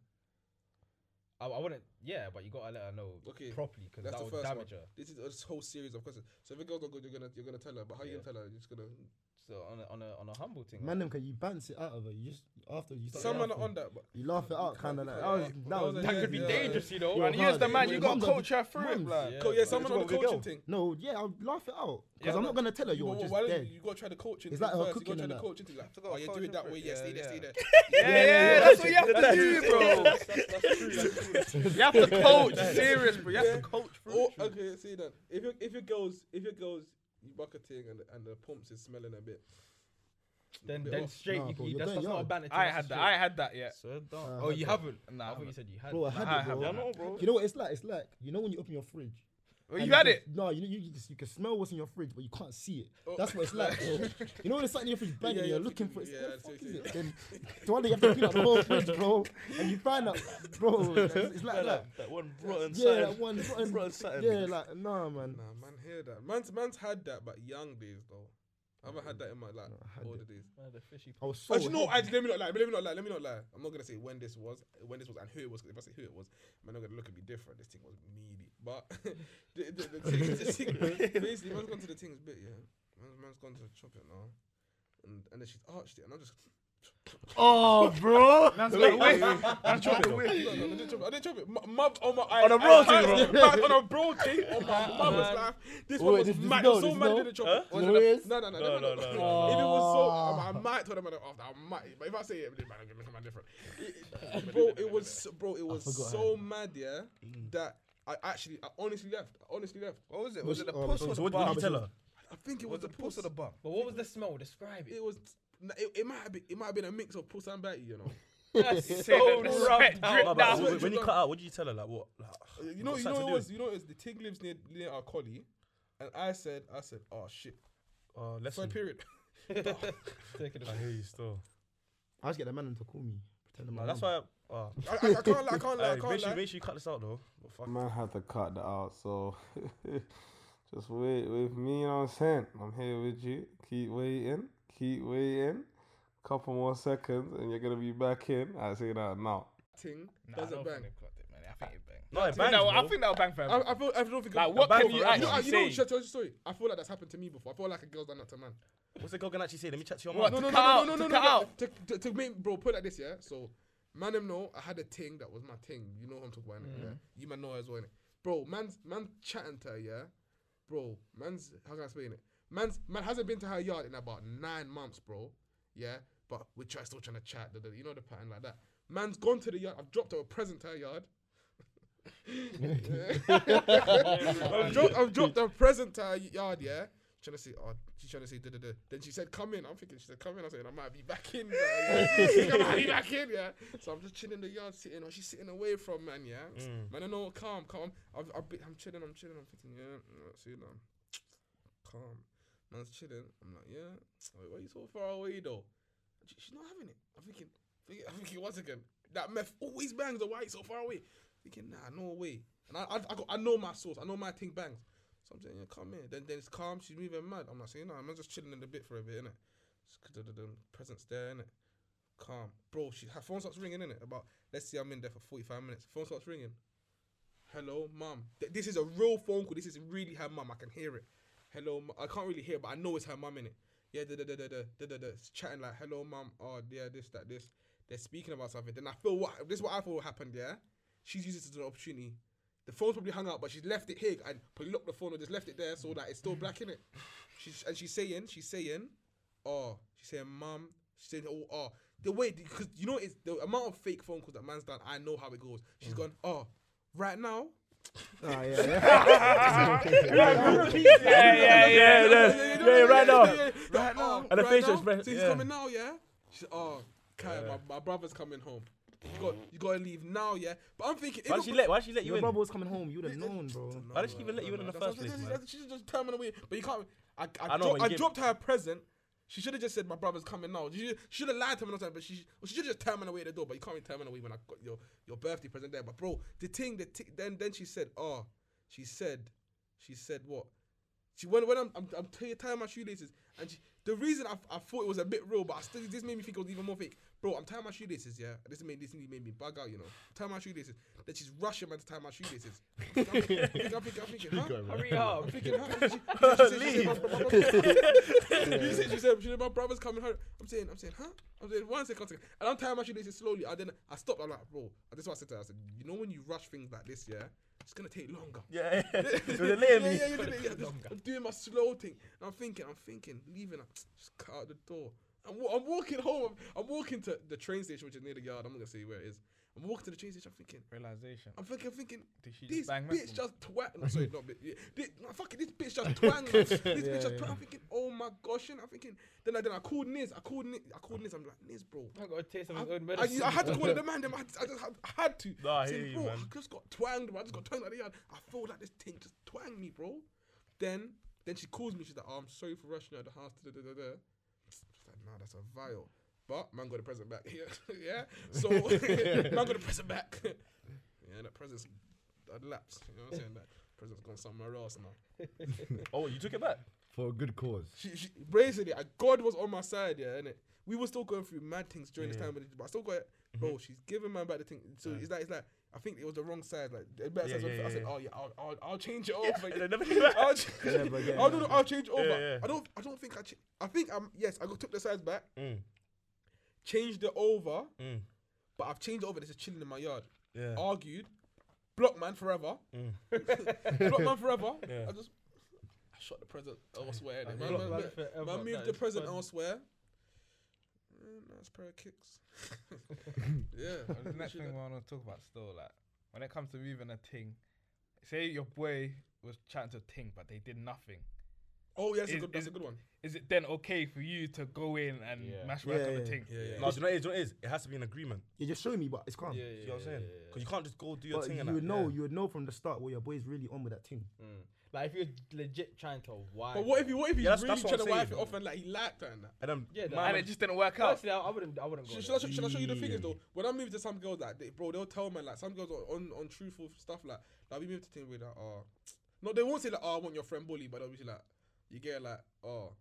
I, I wouldn't. Yeah, but you gotta let her know
Okay,
properly because
that's
that
the
would
first
damage
one.
her.
This is a whole series of questions. So if a girl's not good, you're gonna you're gonna tell her. But how you
Yeah.
gonna tell her? You're just gonna.
So on a on a on a humble thing. like,
Man, them can you bounce it out of her? You just after you start
Some men are
laughing,
on that, but
You laugh it out, kind of like oh, that was that was
That
That could be
Yeah.
dangerous, you know.
Yo,
And you as the
hard.
man, you
Wait,
gotta
mums are
coach her through it.
mums.
like.
Co- yeah,
but-
someone on the
what we
coaching
go.
thing.
No, yeah, I'll laugh it out because
Yeah,
I'm
no.
not gonna tell her
You,
you're
but
just
why don't
dead.
you, you gotta try the coaching.
It's
thing
like her
first. You
cooking
gotta try
and
the
that.
coaching thing. Like,
Have to go
oh, yeah, do
coaching
it that
for
way.
it.
Yeah,
Yeah,
stay there, stay
yeah.
there.
Yeah, yeah, yeah, that's what you have to do, bro.
that's true. That's true.
You have to coach, serious, bro. You have to coach through.
Or, Oh, okay, see that. If your if your girls if your girls you bucketing and and the pumps is smelling a bit.
Then,
bit
then
off.
straight.
Nah,
you,
bro,
you,
you're
that's,
going
that's not a
yard.
banner.
I ain't had that. I ain't had that yet.
So don't.
Uh,
oh, you haven't.
Nah,
I
I
thought you said you had.
Bro, I
I
had it,
have
bro.
Yeah, no, bro.
You know what it's like? It's like you know when you open your fridge.
Oh,
Well,
and
you had
can-
it.
No, you know you, you, can- you can smell what's in your fridge, but you can't see it. That's what it's like. bro. You know when it's something in your fridge banging,
Yeah,
you're
yeah,
looking
yeah,
for it. Yeah,
yeah,
the
I see,
fuck
I
is
see.
it? Then the one day you have to clean up the whole fridge, bro, and you find out, bro, it's, it's like that.
That one rotten
Yeah,
yeah,
like one,
Bro,
one
it's something.
yeah, like nah, man.
Nah, man, hear that. Man's man's had that, but young days though. I haven't had that in my like
No, I had
older
it.
days.
Man, the fishy.
I was so.
But you know,
happy.
actually, let me not lie. Let me not lie. Let me not lie. I'm not gonna say when this was, when this was, and who it was. 'cause if I say who it was, man, I'm gonna look at me different. This thing was meaty. But the, the, the thing, the thing, basically, man's gone to the thing's bit, yeah. Man's, man's gone to the chop it now, and and then she's arched it, and I'm just.
Oh, bro.
Man's got a whiff.
I didn't chop it. I didn't chop it. M- Mub on my eyes.
On a bro
I- I-
thing,
man, On a bro thing. On my mother's life. This
Wait,
one was
this is
mad.
no,
It was
this
so
is
mad
no.
didn't chop it.
You know what it is?
No,
Ah.
no, no,
No,
no, no,
no,
no.
no.
If it was so, um, I, I might tell them off. I might, but if I say it, they might not give me something different. It- bro, it was, so- bro, it was
forgot Mm.
so mad, yeah, that I actually, I honestly left. I honestly left.
What was it?
No,
Was
she-
it the
oh,
puss
so
or
So
the
what did you
bum?
tell her?
I think it was,
Was
the
it the puss or the bum?
But what was the smell? Describe it.
It was. It, it might have been. It might have been a mix of puss and batty, you know.
That's so the spit
My
dripped
bad.
out.
what
When-
you
When you
done.
cut out, what did you tell her? Like what? Like,
Uh, You
I've
know,
got
you know,
something to
it
do.
was, you know, it was the thing lives near near our collie, and I said, I said, oh shit,
Oh,
third
lesson.
period.
Take it
I hear you still.
I just get the man to call me, pretend I'm.
Nah,
my
that's
mum.
why. Oh,
I, I, I can't, lie, I can't, lie, I
hey,
can't.
make sure,
lie.
make sure you cut this out though. But fuck.
Man had to cut that out, so just wait with me, you know what I'm saying? I'm here with you. Keep waiting, keep waiting. Couple more seconds and you're gonna be back in. I say that now.
Thing
Nah, I
doesn't
don't think
bang.
they've got it, man. I think it banged.
No, it
I think
bangs,
that will- I
bro.
think that'll bang for
I, I feel I don't think.
Like, what
Bang
can
for
you
us,
You know, I-
actually
you know,
say?
should I tell you a story? I feel like that's happened to me before. I feel like a girl's done that to a man.
What's the girl gonna actually say? Let me chat to your
What?
mum.
To cut out, to cut out.
To, to, to make, bro, put it like this, yeah? So, man, them know, I had a thing that was my thing. You know what I'm talking about,
Mm.
innit? yeah? You man know her as well, innit? Bro, man's, man's chatting to her, yeah? Bro, man's, how can I explain it? Man's, man hasn't been to her yard in about nine months, bro, yeah? But we're try, still trying to chat, da- da- you know the pattern like that. Man's gone to the yard, I've dropped her a present to her yard. I've dropped, I've dropped a present to her yard, yeah. Trying to say, oh, she's trying to say, duh, duh, duh. then she said, come in. I'm thinking, she said, come in. I said, I might be back in. man." I think I might be back in, yeah. So I'm just chilling in the yard, sitting, or she's sitting away from man, yeah. Man, I know, calm, calm. I've, I've been, I'm chilling, I'm chilling, I'm thinking, yeah, mm, so you know, calm. Man's chilling. I'm like, yeah, wait, why are you so far away though? And she- she's not having it. I'm thinking, thinking- I'm thinking once again, that meth always bangs. Or why you so far away? Thinking, nah, no way. And I, I, I, got, I know my source. I know my thing bangs. So I'm saying, yeah, come here. Then, then it's calm. She's moving mad. I'm like, saying, no, I'm just chilling in the bit for a bit, innit? Just da-da-dum, Presence there, innit? Calm, bro. She her phone starts ringing, innit? About let's see, I'm in there for 45 minutes. Phone starts ringing. Hello, mum. Th- this is a real phone call. This is really her mum. I can hear it. Hello, mu- I can't really hear, but I know it's her mum in it. Yeah, da da da da da da da da. It's Chatting like, hello, mum. Oh, yeah, this that this. They're speaking about something. Then I feel what this is what I thought happened. Yeah, she's used it as an opportunity. The phone's probably hung up, but she's left it here and probably locked the phone or just left it there so that it's still black in it. She's and she's saying, she's saying, oh, she's saying, mum, she's saying, oh, oh. The way because you know it's the amount of fake phone calls that man's done. I know how it goes. She's gone, oh, right now.
Ah, yeah, yeah.
Yeah, yeah, yeah,
you
yeah.
know,
Yeah, right
yeah,
now.
yeah, yeah. Right now.
And the
right
facial
now.
expression,
So he's
yeah.
coming now, yeah? She's, oh, Kai, my, my brother's coming home. You got you gotta leave now, yeah? But I'm thinking
Why
even
did she let? Why did she let you
Your
in?
brother was coming home. You'd have known, bro.
Why did she even let you in in the
That's-
first place?
that's-
man?
that's- She's just turning away. But you can't I I,
I know,
dro-
but you
I
give-
dropped her a present. She should have just said my brother's coming now. She should have lied to me another time, but she well, she should just turn me away at the door. But you can't really turn me away when I got your, your birthday present there. But bro, the thing, the t- then then she said, oh, she said, she said what? She when when I'm I'm, I'm t- tying my shoelaces and she, the reason I, I thought it was a bit real, but I still this made me think it was even more fake. Bro, I'm tying my shoelaces, yeah. This made this made me bug out, you know. Tie my shoelaces. Then she's rushing man to tie my shoelaces. I'm thinking, I'm thinking, I'm thinking, huh?
Hurry up.
I'm thinking, huh? She- she- she said- she said, my- my- my- my- she said- she said- she said, my brother's coming home. I'm saying, I'm saying, huh? I'm saying, one second, one second. And I'm tying my shoelaces slowly. And then I stopped. I'm like, bro, this is what I said to her. I said, you know when you rush things like this, yeah, it's gonna take longer.
Yeah, yeah.
yeah,
You're delaying
yeah,
me.
yeah, yeah, yeah, yeah. I'm doing my slow thing. And I'm thinking, I'm thinking, leaving. I just cut out the door. I'm, wa- I'm walking home. I'm, I'm walking to the train station, which is near the yard. I'm not gonna say where it is. I'm walking to the train station. I'm thinking,
Realization.
I'm thinking, thinking,
Did she just
this
bang
bitch
Malcolm?
just twang. No, sorry, not bitch. Yeah, this, no, fucking this bitch just twang. this bitch just twang. I'm thinking, oh my gosh, and I'm thinking. Then I then I called Niz. I called Niz. I called Niz. I'm like, Niz, bro.
I got a taste of
I,
his own
I,
medicine.
I had to call it the man. Them, I, had- I just had, I had to.
Nah, I
Said,
hear you,
bro,
man.
I just got twanged. Bro. I just got twanged like the yard. I feel like this thing just twanged me, bro. Then then she calls me. She's like, oh, I'm sorry for rushing you out of the house. Da, da, da, da. It's like, nah, that's a vial. But man got the present back. yeah. yeah. So man got the present back. yeah, that present's that lapsed. You know what I'm saying? That present's gone somewhere else now.
Oh, you took it back.
for a good cause.
She, she basically, uh, God was on my side, yeah, innit? We were still going through mad things during this time, but I still got, bro,
Mm-hmm.
she's giving man back the thing. So it's like, it's like, I think it was the wrong side. Like, the better
Yeah,
side was-
yeah,
I
yeah,
said,
yeah.
oh yeah, I'll, I'll, I'll change it over.
And they never came back.
I'll, ch-
Never again,
I'll, do
man.
the, I'll change it over.
yeah.
I don't, I don't think I, ch- I think I'm, yes, I got- took the sides back,
Mm.
changed it over,
Mm.
but I've changed it over. This is chilling in my yard.
Yeah.
Argued, block man forever,
Mm.
block man forever. I just. I Shot the present elsewhere. innit? Man, man, man, Man moved the present elsewhere. Mm, nice pair of kicks. yeah.
Oh,
The next thing I want to talk about still, like, when it comes to moving a thing, say your boy was chatting to a thing, but they did nothing.
Oh, yeah, that's, a
Is-
good, that's
is-
a good one.
Is it then okay for you to go in and
Yeah.
mash work
Yeah,
on
yeah.
the thing?
Yeah, yeah.
No, do you know what it is? Do you know what it is? It has to be an agreement.
You just show me, but it's calm.
You know what I'm saying? Because you can't just go do your
But
thing and
you would
that.
know,
Yeah.
you would know from the start where your boy's really on with that thing.
Like if you're legit trying to why.
But what if you what if he's
Yeah, that's-
really
that's what
trying to
I'm
wife it
saying. Oh
off and like he liked her and that?
And then
Yeah,
And
man,
it just didn't work out.
Personally, I I wouldn't. I wouldn't go.
Should,
there.
should, I, show- should I show you the figures though? When I moved to some girls like they, bro, they'll tell man like some girls are on on truthful stuff like like "Ah." we moved to thing with "Ah, like oh no they won't say like oh I want your friend bully but they'll be like you get like oh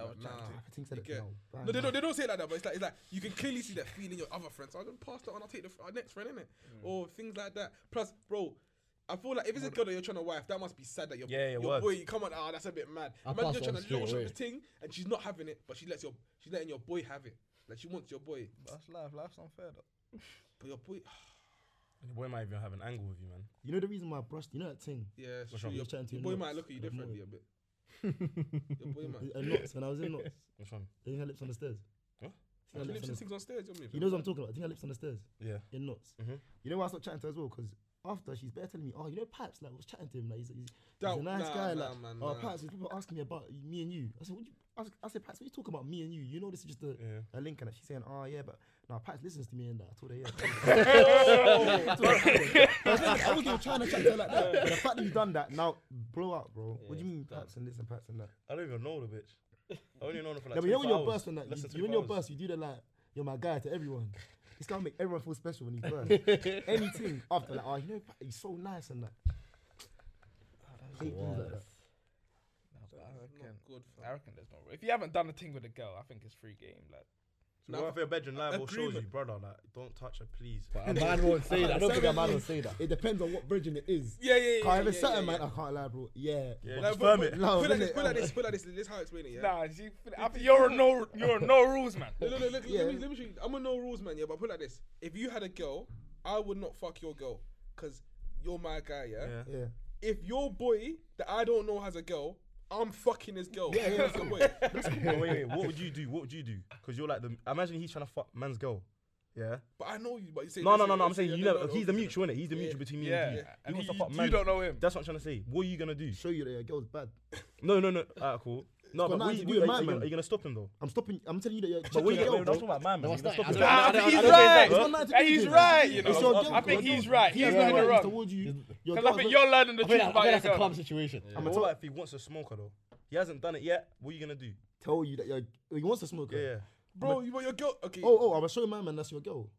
Oh, nah.
Everything said
You
it
get-
now. Bang.
No, they don't. They don't say it like that. But it's like it's like you can clearly see that feeling your other friends. So I'm gonna pass that on. I'll take the f- our next friend in it, or things like that. Plus, bro. I feel like if it's a girl that you're trying to wife, that must be sad that your,
Yeah, yeah,
your
words.
boy, you come on, ah, that's a bit mad.
I'll
Imagine
pass it
you're
on
trying to
straight
launch on
away.
the thing and she's not having it, but she lets your she's letting your boy have it. Like she wants your boy,
That's life. Life's unfair. Though.
but your boy,
The boy might even have an angle with you, man.
You know the reason why I brushed. You know that thing.
yeah, it's
What's
true.
wrong?
Your,
Just trying to
your boy
knots
might look at you
and
differently a bit. your boy might.
And knots. When I was in knots,
Which one?
I think her lips on the stairs.
Huh?
I think her lips on the-
things on stage. You're
He knows what I'm talking about. I think her lips on the stairs.
Yeah.
in knots.
Mm-hmm.
Mhm.
You know why I stopped chatting to her as well? Because after she's better telling me, oh, you know, Paps, like, I was chatting to him, like, he's, he's, he's
Doubt-
a nice
nah,
guy,
nah,
like,
man, nah.
oh, Paps, people asking me about me and you. I said, what you, I, was, I said, Paps, what you talking about me and you? You know, this is just a,
Yeah.
a link, and she's saying, oh, yeah, but no, Paps listens to me and that. I told her, yeah. I, told her, I was like, I wasn't even trying to chat to her like that. But the fact that you've done that now, blow up, bro. what do you mean, Paps and this and Paps and that?
I don't even know the bitch. I only know her for like
no, but you know, when
24
you're
hours.
burst and that,
Less
you,
than
you, when
24
you're
hours.
burst, you do the like, you're my guy to everyone. This guy make everyone feel special when he burst. Anything after like, oh, you know, he's so nice and that. Hate dudes like that.
No, but I reckon.
Good. fam.
I reckon there's no. If you haven't done a thing with a girl, I think it's free game. Like
So what if your bedroom libel shows you,
agreement.
brother, like, don't touch her, please.
But a man won't say that. I don't think a man will say that.
It depends on what bridging it is.
Yeah, yeah, yeah.
Can't
yeah,
even
yeah,
certain
yeah,
man, I can't lie, bro. Yeah.
Yeah,
Like,
just
but-
firm it.
but-
No,
Put like
innit?
this. Put like this. Put like this. This is how I explain it. Yeah.
nah, you, I think you're a no. You're a no rules man.
Look, look, look,
Yeah.
Let me, let me show you. I'm a no rules man, yeah. But put it like this: if you had a girl, I would not fuck your girl, cause you're my guy, yeah.
Yeah.
Um, Yeah.
If your boy that I don't know has a girl, I'm fucking his girl. Yeah, yeah. boy.
No, wait, wait, what would you do? What would you do? Because you're like the. Imagine he's trying to fuck man's girl. Yeah.
But I know you. But you say
No,
this,
no,
you
no, no.
know
I'm
this,
saying
yeah,
you
no,
know
no,
he's the
no.
mutual, innit? He's the mutual between me
Yeah.
and you.
yeah.
He
And
wants
you,
to fuck
you
man's-
don't know him.
That's what I'm trying to say. What are you gonna do?
Show you that your girl's bad.
No, no, no. Alright, cool. No,
It's got
but what
nothing to do
you-
with
what- are you,
my
are you gonna-
man.
are you gonna stop him though?
I'm stopping. I'm telling you that your
But
check
wait,
your
wait,
girl,
we're not talking
bro.
about man, man.
No,
You're
it's
gonna
not. I
stop
don't-
him.
Nah, I
I
think
don't- I
he's
don't think
right.
it's-
It's got nothing to do
Hey,
with
he's
it.
right. You know,
It's your girl,
I think
bro.
he's right.
He's
He's
not
not in the
right, it's the
wrong.
wood you. Your
Because I
girl's
think
not-
you're learning the
I think
truth about
that- I think
your
that's a
girl.
calm situation.
I'm
But
gonna
what
tell-
if he wants a smoker though? He hasn't done it yet. What are you gonna do?
tell you that your he wants to smoke.
Yeah,
her.
yeah.
Bro, you, but your girl. Okay.
Oh, oh, I'm gonna show my man that's your girl.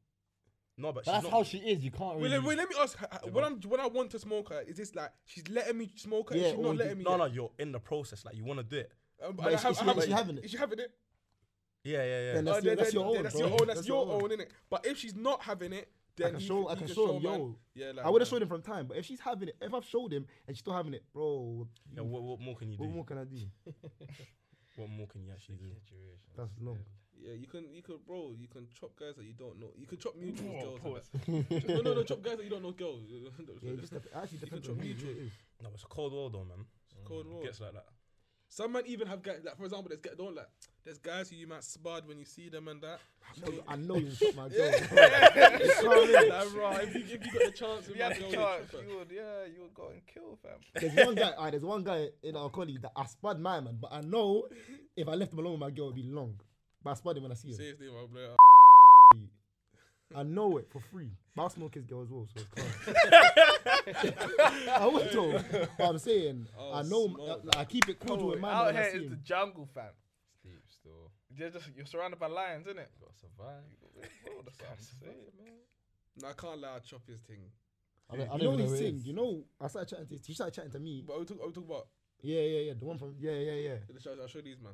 No, but
But
she's
that's
not-
how she is. You can't
Wait, let,
really.
wait, let me ask. h- h- What I'm, what I want to smoke her is this like she's letting me smoke her.
Yeah,
Yeah, she's
or
not
you-
letting me.
No,
yet.
no, you're in the process. Like you want to do it.
Um,
But
and I
is she-
have-
is
I
she-
have-
is she having it?
Is she having it?
Yeah, yeah,
Then
yeah.
Oh,
that's your
then-
that's your
then- then
own.
That's
bro.
your own. That's your own, innit? But if she's not having it, then
can
he
show-
c-
I
he
can show him,
man.
yo.
Yeah, like,
I would
man.
have showed him from time, but if she's having it, if I've showed him and she's still having it, bro,
yeah what, what more can you do?
what more can I do?
What more can you actually do?
That's long.
Yeah, you can, you can, bro. You can chop guys that you don't know. You can chop mutual
Whoa,
girls.
pause.
and that. no, no, no, chop guys that you don't know girls.
Yeah, it just dep- it
You
actually
can
depends
chop
on who it
mutual.
is.
No, it's a cold world though, man.
Mm,
Cold War.
Gets like that.
Some might even have guys. Like for example, there's guy- don't like. There's guys who you might spud when you see them and that.
No, you- I know you shot my girl.
like, bro, if you, if you got the chance, with
Yeah,
my
you
girl,
would,
chop her.
you would, yeah, you would go and kill, fam.
There's one guy. alright, there's one guy in our colleague that I spud my man, but I know if I left him alone with my girl, it'd be long. But I spud him when I see him.
Seriously, my bro.
I know it for free. But I smoke his girl as well, so it's calm. I would though. But I'm saying
Oh,
I know.
smoke.
like, I keep it cordial with
Bro,
my
out
man when
here
I see
is the
him.
jungle, fam.
Sleep still.
You're just you're surrounded by lions, isn't it?
Gotta survive.
that's what I'm saying,
No, I can't lie. I chop his thing.
I don't- I
You
don't
know
even
his
who it
thing.
is.
You know, I started chatting to. He started chatting to me.
But we talk, we talk about.
Yeah, yeah, yeah. The one from yeah, yeah, yeah.
I'll show these man.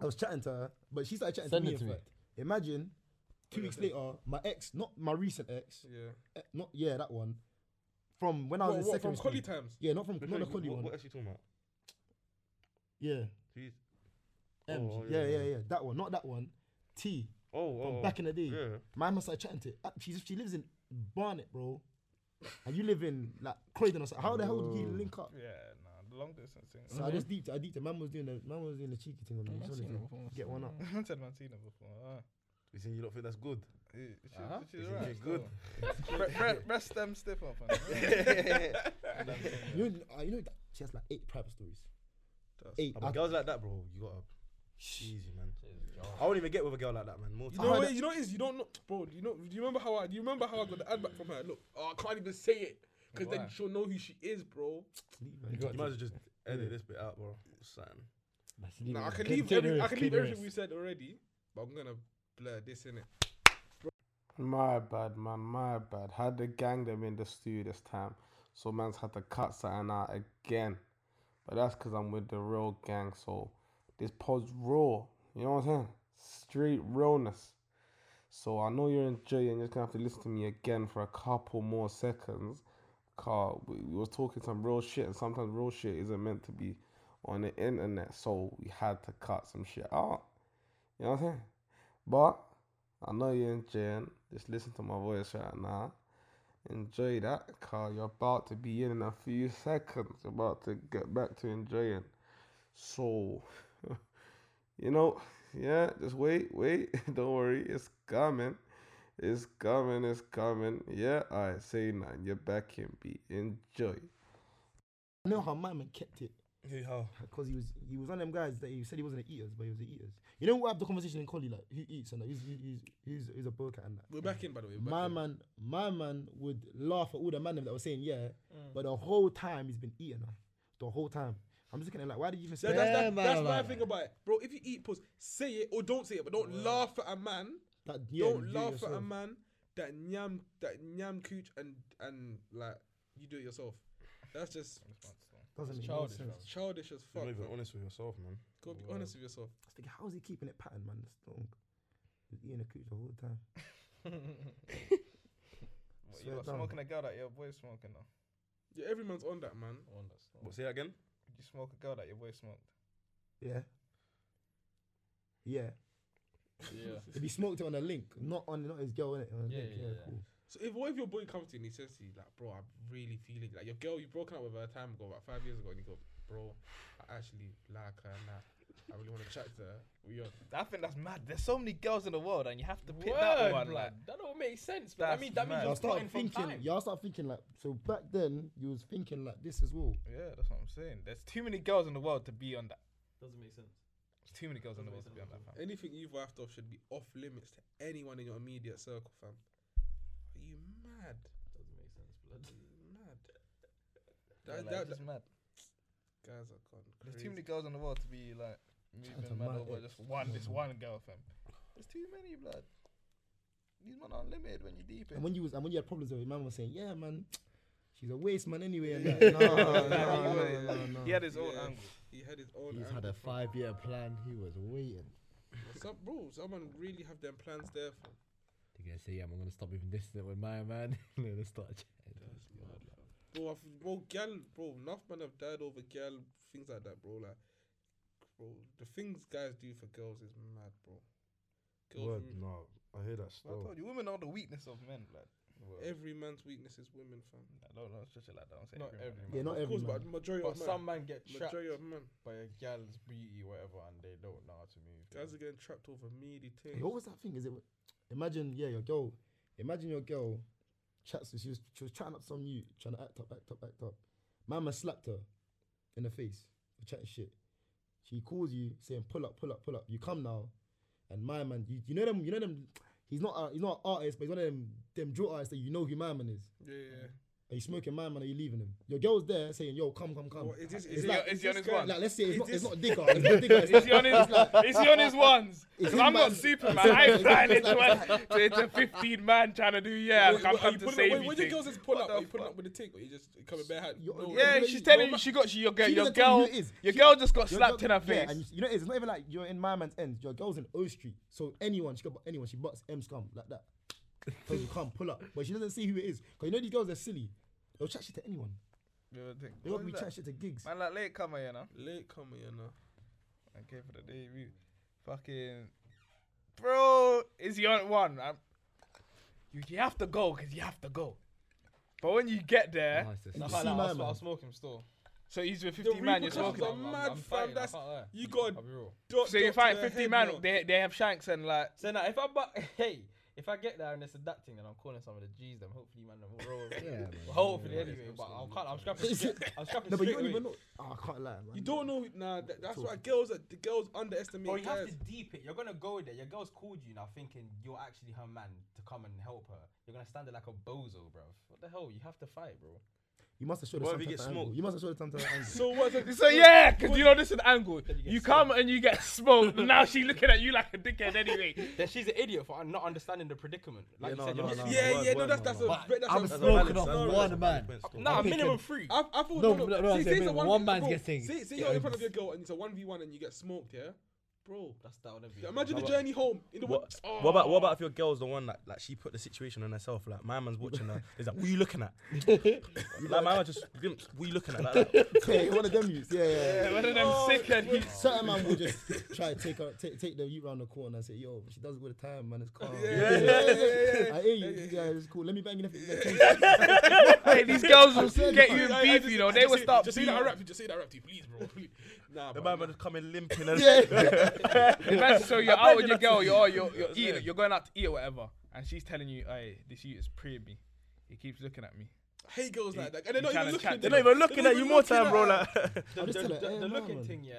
I was chatting to her, but she started chatting
Send
to me. in
it to me.
fact, imagine two weeks later, my ex, not my recent ex,
Yeah.
eh, not yeah, that one, from when I was
What,
in
what,
secondary
from
school.
collie times?
Yeah, not from not the
What-
collie
what,
one.
what else you talking about?
Yeah,
Please.
M.
Oh,
yeah,
yeah,
yeah, yeah,
yeah.
That one, not that one. T.
Oh, oh,
From
oh.
back in the day,
Yeah.
my mum started chatting to. Uh, she's she lives in Barnet, bro, and you live in like Croydon or something. How the hell did you
Oh.
link up?
Yeah, nah, the long distance thing.
So
Mm-hmm.
I just deeped. I deeped. Man was doing the man was doing the cheeky thing on me. Just wanted to Get one up.
I said Martina before. Uh,
You saying you don't think that's good?
she, she,
Uh-huh.
She's
Isn't
right.
she good?
Rest, rest them stiff up. Man.
You know, uh, you know that she has like eight private stories. Eight.
Oh, but
I-
girls like that, bro, you gotta. Easy, man. I won't even get with a girl like that, man. More
You
time.
know
heard
what?
that-
You know what it is you don't know, bro. You know? Do you remember how I? Do you remember how I got the ad back from her? Look, oh, I can't even say it because then
Why?
she'll know who she is, bro.
you might as well just edit this bit out, bro. Something.
That's
Nah, I
ludicrous.
can
Kid
leave. Every,
Terrorist,
I can
Kid
leave everything
Terrorist.
we said already, but I'm gonna blur this in it.
My bad, man. My bad. Had the gang them in the studio this time, so man's had to cut something out again. But that's because I'm with the real gang, so This pod's raw. You know what I'm saying? Straight rawness. So I know you're enjoying. You're just gonna have to listen to me again for a couple more seconds. Car, we, we was talking some real shit, and sometimes real shit isn't meant to be on the internet. So we had to cut some shit out. You know what I'm saying? But I know you're enjoying. Just listen to my voice right now. Enjoy that, car. Oh, You're about to be in in a few seconds. You're about to get back to enjoying. So, you know, yeah, just wait, wait. Don't worry, it's coming. It's coming, it's coming. Yeah, I say nine. You're back in B. Enjoy.
I know how my man kept it
Hey, how?
because he was he was one of them guys that he said he wasn't an eaters, but he was an eaters. You know what? I have the conversation in Collie like who eats and like, who's, who's who's who's a broker and that.
We're back in, by the way. we're back
My
in.
man, my man would laugh at all the man them that were saying yeah,
Mm.
but the whole time he's been eating her. The whole time. I'm just looking at him like, why did you even say
That-
that?
that's
Yeah,
that,
man,
that's
man,
my
man.
thing about it, bro. If you eat puss, say it or don't say it, but don't laugh at a man.
That- yeah, you
don't
do it
laugh at a
yourself.
man that nyam that nyam cooch and and like you do it yourself. That's just
Doesn't
It's
make no
childish,
sense.
bro.
childish as
You're
fuck.
not even
bro.
honest with yourself, man.
Go be honest with yourself.
I was thinking, how is he keeping it pattern, man? This dog. He's eating a cooch the whole time.
What,
Swear
You're
down.
smoking a girl that your boy smoking now.
Yeah, every man's on that, man.
What, say that again?
You smoke a girl that your boy smoked.
Yeah. Yeah.
Yeah.
If he smoked it on a link, not on not his girl, innit? On a
Yeah,
link,
yeah, yeah.
cool.
So if what if your boy comes to you and he says to you like, bro, I'm really feeling like your girl you broken up with her a time ago, about five years ago, and you go, bro, I actually like her and that. I really want to chat to her. We on.
I think that's mad. There's so many girls in the world, and you have to pick that one. Like,
that don't make sense.
but
But
I
I
That's
mean, that means
mad.
Y'all
you're
you're
start
starting from
thinking.
time.
Y'all start thinking like so. Back then, you was thinking like this as well.
yeah, that's what I'm saying. There's too many girls in the world to be on that.
Doesn't make sense.
There's too many girls in the world to be on that. Fam.
Anything you've wifed off should be off limits to anyone in your immediate circle, fam. Are you mad?
Doesn't make sense, blood.
Mad.
Yeah,
That,
like,
that,
it's just mad.
guys are gone crazy.
There's too many girls in the world to be like
to
moving mad
my
over
ex.
just one, this one girl, fam. There's too many, blood. These men are unlimited when you deep
And
in.
when you was and when you had problems with it, man was saying, yeah, man, she's a waste man anyway. And that. no, no, no, no, no, no.
He had his own
Yeah.
angle.
He had his own.
He's
angle
had a
from-
five year plan. He was waiting.
Some bro, someone really have them plans there for.
They're gonna say, yeah, I'm gonna stop even distant with my man. They're gonna start chatting.
Bro, I've, bro, gal, bro, enough man have died over gal things like that, bro. Like, bro, the things guys do for girls is mad, bro. Girls,
Word,
rem-
no. I hear that
I
still.
told you, women are the weakness of men, blood.
every man's weakness is women, fam.
I don't know, stretch it like that. I'm saying
Not
every man.
every
yeah,
man.
not
Of
every
course,
man.
but majority
But
of man,
some man get trapped
majority of man,
by a gal's beauty, whatever, and they don't know how to move.
guys are getting trapped over meaty things.
Hey, what was that thing? Is it? Imagine, yeah, your girl. Imagine your girl chats. She was she was trying up some you, trying to act up, act up, act up. Mama slapped her in the face for chatting shit. She calls you saying, "Pull up, pull up, pull up." You come now, and my man, you, you know them, you know them. He's not a, he's not an artist, but he's one of them them draw artists that you know who my man is.
Yeah, yeah.
Are you smoking my man? Are you leaving him? Your girl's there saying, "Yo, come, come, come."
Well, is this,
It's
is
like-
like,
is he on his
like,
one?
let's say
is
it's not,
this-
it's not digger. It's not digger. It's
Is
not,
he on his? is he on his ones?
Is
Because
he
I'm not
mad?
Superman. I ain't flying into one. So it's a 15 man trying to do yeah.
Wait,
Like, I'm
wait, are
coming
you
to
pulling
save
up,
you.
wait, when your
thing.
girls is pull
What
up,
the
are you pulling
fuck?
up with a tick or you just coming bare hand?
Yo-
No,
yo-
Yeah,
Your
she's
mate-
telling
your
you
ma-
she got she, your girl.
she
Your
doesn't tell you
girl,
who it is.
your
She-
girl just got
Your
slapped
girl-
in her
yeah,
face.
and you, you know, it's not even like you're in my man's ends. Your girl's in O Street, so anyone she could, anyone she butts M's come like that. Tells you come pull up, but she doesn't see who it is. Cause you know these girls are silly. They'll chat shit to anyone. They
What
won't be
is that?
chatting shit to gigs.
Man, like late comer, you know.
late comer, you know.
Okay, for the debut. Fucking. Bro, is he on one? I'm, you, you have to go because you have to go. But when you get there,
Oh, it's just-
You
I
see
can't lie,
my
I'll, sm- I'll
man.
smoke him still.
so he's with
The
15 man, you're
repercussions
smoking.
are mad, fam.
fighting, I
That's
can't lie.
you got.
eh. I'll be real.
dot-
So you
dot
fight
to the
50
head,
man,
bro.
they, they have shanks and like.
So now, if I bu- hey, if I get there and it's adapting, then I'm calling some of the G's. Them hopefully, man, them will roll.
Yeah, man.
Well, hopefully, anyway. But I can't. I'm scrapping.
Is
straight- I'm scrapping.
No, but you
straight
don't
away.
even know. Oh, I can't lie. Man.
You don't know. Nah, that, that's why
Talking.
girls are the girls underestimate
Bro, you have
guys.
to deep it. You're gonna go there. Your girl's called you now, thinking you're actually her man to come and help her. You're gonna stand there like a bozo, bro. What the hell? You have to fight, bro.
You must have showed us
What if
some
he
type
gets
of angle.
smoked?
You must have showed us some type of angle.
So what's it?
So yeah, because you know this is an angle. You, come and you get smoked. now she looking at you like a dickhead anyway.
Then she's an idiot for not understanding the predicament. Like
no,
you said,
no,
you're
no,
not-
no.
Yeah,
Word,
yeah, no,
word,
that's
man,
that's
word.
a that's
I'm
a-
smoking
that's
off
a-
one man.
Nah,
I'm picking-
minimum three.
I, I thought no,
No, but
no,
no, no, I'm
say,
saying
say it's a
minimum.
one,
One man's
bro,
getting-
Say, say you're in front of your girl and it's a one v one and you get smoked, yeah, bro.
That's that would be.
Imagine the journey home in the
What,
Oh.
what about what about if your girl's the one that like she put the situation on herself? Like my man's watching her. He's like, "What you looking at?" like my man just, "What you looking at?" Like, that.
yeah, one of them youths. Yeah, yeah. yeah.
One of them
Oh,
sickhead. He,
Certain man will just try to take her, take, take the youth round the corner and say, "Yo, she does it with the time, man. It's calm."
Yeah, yeah, yeah, yeah.
I hear you. Yeah, it's cool. Let me bang you. in the-
hey, these girls will
said
get
it.
you in
I- I
beef.
just-
You know
I
they
just
will
say-
start.
Just say that I
beefing.
rap to you. Just say that I rap to you, please, bro. Please. Nah,
the
bro.
man was coming limping. And
Imagine, so you're
bet
out with
you
your
that's
girl,
a-
you're out, you're, you're
that's
eating,
it.
you're going out to eat or whatever, and she's telling you, "Hey, this you is pre me." He keeps looking at me.
I hate girls like that. And they're
you
not
tryna
even looking.
chat
at you.
to
They're not even looking
not
at you
even
more
looking
time,
at
bro.
her.
Like,
The,
I'm just telling
the- the-
her,
the
"Hey,
looking
man."
thing, yeah,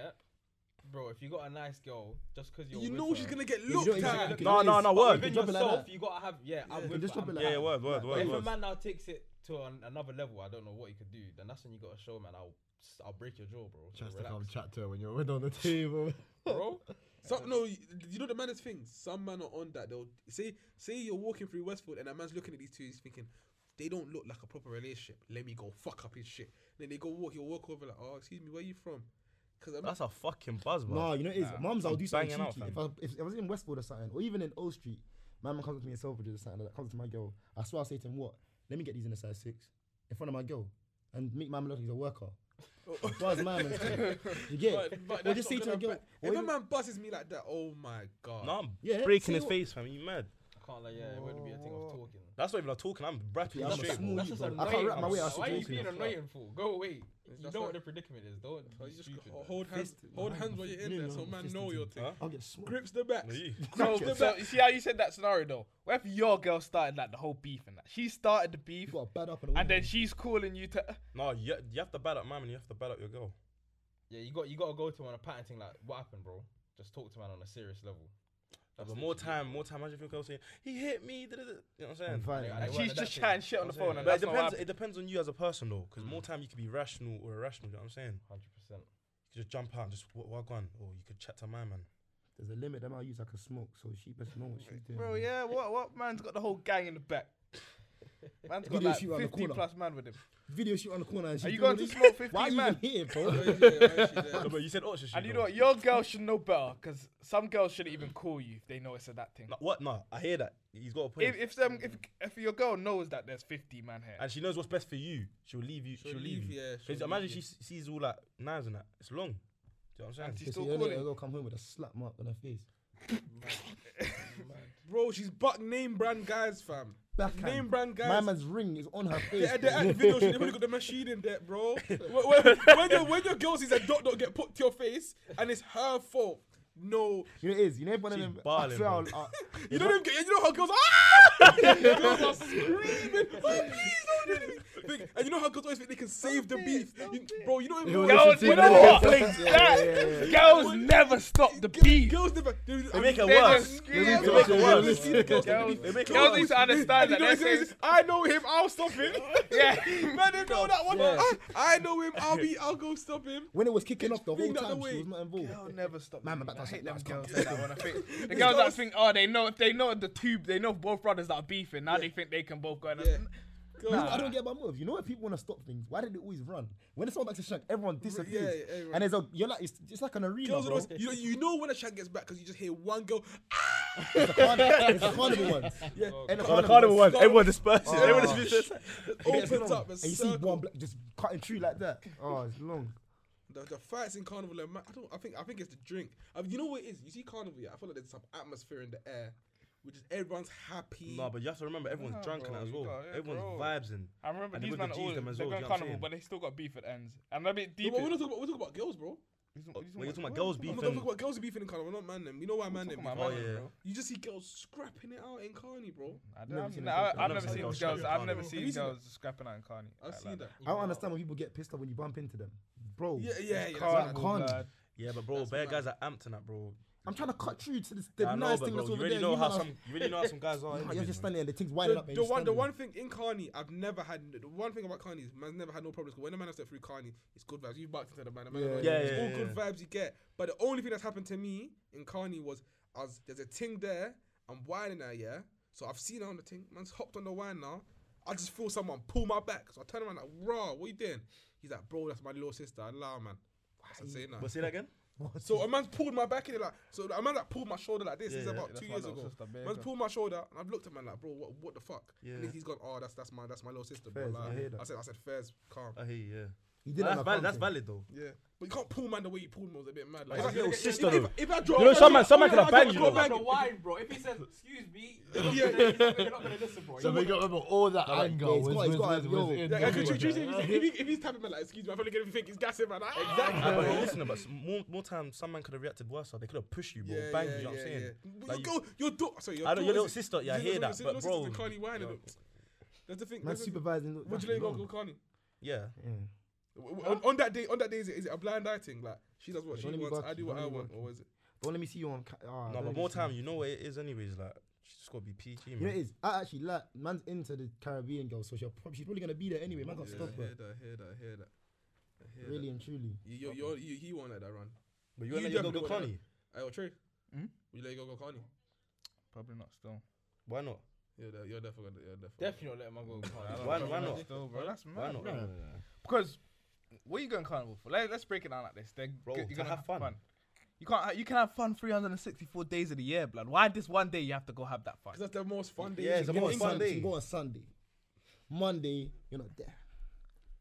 bro. If you got a nice girl, just because you're
You
with
know
her,
she's gonna get
You know
looked
it's-
at.
okay,
no,
it
no,
is.
no, word.
within
drop it like
yourself,
that.
you gotta have yeah. I'm
You
with
just
her,
drop it
I'm
like
yeah,
that.
word, word,
But
word,
if a
word.
man now takes it to an, another level, I don't know what he could do. Then that's when you gotta show, man. I'll I'll break your jaw, bro. So
Just to
relax.
come chat to her when you're with on the table.
bro. So, no, you you know the maddest thing. Some men are on that. They'll say, say you're walking through Westfield and a man's looking at these two. He's thinking, they don't look like a proper relationship. Let me go fuck up his shit. Then they go walk. He'll walk over like, oh, excuse me, where you from? Because I'm
That's a fucking buzz, bro.
Nah, you know it is. Mums, I'll do something
banging out,
cheeky. If I,
fam.
if, if I was in Westwood or something, or even in Old Street, my man comes up to me in Selfridges or something, like, comes to my girl. I swear I'll say to him, what? Let me get these in a size six in front of my girl and make my man look like he's a worker. That's my man. You get
But-
it?
but
Or
that's
just
not
say to a
gonna
girl,
affect-
or
If a
even-
man buses me like that, oh my god.
No, I'm
Yeah, say
breaking his
what-
face, fam. You mad?
I can't like yeah. It wouldn't be a thing of talking.
That's not even a talking. I'm rapping
Yeah, I'm a
straight.
small
bro.
That's just
bro.
annoying.
I can't rap my way
bro.
out of
Why are you
situation.
being
like that.
annoying for? Go away. You
That's
know
not-
what the predicament is. Don't.
So
be
you just
stupid,
h-
man.
hold hands, hold hands while you're in there, so man know your thing.
Huh?
I'll get smoked.
Grips the back.
No, you.
So, so you see how you said that scenario though. What if your girl started like the whole beef and that? She started the beef,
You got a bad up in the
and then
window.
she's calling you to.
No, you, you have to bad up man and you have to bad up your girl.
Yeah, you got you got to go to him on a pattern thing like what happened, bro. Just talk to man on a serious level.
But
That's
more
literally it,
time,
bro.
more time. Imagine if your girl saying, he hit me. da, da, da." You know what I'm saying?
I'm fine.
Yeah,
Like,
they
She's
weren't at
just
that
trying
stage.
shit on the
I'm saying,
phone, and
yeah,
But it
that's not what
depends.
happened.
It depends on you as a person though, because more time you could be rational or irrational. You know what I'm saying?
100%.
You could just jump out and just walk, walk on, or you could chat to my man.
There's a limit that I use. I can smoke, so she best know what she's doing.
Bro,
man.
yeah, what what man's got the whole gang in the back? Man's got
Video
like
shoot around the
50
corner.
plus man with him.
Video shoot on the corner. And she
Are you
do
going
what
to
they-
smoke
Why are
15
you
man?
even here, bro?
no, but you said oh, shit.
And you know what? Your girl should know better because some girls shouldn't even call you if they know it's a that thing.
No, what? No, I hear that. He's got a point.
If if, them, if if your girl knows that there's 50 man here,
and she knows what's best for you. She'll leave you. She'll, leave, you.
yeah,
'Cause
she'll leave
imagine
you.
she s- sees all that knives and that. It's long. Do you know what I'm
and she's
saying?
So
still
you're
calling.
gonna go come home with a slap mark on her face.
Bro, she's buck name brand guys, fam.
Backhand.
Name brand guys.
My man's ring is on her face.
Yeah, they
bro.
had the video shoot. They really got the machine in there, bro. when, when, when your, when your girl sees a dot dot get put to your face and it's her fault, no,
You know it is. You know one of
She's
them. I
balling,
swear
bro.
I'll, I'll,
you don't even get. You know how girls ah, girls are screaming. Oh, please don't do anything. And you know how girls always think they can save the beef, You- bro. You know
will
what?
listen
Girls,
to
you
you
know
later.
what? That- Girls never stop the beef.
Girls never. They,
They make it
They don't
worse.
scream.
They make it worse.
Girls-
They make it
Girls
worse.
need to understand that.
You know,
They're
it's-
saying,
it's- I know him. I'll stop him.
yeah,
Man, they know that one. Oh, I, I know him. I'll be. I'll go stop him.
when it was kicking off the whole
Bring that
time,
away.
she was not involved.
Girl never stop.
Man,
the
my back
beef. I
was
hate
like,
them
"That's
girls that want to think. The
It's
girls that
girls-
think, oh, they know if they know the tube, they know both brothers that are beefing. Now they think they can both go. And
Yeah.
You know what I don't get about move. You know when people want to stop things, why do they always run? When it's all back to shank, everyone disappears.
yeah, everyone.
And there's a you're like it's, it's like an arena.
Girls are
bro.
always, you, know, you know when a shank gets back because you just hear one girl.
It's a carnival, it's a carnival one. Yeah,
Oh,
and
On the carnival
ones.
one, everyone disperses. everyone disperses.
opens up
And
and
you see
circle.
one black just cutting through like that. Oh, it's long.
The, the fights in carnival, are ma- I don't. I think. I think it's the drink. I mean, you know what it is. You see carnival. Yeah, I feel like there's some atmosphere in the air, which is everyone's happy.
No, but you have to remember everyone's drunk in
bro,
that as
you
well.
got- yeah,
everyone's
bro.
vibes in.
I remember
And
these
with the
men are
G's
all
them as
they're going
well, do you know what I'm
carnival,
saying?
but they still got beef at ends. And they're a bit
No,
deep.
but we're not talking about. We're talking about girls, bro.
When you're talking about girls
We're talking
beefing,
about girls beefing in carnival, not man them. You know why man them?
man them,
yeah.
bro.
You just see girls scrapping it out in carny, bro.
I
never
don't-
seen
no,
a
I-
girl
I've
scrap
never
at
seen
Carney.
girls. I've
Have
never
you
seen
seen that?
girls scrapping out in Carney.
I've
like
seen that.
I don't understand when people get pissed off when you bump into them, bro.
Yeah, Oh, yeah, yeah.
Carnival
Carney.
blood.
yeah, but bro, bare guys are amped in that, bro.
I'm trying to cut through to this the
I know,
nice
but
thing
bro,
that's
you
over
really
there.
know
you
how
man are-
some, you really know how some guys are. innit,
You're
man?
just standing there. The thing's winding
The,
up. and
the
you're
one, the
standing.
one thing in Carney, I've never had. The one thing about Carney is man's never had no problems. 'cause When the man has stepped through Carney, it's good vibes. You bucked into the man. The man
Yeah.
knows
Yeah,
it's
yeah,
all
yeah,
good
yeah.
vibes you get. But the only thing that's happened to me in Carney was I was there's a ting there. I'm whining her, yeah. So I've seen her on the ting. Man's hopped on the wine now. I just feel someone pull my back. So I turn around like, raw, what you doing? He's like, bro, that's my little sister. I lie, man. I say that.
But say that again.
So a man's pulled my back in it like so a man that pulled my shoulder like this.
Yeah,
this
yeah,
is about
that's
two
my
years
little
ago.
sister, babe.
man's pulled my shoulder and I've looked at man like, bro, what what the fuck? And
Yeah.
he's gone, oh, that's that's my that's my little sister.
Fairs,
bro. Like,
I hear that.
said I said fairs, calm.
I hear you. Yeah.
He
Nah,
did
that's
that
valid. That's valid though.
yeah, but you can't pull man the way you pulled me was a bit mad. Like,
Like,
if I-
your
if-
sister,
if- if-
though.
if I
You know, some man, some man could have banged you.
Go
though.
back.
the wine, bro. If he says, "Excuse me,"
Yeah.
you're not gonna listen, bro.
So we got remember all that anger
yeah, he's
was, was,
got- he's
was,
got-
was,
yo.
in
Yeah, 'cause
everywhere.
you- you- you- if, he, if he's tapping me like, excuse me, I probably gonna think he's gassing man. Like, ah.
Nah, but listen, but s- more more times, some man could have reacted worse. Or they could have pushed you, bro.
Yeah,
Banged
yeah,
you. You know what I'm
yeah,
saying.
yeah. But
Like,
your
you-
girl, your daughter, sorry, your
I know, your
daughter-
little sister, yeah, I hear that,
Your
but
sister's in
bro,
Carney wine, and it- That's the thing.
Man
that's the thing.
supervising.
What do you let go go Carney?
Yeah.
W- w- On, on that day, on that day, is it, is it a blind eye thing? Like she does what she
Don't let me
wants,
work
I
you,
do what
don't
I
let me
want,
work
or is it?
Don't let me see you on. Ca- ah,
No,
don't
but
let
more
me see you.
time, you know what it is, anyways. Like, she's just gotta be PG,
You know what
man.
it is? I actually like man's into the Caribbean girl, so she'll prob- she's probably gonna be there anyway. Man, can't
Yeah,
stop
I
her.
hear that, I hear that, I hear that. I hear
Really
that.
and truly.
You, you, you're, you, he won't let that run.
But you
You
ain't let your girl go
definitely
Connie.
wouldn't. Hey, well, true.
Hmm?
Will you let your girl go Carney?
Probably not still.
Why not?
You're, de- you're definitely gonna. You're definitely.
Definitely not letting my girl go.
Why, why not?
Still, bro. That's mad.
Why not?
No, no, no,
Because what are you going carnival for? Let, let's break it down like this. They're,
Bro,
you're
to
gonna
have fun.
You can't. ha- You can have fun 364 days of the year, blood. Why this one day you have to go have that fun?
Because that's the most fun day.
Yeah,
you
it's
can
the
get
most
in
fun
Carney.
day.
You go on Sunday. Monday, you're not there.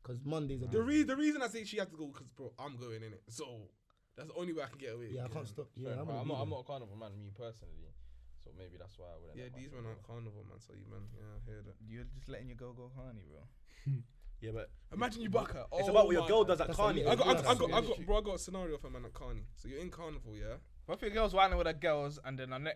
Cause Monday's a
The, re- the reason I say she has to go because bro, I'm going in it. So that's the only way I can get away.
Yeah, I can't stop. Yeah, I'm, gonna
I'm
be
not. I'm
there.
not a carnival man, me personally. So maybe that's why I wouldn't.
Yeah,
let my
these
girl
men
go.
aren't carnival man. So you man, yeah, I hear that.
You're just letting your girl go honey, bro.
Yeah, but
Imagine you buck her. Oh,
it's about what your
my
girl does at
That's a
Connie.
little
I got, I got, I
That's
got, I got,
realistic.
bro, I got a scenario for a man at Carney. So you're in Carnival, yeah?
What if your girl's whining with her girls and then the ne-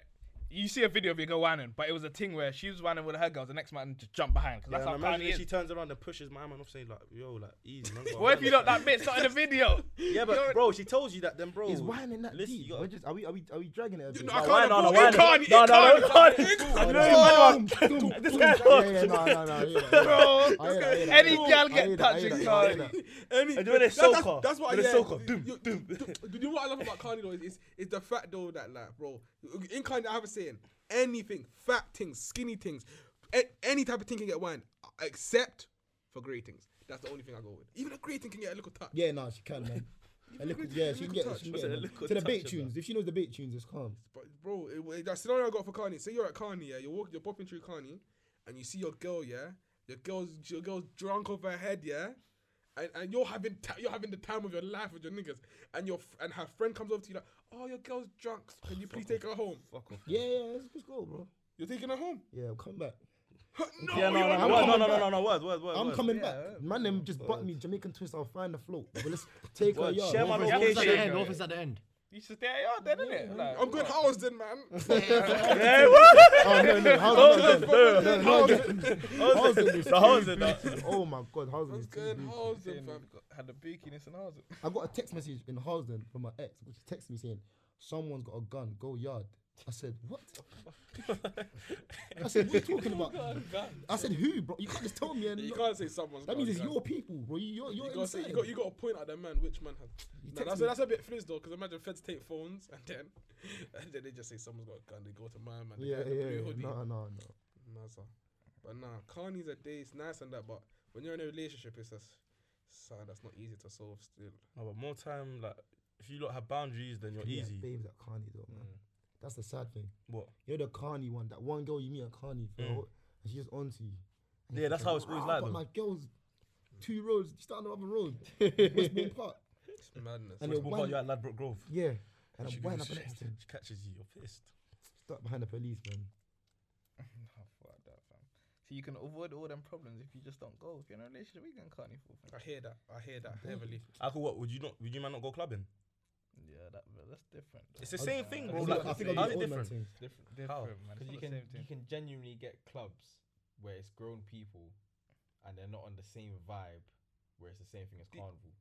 you see a video of your girl whining, but it was a thing where she was whining with her girls, the next man just jumped behind because
Yeah,
that's how
and imagine
Kanye
if she
is.
turns around and pushes my man off, saying like, "Yo, like, easy, man." go
What if
on,
you
man."
not that bit's not in the video?
Yeah, but bro, she tells you that, then bro.
He's whining that
Listen,
deep.
you
We're
gotta-
just, are we are we are we dragging it? A bit?
no,
Like,
I
Why
can't-
not?
no,
Why
it
not?
can't,
No,
it
no, no,
can't,
no,
it
no,
can't. Yeah,
no, no, no,
Boom, boom, boom.
guy-
Yeah, yeah, no, no, no, yeah, yeah.
Bro,
I hear that, I hear that.
any girl
I hear
get
that, I hear
touched in
that, I hear
Cardi.
that.
Any,
And doing a
that- that's,
soca.
that's what
Doing a
yeah,
soca.
you-
Doom,
you- Do you know what I love about Carney though? Is is the fact though that like, bro, in Carney I have a saying: anything, fat things, skinny things, a- any type of thing can get wine, except for grey things. That's the only thing I go with. Even a grey thing can get a little touch.
Yeah, no, she can, man. A little, yeah, she can get it. She can
touch.
get
A
it.
little
man. To the
touch
bait
of
tunes. If she knows the bait tunes, it's calm.
But bro, it, wa- that scenario I got for Carney. Say you're at Carney, yeah, you're walking, you're popping through Carney, and you see your girl, yeah, your girl's your girl's drunk off her head, yeah, and, and you're having ta- you're having the time of your life with your niggas, and your f- and her friend comes over to you like, oh, your girl's drunk, can you please take her home?
Yeah, yeah, let's just go, bro.
You're taking her home?
Yeah, come back.
no,
Yeah, no, no, no,
I'm
no, no,
coming
no,
back.
no, no, word, word, word.
I'm
word.
coming back. Man, them just butt me Jamaican twist. I'll find the float. But let's take her
Word.
yard.
Share my
Over-
What if it's at the
location.
end? What if it's at the end?
You should stay at your then, innit? Like,
I'm going house then, man.
Oh no, no, how's it again? No, no, again. How's it is
The house in
too big. Oh my god, how's it
I'm
is too
going
big.
house then,
saying
fam.
we've got- had the beakiness and housing.
I got a text message in Hosden from my ex, which texted me saying, "Someone's got a gun. Go yard." I said, "What?" I said, "What are you talking about?" I said, "Who, bro? You can't just tell me." And
You
not-
can't say someone's.
that
got a
means it's
gun.
your people, bro. You, you're
You
you're
gotta, say,
inside.
you, got, you got to point at the man which man has. Nah,
text
that's,
me.
that's a bit fliz though, because imagine feds take phones and then and then they just say someone's got a gun, they go to my man. They
yeah,
get the
yeah,
blue
yeah.
hoodie.
No, no, no.
Nah, son. But nah, Carney's a day, it's nice and that, but when you're in a relationship, it's just son, that's not easy to solve still.
No, but more time, like, if you lot have boundaries, then you're
Yeah,
easy.
babes at Carney though, man. That's the sad thing.
What?
You're the Carney one. That one girl you meet at Carney, for
Mm.
whole and she's just onto you. And
Yeah,
you're
that's
thinking,
how it's always
"Rah,
like,
But
though."
my girl's two roads. She's down the other road. Westbourne Park.
It's madness.
And
Which
it
one part
went-
you at Ladbroke Grove?
Yeah. And
She
I'm
goes-
winding up
she-
the next thing.
She catches you, you're pissed.
Stuck behind the police, man.
Nah, fuck that, fam. So you can avoid all them problems if you just don't go. If you're in a relationship, we can carnival.
I
Fam.
hear that. I hear that heavily.
I could what? Would you not? Would you man not go clubbing?
Yeah, that, but that's different. though.
It's the same thing, bro.
It's
Like,
not- I think
how's
do
it
the old man
different?
thing.
It's different.
How?
Different, man. It's
Because
not the
you can
same
you
thing.
can genuinely get clubs where it's grown people and they're not on the same vibe where it's the same thing as carnival.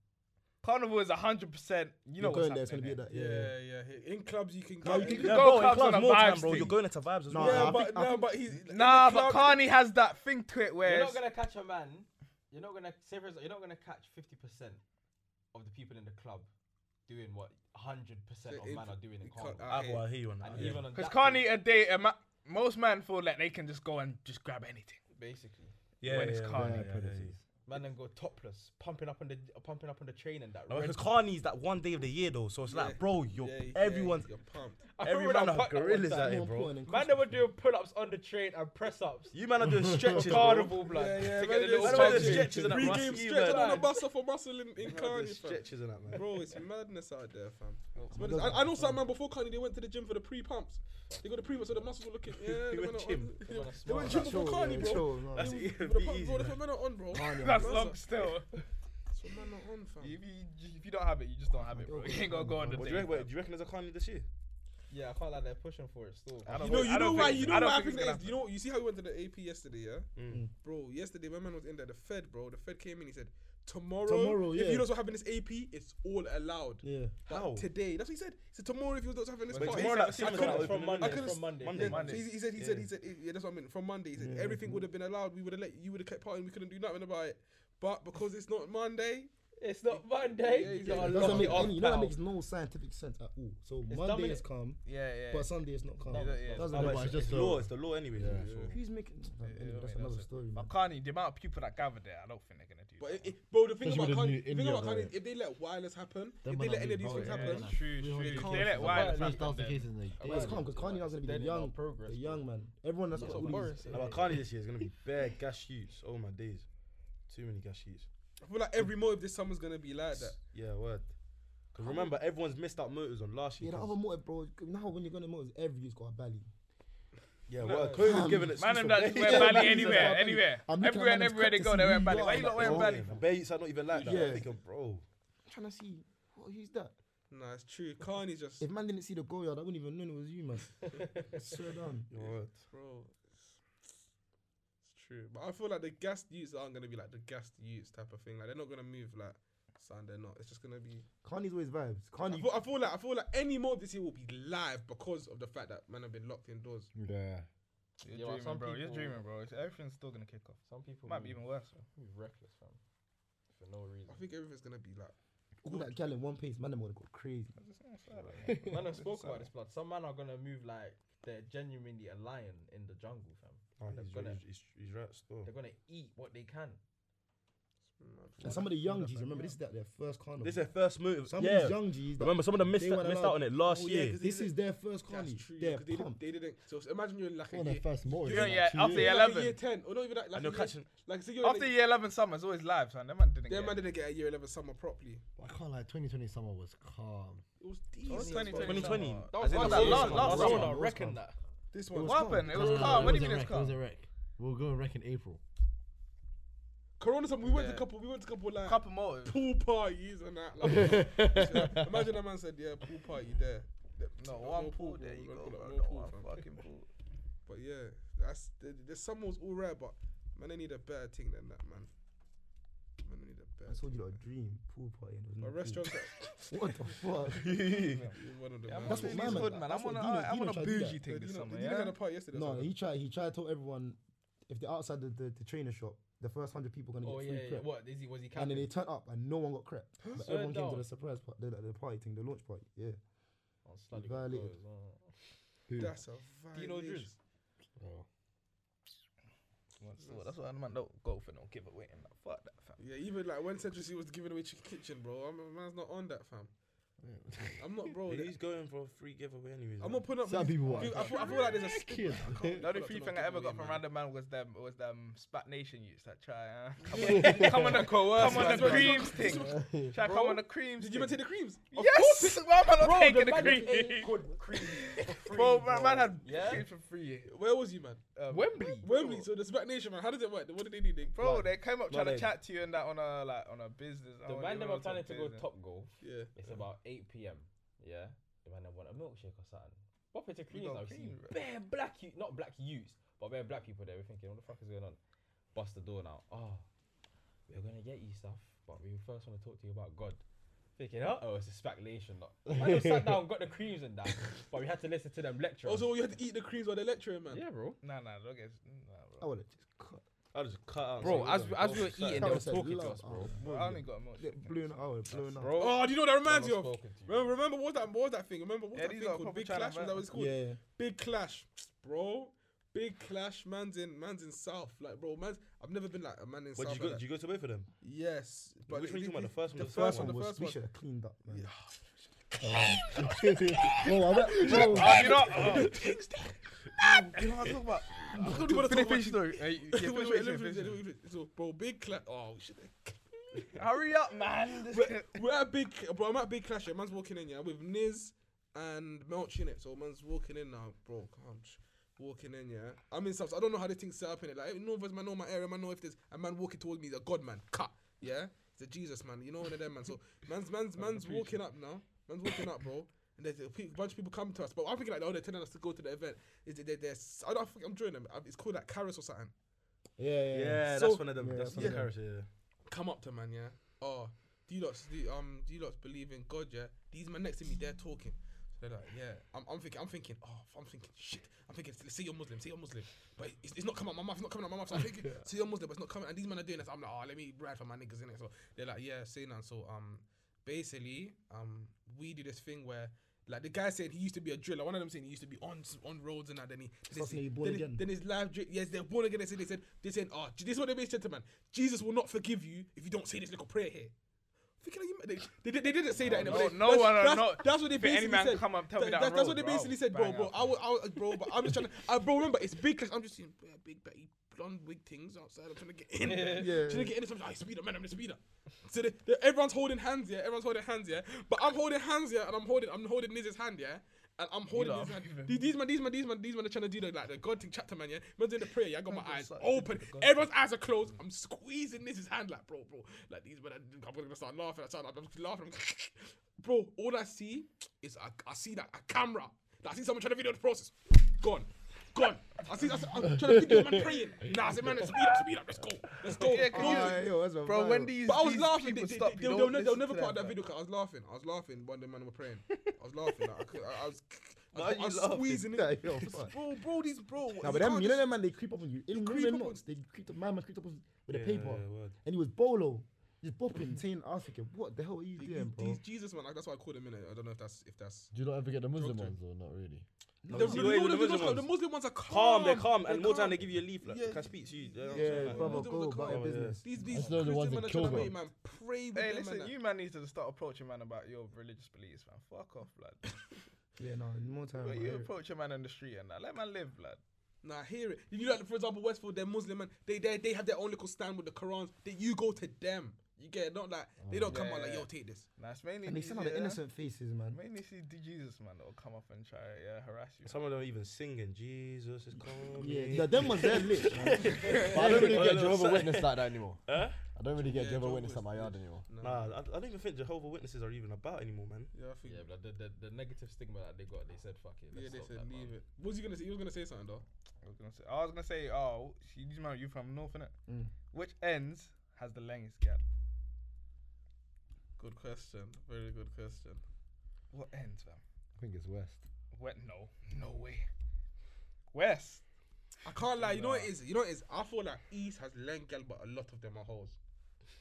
Carnival is hundred percent. You know
You're
what's
going there, it's gonna
happening.
be
there.
at that.
Yeah,
Yeah. yeah.
yeah. yeah. In clubs, you can get
No, you
it.
can
Yeah,
go
but in
clubs on
clubs
a
more time,
vibes
bro.
thing.
You're going into vibes as
Nah, nah.
well.
Yeah,
I
but
think- I
no,
think-
but he's
Nah,
the
but
club-
Carney has that thing to it where
You're not
it's-
gonna catch a man. You're not gonna say for example, you're not gonna catch fifty percent of the people in the club doing what hundred percent
So
of
if
men are doing in
you can't-
carnival.
I
I,
hate-
I hear you on that.
and
uh, yeah.
even on
Because
that
Carney
thing,
a day, a ma- most men feel like they can just go and just grab anything.
basically,
yeah,
when it's
yeah,
Carney,
yeah, yeah, yeah, yeah.
man, then go topless, pumping up on the pumping up on the train and that.
Oh,
Like,
red-
Because Carney's that one day of the year though, so it's like, bro, you're
Yeah, yeah,
everyone's
You're pumped.
I
every
remember
man
that
have
part that one
gorillas
time.
out here,
More
bro.
important than
Man, they
Christmas,
were
bro.
doing pull-ups on the train and press-ups.
You man are doing stretches, bro.
Carnival blood.
Yeah, yeah,
to
man,
get the little
it's
Man are doing
Stretches.
stretches and that
Pre-game
rusty,
stretch
man.
on the
man.
bus for muscle in, in
Man are doing
Carney, fam.
Stretches and that, man.
Bro, it's madness out there, fam. It's madness. I, I know some man before Carney, they went to the gym for the pre pumps. They got the pre pumps, so the muscles were looking. Yeah, they
went
went
gym.
on- They went gym before
Chill,
Carney,
yeah,
bro.
chill, nah.
That's
They- for
it,
the
it'd be
pump-
easy,
Bro, that's
man.
what men are on, bro. That's
Carney,
That's
man.
long still.
what men are on, fam.
If you, if you don't have it, you just don't have it, bro. You ain't gonna go on the
What,
day.
do you reckon, wait, do you reckon there's a Carney this year?
Yeah, I felt like they're pushing for it still.
I don't
You know,
think- I
you know
don't
why,
think-
you know
I don't
why I
think
think
it's
that
gonna
is. You know, you see how we went to the AP yesterday, yeah?
Mm.
Bro, yesterday when man was in there, the Fed, bro, the Fed came in, he said, Tomorrow,
Tomorrow,
if
yeah.
you don't having this AP, it's all allowed.
Yeah.
But
How?
Today, that's what he said. He said tomorrow if you don't having this
Wait,
party,
tomorrow
he
that
said,
seems
I couldn't-
like
from
open,
I
Monday.
couldn't-
From Monday.
Monday.
Yeah,
Monday.
so he, he said, he said, he said, yeah, that's what I meant. From Monday, he said
Yeah.
everything would have been allowed. We would have let you would have kept partying. We couldn't do nothing about it. But because it's not Monday,
It's not Monday.
Yeah,
you
yeah,
gotta
yeah.
It
Lock
doesn't
lock
make
it off
any. You know that
now.
makes no scientific sense at all. So Monday
dominant.
is calm,
Yeah, yeah.
but Sunday is not calm.
Yeah,
yeah.
Doesn't
Oh,
matter.
but it's just
It's
the-
law, it's the law anyway.
Yeah.
isn't it?
Sure.
Who's making? Anyway, that's
yeah,
another
that's it.
story. man.
But Carney, the amount of people that gather there, I don't think they're gonna do.
but
that.
it, it- bro, the thing
Especially
about
with the
Kanye,
new
the thing about
India,
Kanye,
bro.
if they let wireless happen,
Them
if
man
they
are
let any of
big
these
boys,
things
yeah,
happen,
yeah.
true,
We hold
true.
the
They let
cards.
Wilder
That's
have
that's the
them.
case, isn't it?
But it's calm because Carney's going to be the
Then it's not
young,
progress,
the
bro.
young man. Everyone that's
That's
got
what
all
Boris
these.
said.
Now, but Carney this year is going to be bare gas shoots. Oh my days. Too many gas shoots.
I feel like every motive this summer's gonna be like that.
Yeah, word. Because remember, everyone's missed out motors on last
Yeah,
year.
the
'cause-
other motive, bro. Now when you're going to motors, every year's got a belly.
yeah, word. COVID's giving it
Man and that wear Bally anywhere, anywhere.
I'm looking at
Everywhere
man
and
that's
everywhere they
cut
go,
to
they wear
see
Bally.
you
Why
are
you
like
not wearing
that.
Bally?
Bare youths are not even like that.
Yeah.
I'm thinking, bro.
I'm trying to see, what, who's that?
Nah, it's true. Kanye's just
If man didn't see the goal yard, I wouldn't even know it was you, man. Swear down.
Yeah, word.
bro. It's true, but I feel like the gassed youths aren't gonna be like the gassed youths type of thing. Like they're not gonna move like. Son, they're not. It's just gonna be.
Carney's always vibes.
I
Carney,
feel, I feel like I feel like any motive this year will be live because of the fact that man have been locked indoors.
You're
Yeah.
Yeah, but
dreaming,
some
bro. You're
people-
dreaming, bro. It's- Everything's still gonna kick off.
Some people
Might be even worse.
be reckless, fam, for no
I
reason.
think everything's gonna be like.
all that gal in one piece, man, them would have got crazy.
Man, I spoke about this blood. Some man are gonna move like they're genuinely a lion in the jungle, fam.
Oh,
They're
he's,
gonna-
he's, he's, he's right still.
They're gonna eat what they can.
And some of the young G's, remember, this is at their first carnival.
This is their first motive.
some of
yeah.
these young G's, that-
Remember, some of them missed,
they weren't
missed
allowed-
out on it last
Oh, yeah,
year.
'cause
This is their first
That's
Carney.
true.
They're
'cause they, didn't,
pumped. Oh,
they didn't. So imagine you're in like a
On
year,
their first motor.
Yeah, yeah, after
you're in like a year
11.
ten, or not even that. Like
And
a
they're
year-
catching.
Like so you're
After
in a,
year 11 summer, it's always live, son. That man didn't
their man
get it.
didn't get a year eleven summer properly.
I can't lie. 2020 summer was calm.
It was
It was
decent.
2020.
2020.
summer.
As in
Oh,
the
that
first
last-
one.
last
Last
summer.
one.
I reckon that.
This
It
one.
was
What happened? It was
Nah,
calm. What do you mean
a
it's
wreck, It was a
calm?
wreck. We'll go and wreck in April.
Corona summer. We went to
Yeah.
a couple. We went to a couple like
Couple more.
pool parties and that. Like, imagine a man said, "Yeah, pool party there."
No,
No,
one
no
pool.
pool,
There
bro.
you
We're
go,
gonna
bro.
put
No
up no
one
pool, fam.
fucking pool.
But yeah, that's the, the summer was all right, but man, they need a better thing than that, man. Man, they need a better.
I
thing.
told you like a dream pool party. and there was no
But
pool.
restaurants, are-
What the fuck?
you're one of the
Yeah,
man.
I'm on
That's what
Dino's
my man-
hood, man.
that's
I'm
what
on a-
Dino-
I'm
Dino
on a
tried to do
bougie
that.
thing
Did
this
you not-
summer.
Did you look
Yeah.
at the party yesterday?
No,
Sam?
he tried. He tried to tell everyone if they're outside the, the, the trainer shop, the first hundred people gonna
Oh
get
yeah,
free
yeah.
crepe.
What is he? Was he
And then they
capping?
turned up and no one got crept. But
Swear
everyone came to
down.
the surprise party, the, the party thing, the launch party. Yeah.
Oh, Slightly got
violated.
goals, oh.
That's a
Dino
violation.
Driz.
So That's why a man don't go for no giveaway and that. Fuck that, fam.
Yeah, even like when Central C was giving away Chicken Kitchen, bro. I'm, man's not on that, fam. I'm not, bro.
He's going for a free giveaway anyways.
I'm
man.
not putting up.
Some
with these-
people
I
are
feel, I feel- I feel like there's a stigma. I can't
The only
put up
free
to no
thing I ever got
giveaway,
from
man.
random man was them was them Spat Nation youths that try uh, come, on, come on the come on the creams thing. Try come on the creams.
Did you even
thing.
take the creams? Of course
Yes, why am I not
Bro,
taking the
man
cream?
ate good cream. for
Bro,
free,
man, man had
Yeah?
cream for free.
it- Where was you, man?
Um, Wembley,
Wembley. So the Spat Nation, man. How does it work? What did they do? They,
bro, they came up
No,
trying to
they-
chat to you and that on a like on a business. I
The
don't
man
even
that
know
were
what's on
planning to go
business.
top goal.
yeah.
It's about 8 p.m. Yeah, the man that want a milkshake or something. What for creams?
got
I've seen
cream, bro.
bare black you, not black youths, but bare black people there. We're thinking, what the fuck is going on? Bust the door now. Oh, we're gonna get you stuff, but we first want to talk to you about God. Thinking, uh oh, it's a speculation lot. I just sat down, got the creams and that, but we had to listen to them lecture. us.
Also, you had to eat the creams while they're lecturing, man.
yeah, bro.
Nah, nah, look at. Nah,
I
bro.
would have just cut.
I just cut out.
Bro,
some
as
of
we,
them.
as we were
That
eating,
That
they were
was a
talking to
love, oh,
us, bro.
bro.
I only got milk.
Yeah, Blown out, blown out.
Bro,
Oh, do you know what that reminds you
I've
of?
spoken to you.
Remember, remember what was that? What was that thing? Remember what was
Yeah,
that
these
thing
are
called?
proper
Big
China
Clash. Was that
man.
what it's called?
Yeah, yeah.
Big Clash, bro. Big Clash. Man's in. Man's in South. Like, bro. Man's. I've never been like a man in
What,
South.
did you go?
like
Did
that.
you go to both of them?
Yes.
Which one you talking about? The first one
The
or
first
the second
First
one.
one
The
was
first
we
one.
should have cleaned up, man.
Yeah.
Bro, I went- bro,
you know, oh,
You know what I'm talking about? I don't even wanna talk
finish,
about
finish
it.
story. Hey, yeah,
Wait,
finish
wait,
what you're
let me
saying,
finish,
finish
let me
it.
finish. So, bro, big clash. Oh shit!
Hurry up, man. This-
We're, we're at big, bro. I'm at big clash. Yeah, man's walking in. Yeah, with Niz and Melch in it. So man's walking in now, bro. Calm. sh- Walking in, yeah. I'm in subs. I don't know how this thing's set up in it. Like, I know if it's- man, know my area, man, know if there's a man walking towards me, he's a god man. Cut, yeah. He's a Jesus man. You know one of them man. So man's man's man's walking up now. Man's walking up, bro. And there's a pe- bunch of people come to us, but I'm thinking like, oh, they're telling us to go to the event. Is it? They're, they're, s- I don't think I'm joining them. Uh, It's called like Caris or something.
yeah, yeah, yeah.
Yeah,
So-
that's one of them.
Yeah,
that's
yeah.
one of the characters. Yeah.
come up to man, yeah. Oh, do you lot, do, you- um, do you lot believe in God, yeah? These men next to me, they're talking. So they're like, yeah. I'm, I'm thinking, I'm thinking, oh, I'm thinking, shit. I'm thinking, say you're Muslim, say you're Muslim, but it's, it's not coming out my mouth, it's not coming out my mouth. So I'm thinking, say you're Muslim, but it's not coming. And these men are doing this. I'm like, oh, let me ride for my niggas in it. So they're like, yeah, say none. So um, basically, um, we do this thing where. Like the guy said, he used to be a driller. One of them saying he used to be on on roads and that. Then he then,
Suddenly
he-
he born
then he-
again.
then his life. dri- Yes, they're born again. They said they said they said, oh, this is what they mean, gentlemen. Jesus will not forgive you if you don't say this little prayer here. Thinking, are you, mad? they, they, they didn't say that. in it, but
no,
they-
no one,
that's,
no.
that's, that's what they
If any
basically
man
said.
come and tell me
That-
that
that's,
I'm
that's
wrong,
what they
bro, I
basically
will
said, bro,
bang
bro.
out.
I, will, I, will, bro, but I'm just trying to, I, bro, remember it's big. Class. I'm just seeing uh, big batty blonde wig things outside. I'm trying to get in.
Yeah.
Trying to get in. So I'm like, "Aye, speed up, man. I'm the speeder. So they, they, everyone's holding hands, yeah. Everyone's holding hands, yeah. But I'm holding hands, yeah, and I'm holding, I'm holding Niz's hand, yeah. And I'm holding
lot
his hand.
are moving.
These, these man, these man, these man, these man are trying to do the like the God thing chapter man, yeah. Man's doing the prayer, yeah. I got my eyes open. Everyone's eyes are closed. I'm squeezing Niz's hand like, bro, bro. Like these man, are- I'm gonna start laughing. I start, I'm just laughing. I'm bro, all I see is a, I see that a camera. I see someone trying to video the process. Gone. Gone. I see. I see I'm trying to video man praying. Nah, I said, man, speed up, speed up. Let's go. Let's go.
Yeah, 'cause
No,
you-
no,
Yeah, yo, that's my
Bro,
vibe.
when these
but I was
these
laughing. They,
people
they,
stop,
they,
you
they'll,
don't
they'll, ne-
listen
they'll
to
never put
them,
out that
bro.
video 'cause I was laughing. I was laughing when the man were praying. I was laughing. Like, I, could, I, I was, I,
Why
was-
are
I was
you laughing?
squeezing
Yeah,
it.
yo, fuck.
Bro, bro, these bro.
Nah, but them, you know them man, they creep up on you. In
creep
room
up on-
notes, they creeped up. My man creeped up with with a
Yeah,
paper,
yeah, word.
and he was bolo, just bopping, saying, "I was thinking, what the hell are you
these,
doing, bro?"
these Jesus man. Like, that's why I called him in it. I don't know if that's if that's.
Do you not ever get the Muslim
Doctor.
ones or not really?
No, the,
see,
the,
wait,
no,
the
the,
Muslim
Muslim, the
ones-
Muslim ones are calm.
Calm, they're calm, and more time
calm.
they give you a leaflet.
Yeah.
Can I speak to you? You know what I'm saying?
Yeah,
Like,
brother,
those are
go
the
about your
calm, yeah.
business.
These these
Just know the
Christian
ones that
man are
kill
trying to make
them.
man pray with
Hey,
them.
listen,
man,
you man needs to start approaching man about your religious beliefs, man. Fuck off, blood.
Yeah, no, more time.
But
bro.
you approach a man on the street and that. Let man live, blood.
Nah, I hear it. If you like, for example, Westfield, they're Muslim man. They they they have their own little stand with the Qurans. That you go to them. You get it? not like they don't come
Yeah,
out like
yeah.
yo take this.
Nah, it's mainly
And they
these-
sound like the
yeah,
innocent faces, man.
Mainly see the Jesus man that will come up and try yeah harass you.
Some of them are even singing, Jesus is coming.
Yeah, yeah, them ones they're lit. Man.
But I don't really
Oh,
get
no,
Jehovah
sorry.
Witness like that anymore.
Huh?
I don't really get
Yeah,
Jehovah
Jehovah
Witness at my yard anymore.
Nah, I, I don't even think Jehovah Witnesses are even about anymore, man.
Yeah, I think.
Yeah, but the, the, the negative stigma that they got, they said, fuck it.
Yeah,
Let's
they
stop
said
that,
leave
man.
it. What was he gonna say? He was gonna say something though.
I was gonna say, I was gonna say, oh, she, you man, you from North, innit?
Mm.
Which ends has the longest gap?
Good question. Very good question.
What ends, fam?
I think it's West.
What? No, no way. West.
I can't lie. You know what it is? You know what it is? I feel like East has Lengel, but a lot of them are holes.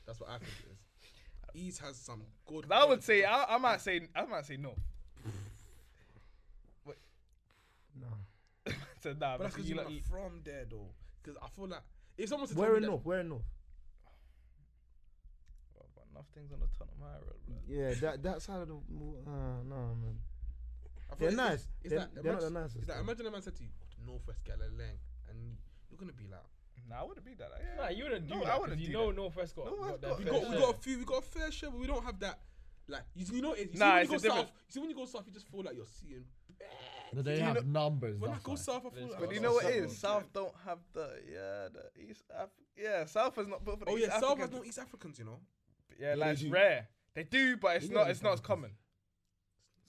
That's what I think it is. East has some good.
'Cause I would say, I, I might say, I might say no.
Nah.
so nah,
but that's because
you
you're
lot-
not from there though. Because I feel like if someone to
Where
tell me
enough?
that,
Where enough?
Well, but enough things on the Tottenham High Road, bro.
Yeah, that that side of the w- uh, no man.
I feel
They're
like
nice.
It's, it's
They're-
like,
they're not the
imagine-
nicest,
It's like,
though.
imagine a man said to you, "Go to Northwest get a leng," and you're gonna be like,
Nah, I wouldn't be that. Yeah.
Nah, you wouldn't do
No, I
that. 'cause
wouldn't
You
do
know
that.
North West got.
No one's
got their
got
"We
fair
got, we
share.
got a few, we got a fair share, but we don't have that." Like you, see- you know, it is. You
Nah,
see, when you
it's
go
a
south,
different-
you see when you go south, you just feel like you're seeing.
But they
you
have numbers.
When I
that's
go
why.
south, I feel like.
But
I'm
you know what
south
it
all
is?
the
South
time.
don't have the yeah the East Af- yeah South has not built for the
Oh
East
yeah, South has
Africans.
no East Africans, you know.
yeah
They
like it's
do.
rare they do but it's
They do
not
have
it's not as
Africans.
common.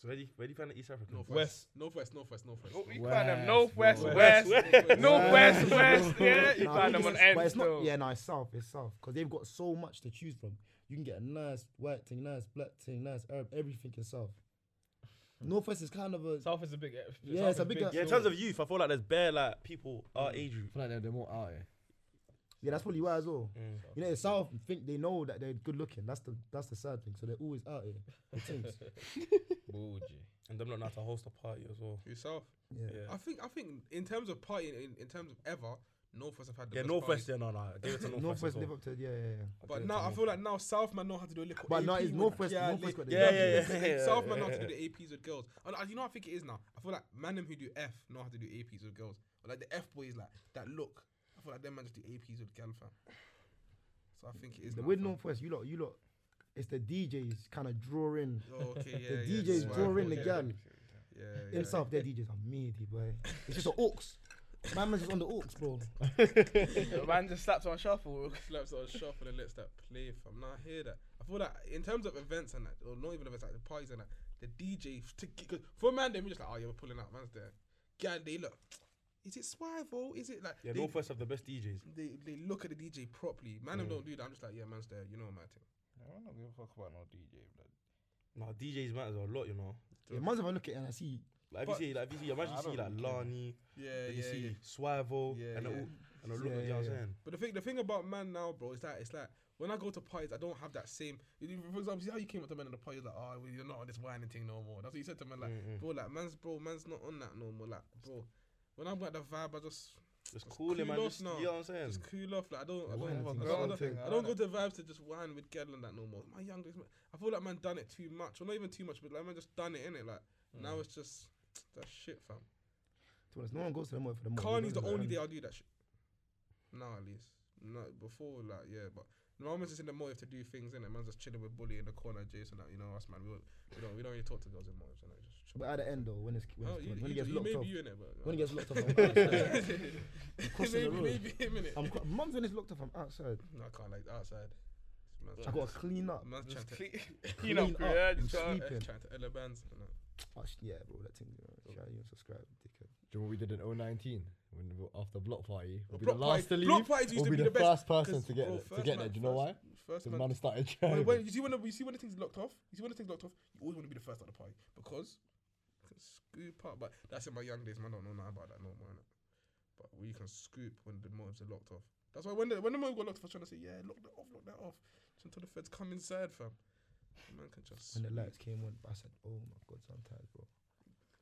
So where do you, where do you find the East African?
Northwest, northwest, northwest, northwest.
Oh, you find them
West,
northwest
West.
west northwest
West.
west yeah you
Nah, I think
find them on
it's- But
end
it's not.
still.
Yeah, no, it's south. It's south because they've got so much to choose from. you can get a nice white thing, nice black thing, nice Arab, everything in South. Northwest is kind of a
South is a big.
Yeah,
South
it's a
is
big-
Yeah, in terms of youth, I feel like there's bare like people
Mm.
our age group.
I feel like they're, they're more out here.
yeah, that's probably why as well.
Mm.
You know, the South think they know that they're good looking. That's the that's the sad thing. So they're always out here. with things.
And them not know how to host a party as well.
yourself.
Yeah.
I think I think in terms of party, in, in terms of ever, Northwest have had the
Yeah,
best parties.
Northwest, yeah, no, no. Give it to Northwest.
Northwest
as well.
live up to yeah, yeah, yeah.
But now I feel like now South man know how to do a little.
But now
AP
it's
with-
Northwest-
yeah,
Northwest
li-
got the Yeah,
yeah, APs. yeah, yeah, yeah,
South man know how
yeah,
to do the APs with girls. And uh, you know, what I think it is now. I feel like man them who do F know how to do APs with girls. But like the F boys, like that look. I feel like them man just do APs with gal fam. So I think it is.
The
now,
with
fam.
Northwest, you lot, you lot, it's the DJs kind of drawing.
Oh, okay, yeah,
The
yeah,
DJs
yeah,
draw in
yeah,
the gal.
Yeah, yeah.
In South, their DJs are meaty, boy. It's just an aux. My man's just on the aux, bro.
The man just slapped on shuffle.
slaps on shuffle and then lets that play from now I hear that I feel that in terms of events and that or not even events like the parties and that the DJ to get- cause for a man they were just like oh yeah we're pulling out man's there yeah they look is it swivel is it like
Yeah,
they,
Northwest have the best DJs.
they, they look at the DJ properly man them don't do that I'm just like yeah man's there you know my thing
I'm not giving a fuck about no DJ, blood.
Nah, DJs matters a lot, you know.
Yeah, man's if I look at it and I see
Like if you see, like if you see, imagine
I
you see
don't
like
really care.
Lani,
yeah
then
yeah,
you
yeah.
see Swivel,
Yeah,
and
yeah.
all, and a look.
Yeah,
you know
yeah,
what I'm
yeah.
saying?
But the thing, the thing about man now, bro, is that it's like when I go to parties, I don't have that same. you know, For example, see how you came up to men in the party, you're like, oh, well, you're not on this whining thing no more. That's what you said to man, like, bro, like man's bro, man's not on that no more, like, bro. When I'm at the vibe, I just
Just
Just
cool him, man.
cool
Just, you
off now.
know what I'm saying?
just cool off. Like I don't, I don't,
Whining
I
thing,
don't,
that's
I don't,
one thing,
I don't go to vibes to just whine with girl and that no more. My youngest, man, I feel like man done it too much, or not even too much, but like man just done it in it. Like now it's just that shit, fam.
To be honest, no one goes to the mall for the mall.
Carney's the only day I do that shit. Now at least. No, before like yeah, but no man's just in the motive to do things in it. Man's just chilling with bully in the corner, Jason. That you know us man. We don't, we don't we don't really talk to girls in motives. You know, just chill.
But at the end though, when it's when,
Oh,
it's,
you,
when
you,
it gets
you,
locked
maybe
off,
you in it, but uh,
when it gets locked off, I'm outside. crossing the
maybe,
Um, road.
maybe him in it.
I'm cro- mum's when it's locked off, I'm outside.
No, I can't like outside. Man's
I
trying
gotta
to-
clean up.
man's trying to
Cle-
Clean
Clean up,
up,
crew, yeah,
I'm
just try-
uh,
sleeping.
trying to ele bands. you know.
Oh, sh- yeah, bro, that thing. You know, shout out, you and subscribe, dickhead.
Do you know what we did in 019? When we were after block party, we'll be
block
the
party-
last to leave.
block parties used to
we'll be
be
the,
the best,
first person
'cause,
to get
bro,
it- to
first
get there.
man-
Do you know why?
first- First
The
man
man started
When,
driving.
when you see when the, you see when the thing's locked off, you see when the thing's locked off, you always want to be the first at the party because you can scoop up. But that's in my young days, man. I don't know now about that no more. Innit? But where you can scoop when the motives are locked off. That's why when the when the motive got locked off, I was trying to say, yeah, lock that off, lock that off, just until the feds come inside, fam. The Man can just
When the lights came on, I said, "Oh my god, sometimes, bro."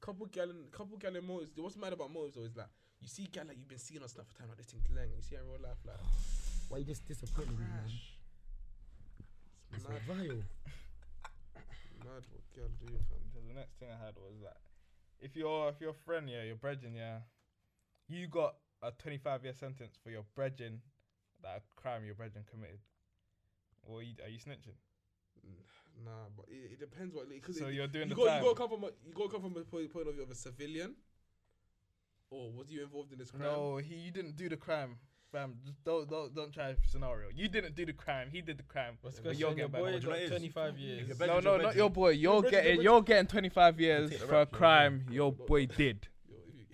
couple gallon couple gallon motives. What's mad about motives though is like you see gal like you've been seeing on stuff for time like this thing's lang. You see her in real life like
Why you just disappointing me, man?
it's
It's
mad,
vile.
mad what gal do, fam.
So the next thing I had was that if your if your friend yeah your brethren yeah, you got a 25 year sentence for your brethren that a crime your brethren committed. Well, you, are you snitching?
Nah, but it, it depends what because
So you're doing
you
the
got
time.
you got to come from a, you got to come from a point, point of view of a civilian. Or was you involved in this crime?
No, he you didn't do the crime. Fam, just don't don't don't try scenario. You didn't do the crime. He did the crime.
What's
but
going
you're
on?
getting back.
Your boy
on
know what
got
it is?
25 years.
Benji,
No, no,
Benji.
not your boy. You're
Benji,
getting
Benji.
you're getting 25 years
Take the
for a
rap, you know,
crime
yeah.
your boy did.
Yo, if you,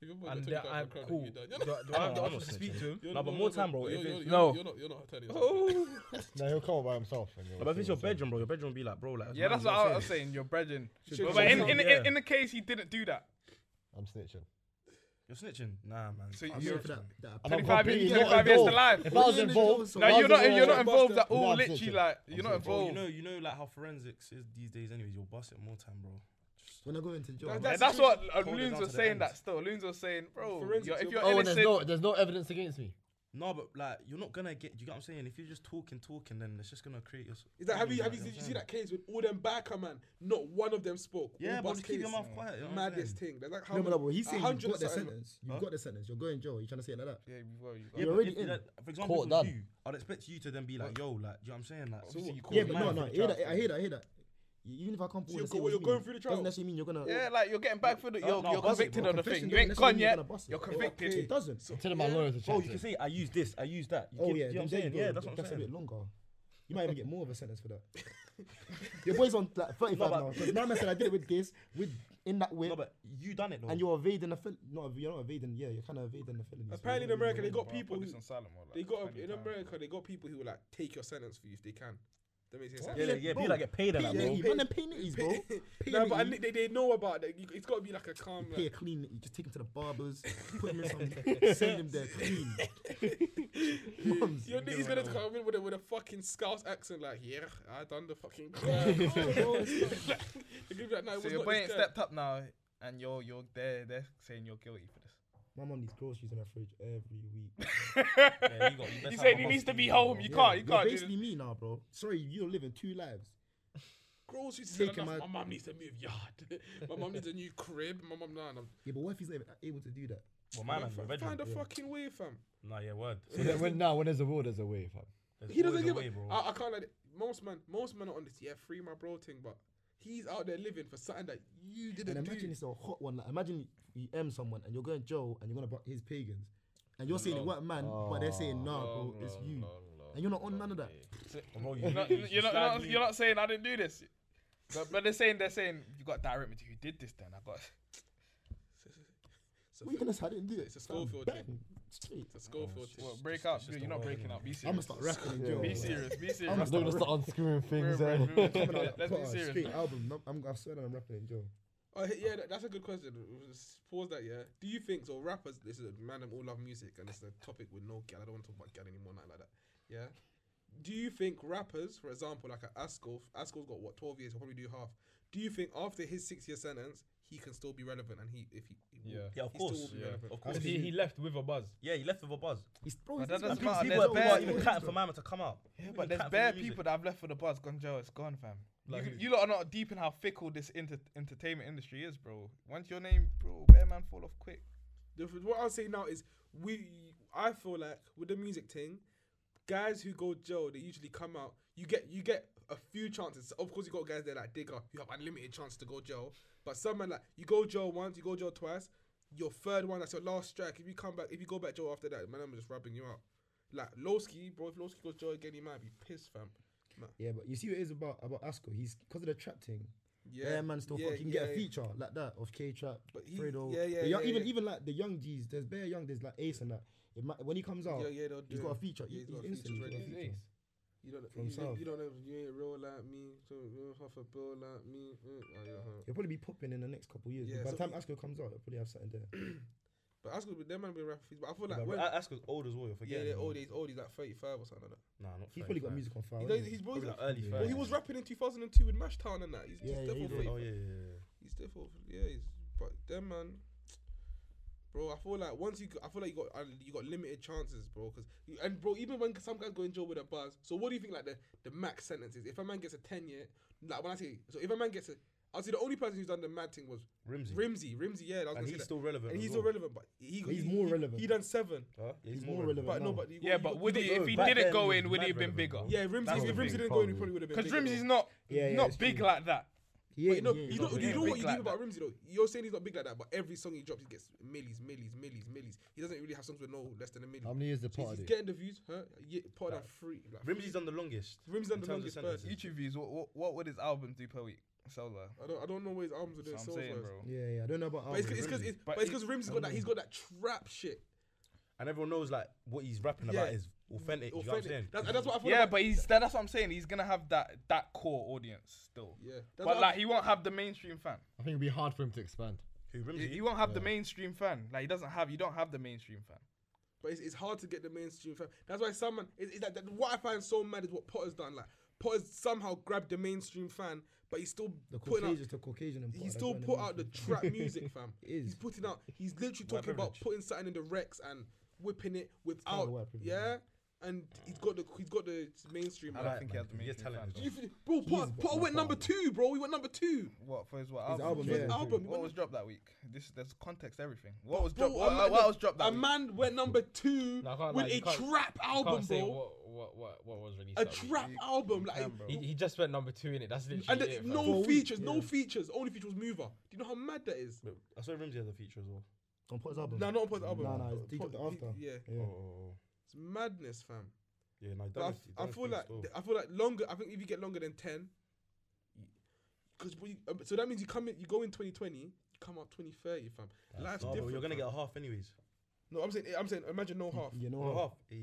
if your boy got
And
25
that
for
I'm
crime,
cool.
you
Do,
done.
do
You're not-
I have the
Oh, I'm
option
not
to speak to him?
you're
Nah,
not-
but
you're
more
not-
time, bro,
You're,
if
you're,
it's-
you're,
No.
Oh.
you're not. You're not attorney.
Now he'll come up by himself. and he'll
But if
see
it's your
what's up.
bedroom, bro, your bedroom be like, bro, like.
Yeah, that's
man,
what
you know
I was
I'm
saying. Your brethren.
Should
But,
be
but in,
snitching,
in,
yeah.
in, in the case he didn't do that.
I'm snitching.
You're snitching? Nah, man.
So
I'm
you're
sorry for that. that
I'm not
25 years,
completely
25 years to
involved.
life.
If I was
Yeah, nigga,
involved,
so-
No,
if I
you're
was
not. You're not
involved-
involved at all.
I'm
Literally,
snitching.
like
I'm
you're not
snitching.
Bro, you
involved.
know, you know, like how forensics is these days. Anyways, you'll bust it more time, bro.
When I go into jail,
That-
I'm
Yeah,
like,
that's-
that's what uh,
Hold it
loons
down
were
to the
saying.
end.
That still, loons were saying, bro,
Forensics,
you're, if
you're-
you're
Oh, and there's
innocent,
no, there's no evidence against me.
No, but like you're not gonna get. You get what I'm saying? If you're just talking, talking, then it's just gonna create your.
Is that have you have you,
Like,
did you
know
see
what I'm
that case with all them backer man? Not one of them spoke.
saying? Yeah,
all
but
bus
just keep your
case.
mouth quiet. you know what I'm
Maddest
saying?
thing. There's like how
no,
many,
but no, but he's
a
saying
hundred
you've got the
something-
sentence. You've
Huh?
got the sentence. You're going jail. You trying to say it like that?
yeah, you- well, you
Yeah,
got-
but
already
if-
in.
like, for example,
Caught
if it was
done.
you, I'd expect you to then be like, yo, like, do you know what I'm saying? Like,
Obviously, you
Yeah,
caught
but
him
no,
out
no,
for
I
the
hear
trial.
that. I hear that. I hear that. Y- Even if I can't,
you're
pull the
go-
same as
you're
me,
going through the trial.
Doesn't actually mean you're gonna.
Yeah, like you're getting back for the. You're,
no,
you're
buzz it,
convicted
bro.
of the
Confession
thing. You
doesn't
ain't
necessarily
gone
mean you're
yet.
gonna bust it.
You're
Okay.
convicted.
It doesn't.
I'm telling my lawyer to check.
Oh, you can
it.
say I use this, I use that. You
Oh
can,
yeah,
you know what
then
I'm saying?
there you
Yeah,
go,
that's what I'm
a bit
saying.
longer. You might even get more of a sentence for that. Your boy's on like 35
No, but-
now. Because my man said I did it with this, with in that way,
No, but you done it though.
and you're evading a fel- not you're not evading. Yeah, you're kind of evading the felony. so
Apparently
you're
in
not
America
really
they got
Bro, I'll
people
put
who
this on silent mode, like,
They got
20
in
times,
America.
bro.
They got people who will like take your sentence for you if they can.
That makes no sense.
Yeah, like, yeah, people like get paid and that, bro.
Nitty, man, them pay nitties, bro. Pay
No, but I, li-
nitty,
they, they know about it. You- It's got to be like a calm.
pay a
Like,
clean nitty. Just take him to the barbers, put him in some, send him there clean. Mums,
your
you
nigga's
know
gonna
what I
come in with a, with a fucking Scouse accent, like, yeah, I done the fucking crime. They're gonna be like, no, it was
So your
not
boy
this
ain't
guy.
stepped up now, and you're you're they're they're saying you're guilty for this.
My mum needs groceries in her fridge every week.
Yeah, you got- you best
He
have
said
a
he
boss
needs to
leave,
be
bro.
home. You
Yeah,
can't. You
you're
can't. do
basically me now, bro. Sorry, you're living two lives.
Girls used to
Taking
say, my, my
my-
mum needs to move yard. my mum needs a new crib. My mum, nah, nah.
Yeah, but what if he's not even able to do that?
Well, my
Man,
man's a
f-
veteran.
find a fucking way, fam.
Nah, yeah, word.
So then when, now, when there's a will, there's a way, fam.
There's
He doesn't
always
give
way,
a.
bro.
I, I can't let it. Most man, most men are on this. Yeah, free my bro thing, but he's out there living for something that you didn't
And imagine
do.
it's a hot one. Like, imagine you M someone and you're going to jail and you're going to butt his pagans. And you're saying it weren't man, but they're saying, nah, bro, it's you. and you're not on none of that.
Bro, you-
You're not, you're, not, you're, not,
sadly-
you're not saying I didn't do this.
But, but they're saying they're saying you got to direct me to who did this. Then I got
So
What are you going to say? I didn't do it.
It's a Schofield
Bang,
thing.
Straight.
It's a Schofield thing.
well, break up.
just
you're
the
not
word,
breaking
innit?
up. Be
I'm going to
serious.
start rapping in jail.
Be
bro.
serious. Be serious.
I'm gonna
Let's
They're gonna start unscrewing things.
We're-
eh?
we're- we're coming
Coming out,
Let's be
put out a
serious.
straight album. No, I'm, I'm swearing I'm rapping in jail.
Oh, hey, yeah, that, that's a good question. We'll just Pause that, yeah. Do you think so? Rappers, this is a man, them all love music, and it's a topic with no gal. I don't want to talk about gal anymore, nothing like that. Yeah. Do you think rappers, for example, like a Askolf, Askolf's got what twelve years, he'll probably do half. Do you think after his six-year sentence, he can still be relevant, and he, if he, he will-
Yeah.
Yeah, of
he still
course.
will be
yeah.
relevant?
Of course.
Because he, he left with a buzz.
Yeah, he left with a buzz.
He's bro, he's-
But that
he's
doesn't matter.
been-
There's
People are, people
bare-
are even cutting for Mama to come out.
Yeah,
Even
but there's
cats
bare
and music.
people that have left for the buzz gone jail. It's gone, fam.
Like
you,
who?
you lot are not deep in how fickle this inter- entertainment industry is, bro. Once your name, bro, bare man fall off quick.
The, what I'll say now is we. I feel like with the music thing, guys who go jail, they usually come out. You get you get a few chances. Of course, you got guys there like Digger who have unlimited chance to go jail. But some man like you go jail once, you go jail twice. Your third one, that's your last strike. If you come back, if you go back jail after that, man, I'm just rubbing you out. Like Lowski, bro. If Lowski goes jail again, he might be pissed, fam.
Yeah, but you see what it is about about Asko. He's because of the trap thing.
Yeah,
Yeah, man, still
yeah,
fucking
yeah,
get a feature like that of K Trap,
But he-
Fredo.
yeah, yeah,
the young,
yeah,
even
yeah.
even like the young G's. There's bare young. There's like Ace and that. It might, when he comes out,
Yeah, yeah, they'll do.
he's got a feature.
Yeah,
He-
he's
he's
got a
instantly
feature
got a
ready.
feature.
You don't,
From
you, don't,
South.
you don't know. You ain't real like me. So you don't have a bill like me. Mm, oh, yeah, huh.
He'll probably be popping in the next couple years.
Yeah, so
By the time
he-
Asko comes out, he'll probably have something there.
But that's good. Them man been rapping. for years, But I feel
But
like when,
A- Asko's old as well. You're
yeah,
forgetting.
they're old.
bro.
He's old. He's like thirty five or something like
Nah, not
Oh, He's probably got
35.
music on file.
that. He
innit?
does, he's
Probably
boys.
like early
Yeah.
yeah.
Well, he was rapping in two thousand and two with Mash Town and that. He's
Yeah,
yeah,
yeah,
still
he
yeah,
did.
Oh yeah, yeah, yeah.
He's still yeah. He's but them man. Bro, I feel like once you, go- I feel like you got uh, you got limited chances, bro. Cause you, and bro, even when some guys go in jail with a buzz, so what do you think like the, the max sentence is? If a man gets a ten year, like when I say, so if a man gets a, I'll say the only person who's done the mad thing was
Rimsey.
Rimsey. Rimsey, yeah, I was
and
gonna say
he's
that.
still relevant.
and
as
he's
well.
still relevant, but he, he-
He's more
he-
relevant.
He done seven,
Huh? Yeah,
He's more relevant.
but no,
now.
but you,
Yeah,
you
but
got-
would
you
he,
got-
if he
back
didn't
then
go
he
in,
was
would he
mad
have been
relevant,
bigger?
bro.
Yeah, if Rimsey,
That's
if
the
Rimsey
thing,
didn't go in, he
probably.
probably would have been.
Because
bigger.
Rimsey's not
yeah, yeah,
not
it's
big
true.
like that.
He
But
ain't-
no,
he ain't
you
got
know,
it.
you know
big
what you
like
think about Rimsey though. You're saying he's not big like that, but every song he drops, he gets millies, millies, millies, millies. He doesn't really have songs with no less than a
How
million.
many years the
So he's-
party?
he's getting the views, huh? Yeah, part of that free. Like,
Rimsey's done the longest.
Rimsey's done
in
the
terms
longest
of
first.
sentences.
YouTube views. What, what what would his album do per week? Solo.
I don't, I don't know what his albums are doing
That's what
so
I'm saying,
far.
bro.
Yeah, yeah. I don't know about.
But it's
Armin.
because it's,
But
but it's
it-
'cause Rimsey's got that he's got that trap shit.
And everyone knows like what he's rapping
Yeah.
about is authentic. Do you know what I'm saying?
Authentic. That's, that's what I thought.
Yeah,
about-
but he's that, that's what I'm saying. He's gonna have that that core audience still.
yeah, that's what
But
I-
like he won't have the mainstream fan.
I think it'd be hard for him to expand.
Who
He,
Rimsey?
he won't have the mainstream fan. Like he doesn't have. You don't have the mainstream fan.
But it's, it's hard to get the mainstream fam. That's why someone is that, that what I find so mad is what Potter's done. Like Potter's somehow grabbed the mainstream fan, but he's still
the
putting out.
Caucasian to Caucasian. and
He's
Bada
still
going
put
in
out the
there.
trap music, fam.
It is.
He's putting out. He's literally talking about putting something in the Rex and whipping it
kinda
without.
white privilege,
yeah, and he's got the he's got the mainstream.
I
man.
don't think he has the
He is
mainstream fan.
talented.
Do you feel- bro, Potter,
got
Potter
my
went number
phone.
two, bro. We went number two.
What for his what
His
album?
album,
For his
yeah.
album,
What
we
was
went-
dropped that week? This there's context everything. What was
bro,
dropped?
a
What,
man-
what was dropped
A
that week?
man went number two
No, I can't
with
lie,
a
you can't-
trap
I
album,
can't say
bro.
what, what, what, what was released.
A
that week.
trap album, like
Damn, bro.
He, he just went number two in it. That's literally
And the,
it. fam.
For a
no
week,
features,
yeah.
no features. Only feature was Mover. Do you know how mad that is?
But I saw Rimsey has a feature as well.
On Potter's album.
No, not on Pod's album.
Mm. Nah, nah,
On
it's- he
Pod-
dropped it
he-
after.
Yeah,
Yeah.
Oh,
it's madness, fam.
yeah. No, he
But I
done
f-
his- he
I,
done his
feel
thing
like
still.
th- I feel like longer. I think if you get longer than ten, because um, so that means you come in, you go in twenty twenty, you come out twenty thirty, fam. Life's
No, bro,
different.
you're gonna
fam.
get a half anyways.
No, I'm saying, I'm saying, imagine no half.
You know
No
what?
half. Eh.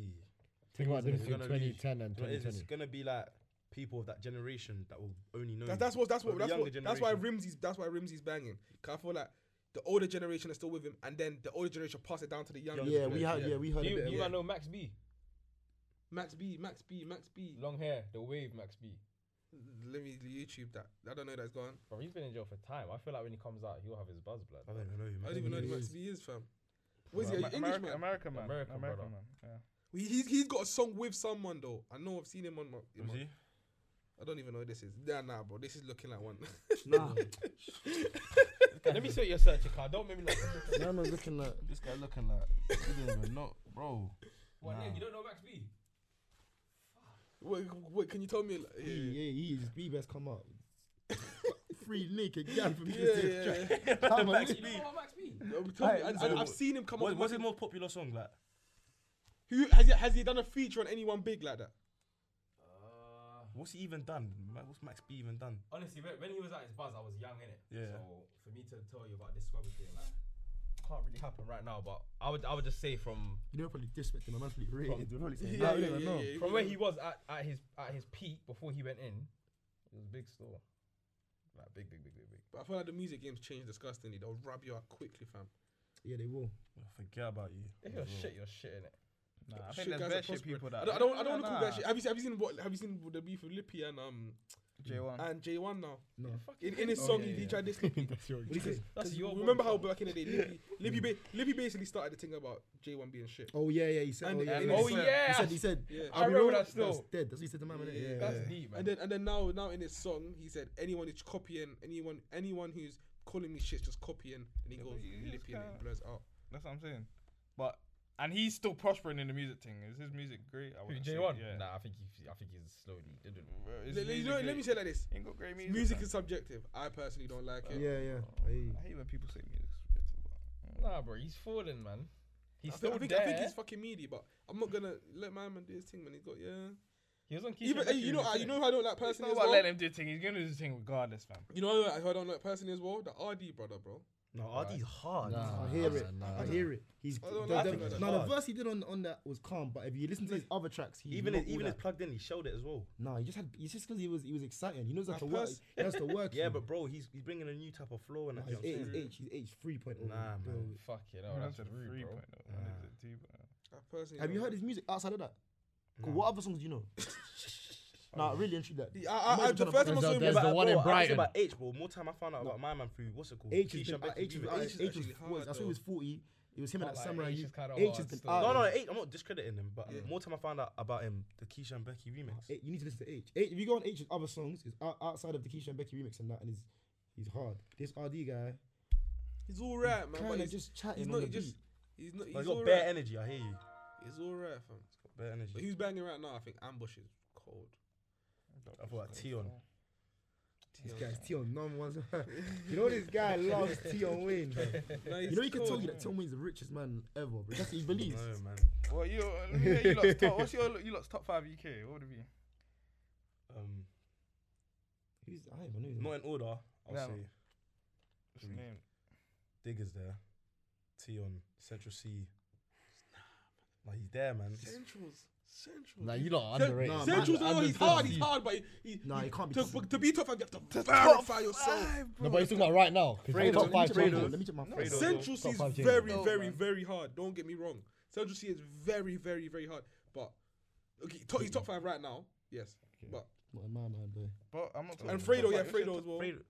Think about the difference
You're
between
gonna lose.
2010 and
You know what it is? It's
2020.
gonna be like people of that generation that will only know.
That's,
you.
that's what that's
But
what
the
that's
younger
what, that's why
generation-
Rimsey's that's why Rimsey's banging. 'Cause I feel like the older generation is still with him, and then the older generation pass it down to the younger.
Yeah,
generation.
we had. Yeah, we heard.
You,
a bit
you
of
might know Max B.
Max B, Max B, Max B.
Long hair, the wave Max B.
Let me YouTube that. I don't know that's gone.
Bro, he's been in jail for time. I feel like when he comes out, he'll have his buzz blood.
I don't even know who
I
Max
don't even know
B
who
is.
Max B is, fam. Where's he? Are you
Amer-
English
America-
man?
American man.
American,
American,
brother.
man. Yeah.
He's, he's got a song with someone though. I know I've seen him on. My, in
Is
my-
he?
I don't even know who this is. Nah, nah, bro. This is looking like one.
Let me see what you're searching, car. Don't make me like.
it. No, no, looking like.
This guy looking like he didn't even know, bro.
what, Nick, you don't know Max B?
wait, wait, can you tell me? Like, yeah,
Yeah,
yeah,
yeah, he just B best come up. Free Nick again from
yeah. yeah,
yeah,
yeah.
Come on,
Max
look-
You
B.
don't know Max B?
No, but tell me,
Aye,
and-
so
and I've
what-
seen him come
What,
up.
what's
with
his
Max-
most popular song like?
Who has he, has he done a feature on anyone big like that?
What's he even done? Ma- What's Max B even done?
Honestly, when, when he was at his buzz, I was young in it.
Yeah.
So for me to tell you about discography, like, can't really happen right now. But I would, I would just say from
You know, probably disrespect him. I must be rated. We're probably saying,
Yeah,
nah, we
yeah,
don't
yeah,
know.
yeah, yeah.
from where he was at, at his at his peak before he went in, it was big still. Like big, big, big, big, big.
But I feel like the music game's changed disgustingly. They'll rub you out quickly, fam.
Yeah, they will.
Forget about you.
If you're shit, you're shit in it.
Nah, I
Shit,
think
guys are
there's bare shit
prospering.
people that.
I don't, I don't, I don't want to
Nah,
call that
nah.
shit. Have you, have you seen what? Have you seen the beef with Lippy and um
J1.
and J One now?
No.
In, in his
Oh,
song,
yeah,
he, he
yeah.
tried this. Lippy.
What do you say?
That's your
remember
one,
how
fam.
back in the day, Lippy, Lippy, ba- Lippy basically started the thing about J1 being shit.
Oh yeah, yeah. He said.
And-
oh yeah.
and-
yeah.
oh,
he
yeah.
Said, he said.
Yeah.
I'll
I
be
remember
real,
that
That's
still.
dead. That's what he said to my man.
Yeah.
innit? Yeah.
That's deep, man.
And then and then now now in his song, he said anyone who's copying anyone anyone who's calling me shit just copying, and he goes
but you- you
Lippy
just
and it
can't-
blurs out.
That's what I'm saying. But and he's still prospering in the music thing. Is his music great? I
Who
wouldn't say-
J One?
Yeah.
Nah, I think he's, I think he's slowly.
Bro, his
Let, let- you
music
know, let
great.
me say it like this:
Ain't got great music.
music
man.
is subjective. I personally don't like it.
Yeah, yeah. Oh, Hey.
I hate when people say music's subjective.
Nah, bro, he's falling, man. He's
I,
still
think, I, think,
there.
I think he's fucking meaty, but I'm not gonna let my man do his thing, man. He's got yeah.
he was on Keisha
Even
Becky
you know
when he
I- you
was
know who I don't like
It's not
personally as
about
well.
letting him do his thing. He's gonna do his thing regardless, man.
You know who I don't like personally as well. The RD brother, bro.
No, RD's hard.
I hear it. I hear it. He's
I don't
the-
like
the-
him like that.
no, the verse he did on, on that was calm, but if you listen to his other tracks, he
Even
not
if,
all
even if
that.
plugged in, he shelled it as well.
No, he just had. It's just because he was he was exciting. He knows how
That's
to work.
pers-
He has to work.
Yeah,
you.
but bro, he's he's bringing a new type of flow and
Nah,
that.
Hmm. he's H.
you know what I'm saying?
H. He's H three point oh.
Nah,
bro.
man.
Fuck you know, that's rude, bro.
I personally.
Have you
don't
heard
like
his music outside of that? 'Cause
Nah.
What other songs do you know? nah, really and truly that.
him? I, I, I,
Imagine
the
tryna
first
put-
time I
There's
saw
a-
him,
there's
was-
the
but-
one
but
in
I asked
Brighton.
about H, bro. More time I found out about my man through what's it called?
H has
Keisha
been, uh,
Becky
H,
Beaver.
was-
H is
H, H was
actually hard,
was- I
though.
think it was forty. It was him and
Can't
that
lie,
samurai.
H
you-
is kinda
H
hard
has been
still.
out.
No, no,
man.
H. I'm not discrediting him, but
Yeah.
more time I found out about him, the Keisha and Becky remix.
H- You need to listen to H. H. If you go on H's other songs, it's out, outside of the Keisha and Becky remix and that, and he's he's hard. This RD guy,
he's all right, man. But
kind of
he's,
just chatting
he's
on
not
the
he's just.
beat.
He's not.
But
He's
he's got
all
bare
right.
energy. I hear you.
He's all right, fam.
Bare
But
energy.
who's banging right now? I think Ambush is cold.
I thought like T on.
This guy's Tion number one. you know this guy loves Tion Wayne. bro.
No,
You know he can tell you that Tion Wayne's the richest man ever, bro. That's what he believes.
No, man.
Well, you, let me hear you lot's top, what's your you lot's top five UK? What would it be?
Um,
Who's I don't even know. who
not in order. I'll
Yeah.
say
What's his
Mm.
name?
Diggers there, T on Central C. Like he's there, man.
Centrals. Centrals.
Nah, you lot are
Cen-
underrated.
nah,
Centrals,
Under-
no, he's
underrated.
hard, he's hard, but he, he,
Nah,
he-
he can't be
To,
top
to be top, you have to verify yourself.
No, but he's talking about right now. 'cause
he is.
he's top
Let me
five
check my phone,
changes.
Let me check my phone.
Fredo.
Central C
Top
is
five changes.
very,
No,
very,
man.
very hard. Don't get me wrong. Central C is very, very, very hard. But okay, top, he's top five right now. Yes, but
Not in my mind, bro.
But I'm not talking
and
about
Fredo,
top
yeah,
five, what's
Fredo
your top-
as well.
Fredo.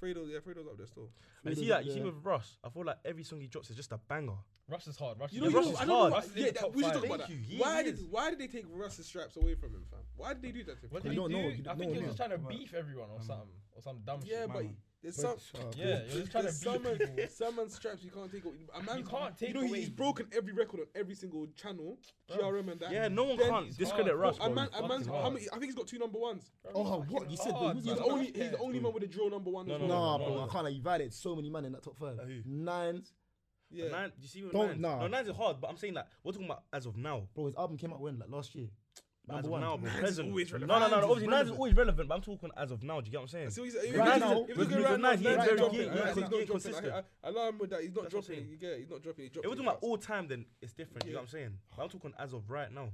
Fredo, yeah, Fredo's up there still.
And you see
Fredo's up
that you see
there.
with Russ, I feel like every song he drops is just a banger.
Russ is hard. Russ
You
is
know, you
Russ
know,
is
I don't
hard.
know.
Russ is in
Yeah,
the
that,
top
we should
five.
talk about that.
Thank you, he
Why
is.
did why did they take Russ's straps away from him, fam? Why did they do that? To him?
What did
You
he
don't know,
do?
you
I
don't
think he
know,
was just
no.
trying to beef everyone or something, or some dumb
Yeah,
shit.
but
man.
there's some.
But, uh,
Yeah, he was trying
There's
to beef
someone,
people.
someone's straps you can't take. away. A man,
can't take
You know he-
away-
he's broken every record on every single channel, GRM and that.
Yeah, no one
Then
can't
he's
discredit
hard.
Russ.
A
bro.
man,
He's
a man's,
fucking
how
hard.
many, I think he's got two number ones.
Oh, what you said? Bro,
hard,
He's
who's
man.
the
the
don't
only,
care.
he's the only man with a drill number one. as
No,
well.
no,
Nah,
no,
bro,
no.
I can't. Like, you've added so many man in that top five.
Like who?
Nine,
Yeah.
Nine, you see, with
Don't-
nines,
nah.
no, nines is hard, but I'm saying like we're talking about as of now.
bro. His album came out when, like, last year.
As
Number
of
one.
now, bro. Present.
always
no, no,
relevant.
no,
Nines
no.
is
Obviously, nines is
relevant.
always relevant, but I'm talking as of now. Do you get what I'm saying?
So he's, if
Right
he's,
now,
if he's
with-
looking
with
around,
the nine,
he's
he's
not
very
dropping.
young,
He's
he's
not
getting
dropping. Like,
consistent.
I, I allow him with that. He's not
That's what I'm
dropping.
saying.
Yeah, he's not dropping. He's
If
dropping.
we're talking about all time, then it's different. Do you get what I'm saying? But I'm talking as of right now.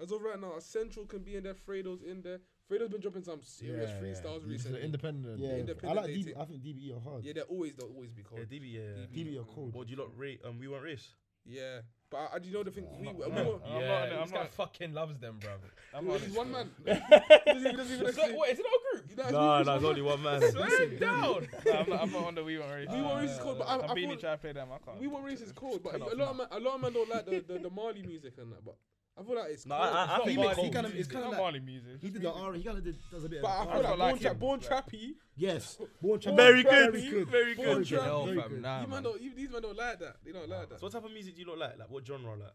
As of right now, Central can be in there. Fredo's in there. Fredo's been dropping some serious
Yeah, yeah.
freestyles
He's
recently.
Independent.
Yeah, I
Independent
like
dating.
DB. I think DBE are hard.
yeah, they're always they'll always be cold.
Yeah, DB, yeah.
DB.
DBE are cold.
What do you lot rate? Um, we weren't race.
Yeah, but I, I do you know the thing. We, we, we,
no.
were-
I'm not in it, I'm
this guy
not-
fucking loves them, bro.
I'm
Well,
honest.
he's one man. Doesn't even- doesn't even
It's not-
actually-
what, is it not a group?
You know, it's
No,
Wee
no,
Wee
it's only one man.
Swear down.
Nah, I'm not I'm not on the We Won't Race.
We Won't Race is cold, but I-
I've
I
been
thought-
trying to play them. I can't.
We Won't Race is cold, but a
Cut off
lot of man, a lot of man don't like the, the, the Mali music and that. But I feel like it's
No,
cold.
I, I, I
It's
think
not
it's
Marley
cold.
kinda-
music,
it's kinda
not
like-
Marley music.
He did the R. He kind of did, does a bit.
but I
of
feel
I
like
like
Born,
him,
Trap- Born
bro.
Trappy.
yes, born champion.
Very
Born
good.
champion.
Very
Born
good.
champion,
Hell,
very
fam,
good.
nah,
You man
man.
don't. You, these men don't like that. They don't like that.
So what type of music do you lot like? Like what genre? Like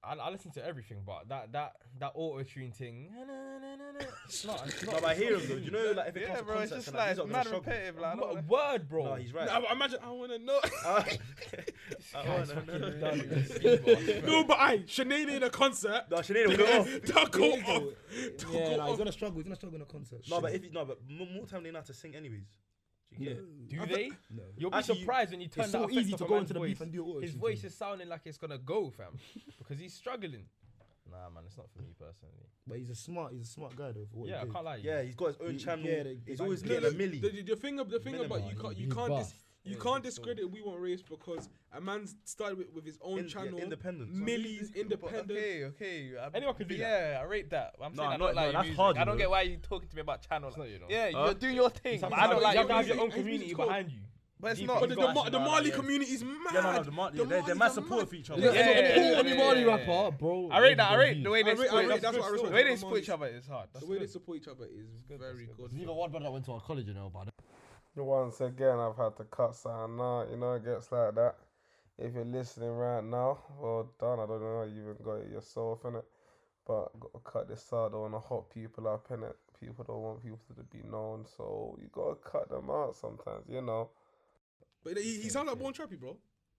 I, I listen to everything, but that that that auto tune thing. It's not. It's
no,
not.
but I hear him though. Do you know like if it comes
Yeah,
to
bro, it's
concerts,
just
and,
like
like,
it's
these are
mad
gonna struggle.
repetitive. Like, I
But
don't know.
word, bro.
No, he's right.
Nah, but imagine I wanna know.
I
Guys,
wanna
fucking
know.
done with this keyboard, bro.
no, but I Sinead in a concert.
No, Sinead will go off.
Don't go off. Don't
Yeah,
go
nah,
off.
he's gonna struggle. He's gonna struggle in a concert.
No, but
Shit.
if you- no, but m- more time they know how to sing anyways. Do you
yeah,
get it?
Do they?
no.
You'll be
Actually, you-
surprised when you turn
It's
that
so
effect
easy
off
to
a
go
man's
into the
voice.
beef and do it.
His voice is sounding like it's gonna go, fam, because he's struggling. Nah, man, it's not for me personally.
but he's a smart. He's a smart guy though. For what
Yeah,
he
I
did.
can't lie. to you.
Yeah, he's got his own
Yeah,
channel.
yeah, they-
he's
they-
always
they-
getting a milli.
The, the thing of the thing about
Minimal,
you can't
he-
you
he
can't dis,
buffed.
you
Yeah,
can't
he's so-
discredit We Won't Race because a man started with, with his own
In- yeah,
channel.
independent.
Millie's
But
independent.
Okay, okay. I-
Anyone could do that.
yeah, I rate that. I'm
No,
saying I
no,
don't
no,
like your
that's
music.
hard,
I
you
don't
know.
get why you talking to me about channel.
It's not, you know.
Yeah,
Huh?
you're doing your thing.
But
But
I don't like. You
your
have to have your
music.
His
own
music's
community
cold.
behind you.
But it's
Deep
not.
But the, the,
got
Ma-
actually
the
mad,
Mali
yeah.
community is mad.
Yeah, no, no, the Mar- yeah, they, they're
Marlies
mad
are
supportive for each other.
Yeah,
Yeah,
any-
yeah,
any-
yeah,
any
yeah,
Marley
yeah,
rapper, bro.
I rate that. I
is
rate the
good.
way
I
they
rate- I rate-
support.
that's what I
The
respect
way they
about
support each
Marley's.
other is hard.
The
That's
way they
good.
support each other is very good.
There's even one brother that went to our college, you know, but
Once again, I've had to cut something out. You know, it gets like that. If you're listening right now, well done. I don't know, you even got it yourself, innit? But got to cut this out. Don't want to hot people up, innit? People don't want people to be known, so you got to cut them out sometimes, you know?
But he, he sounds like Born Trappy, bro.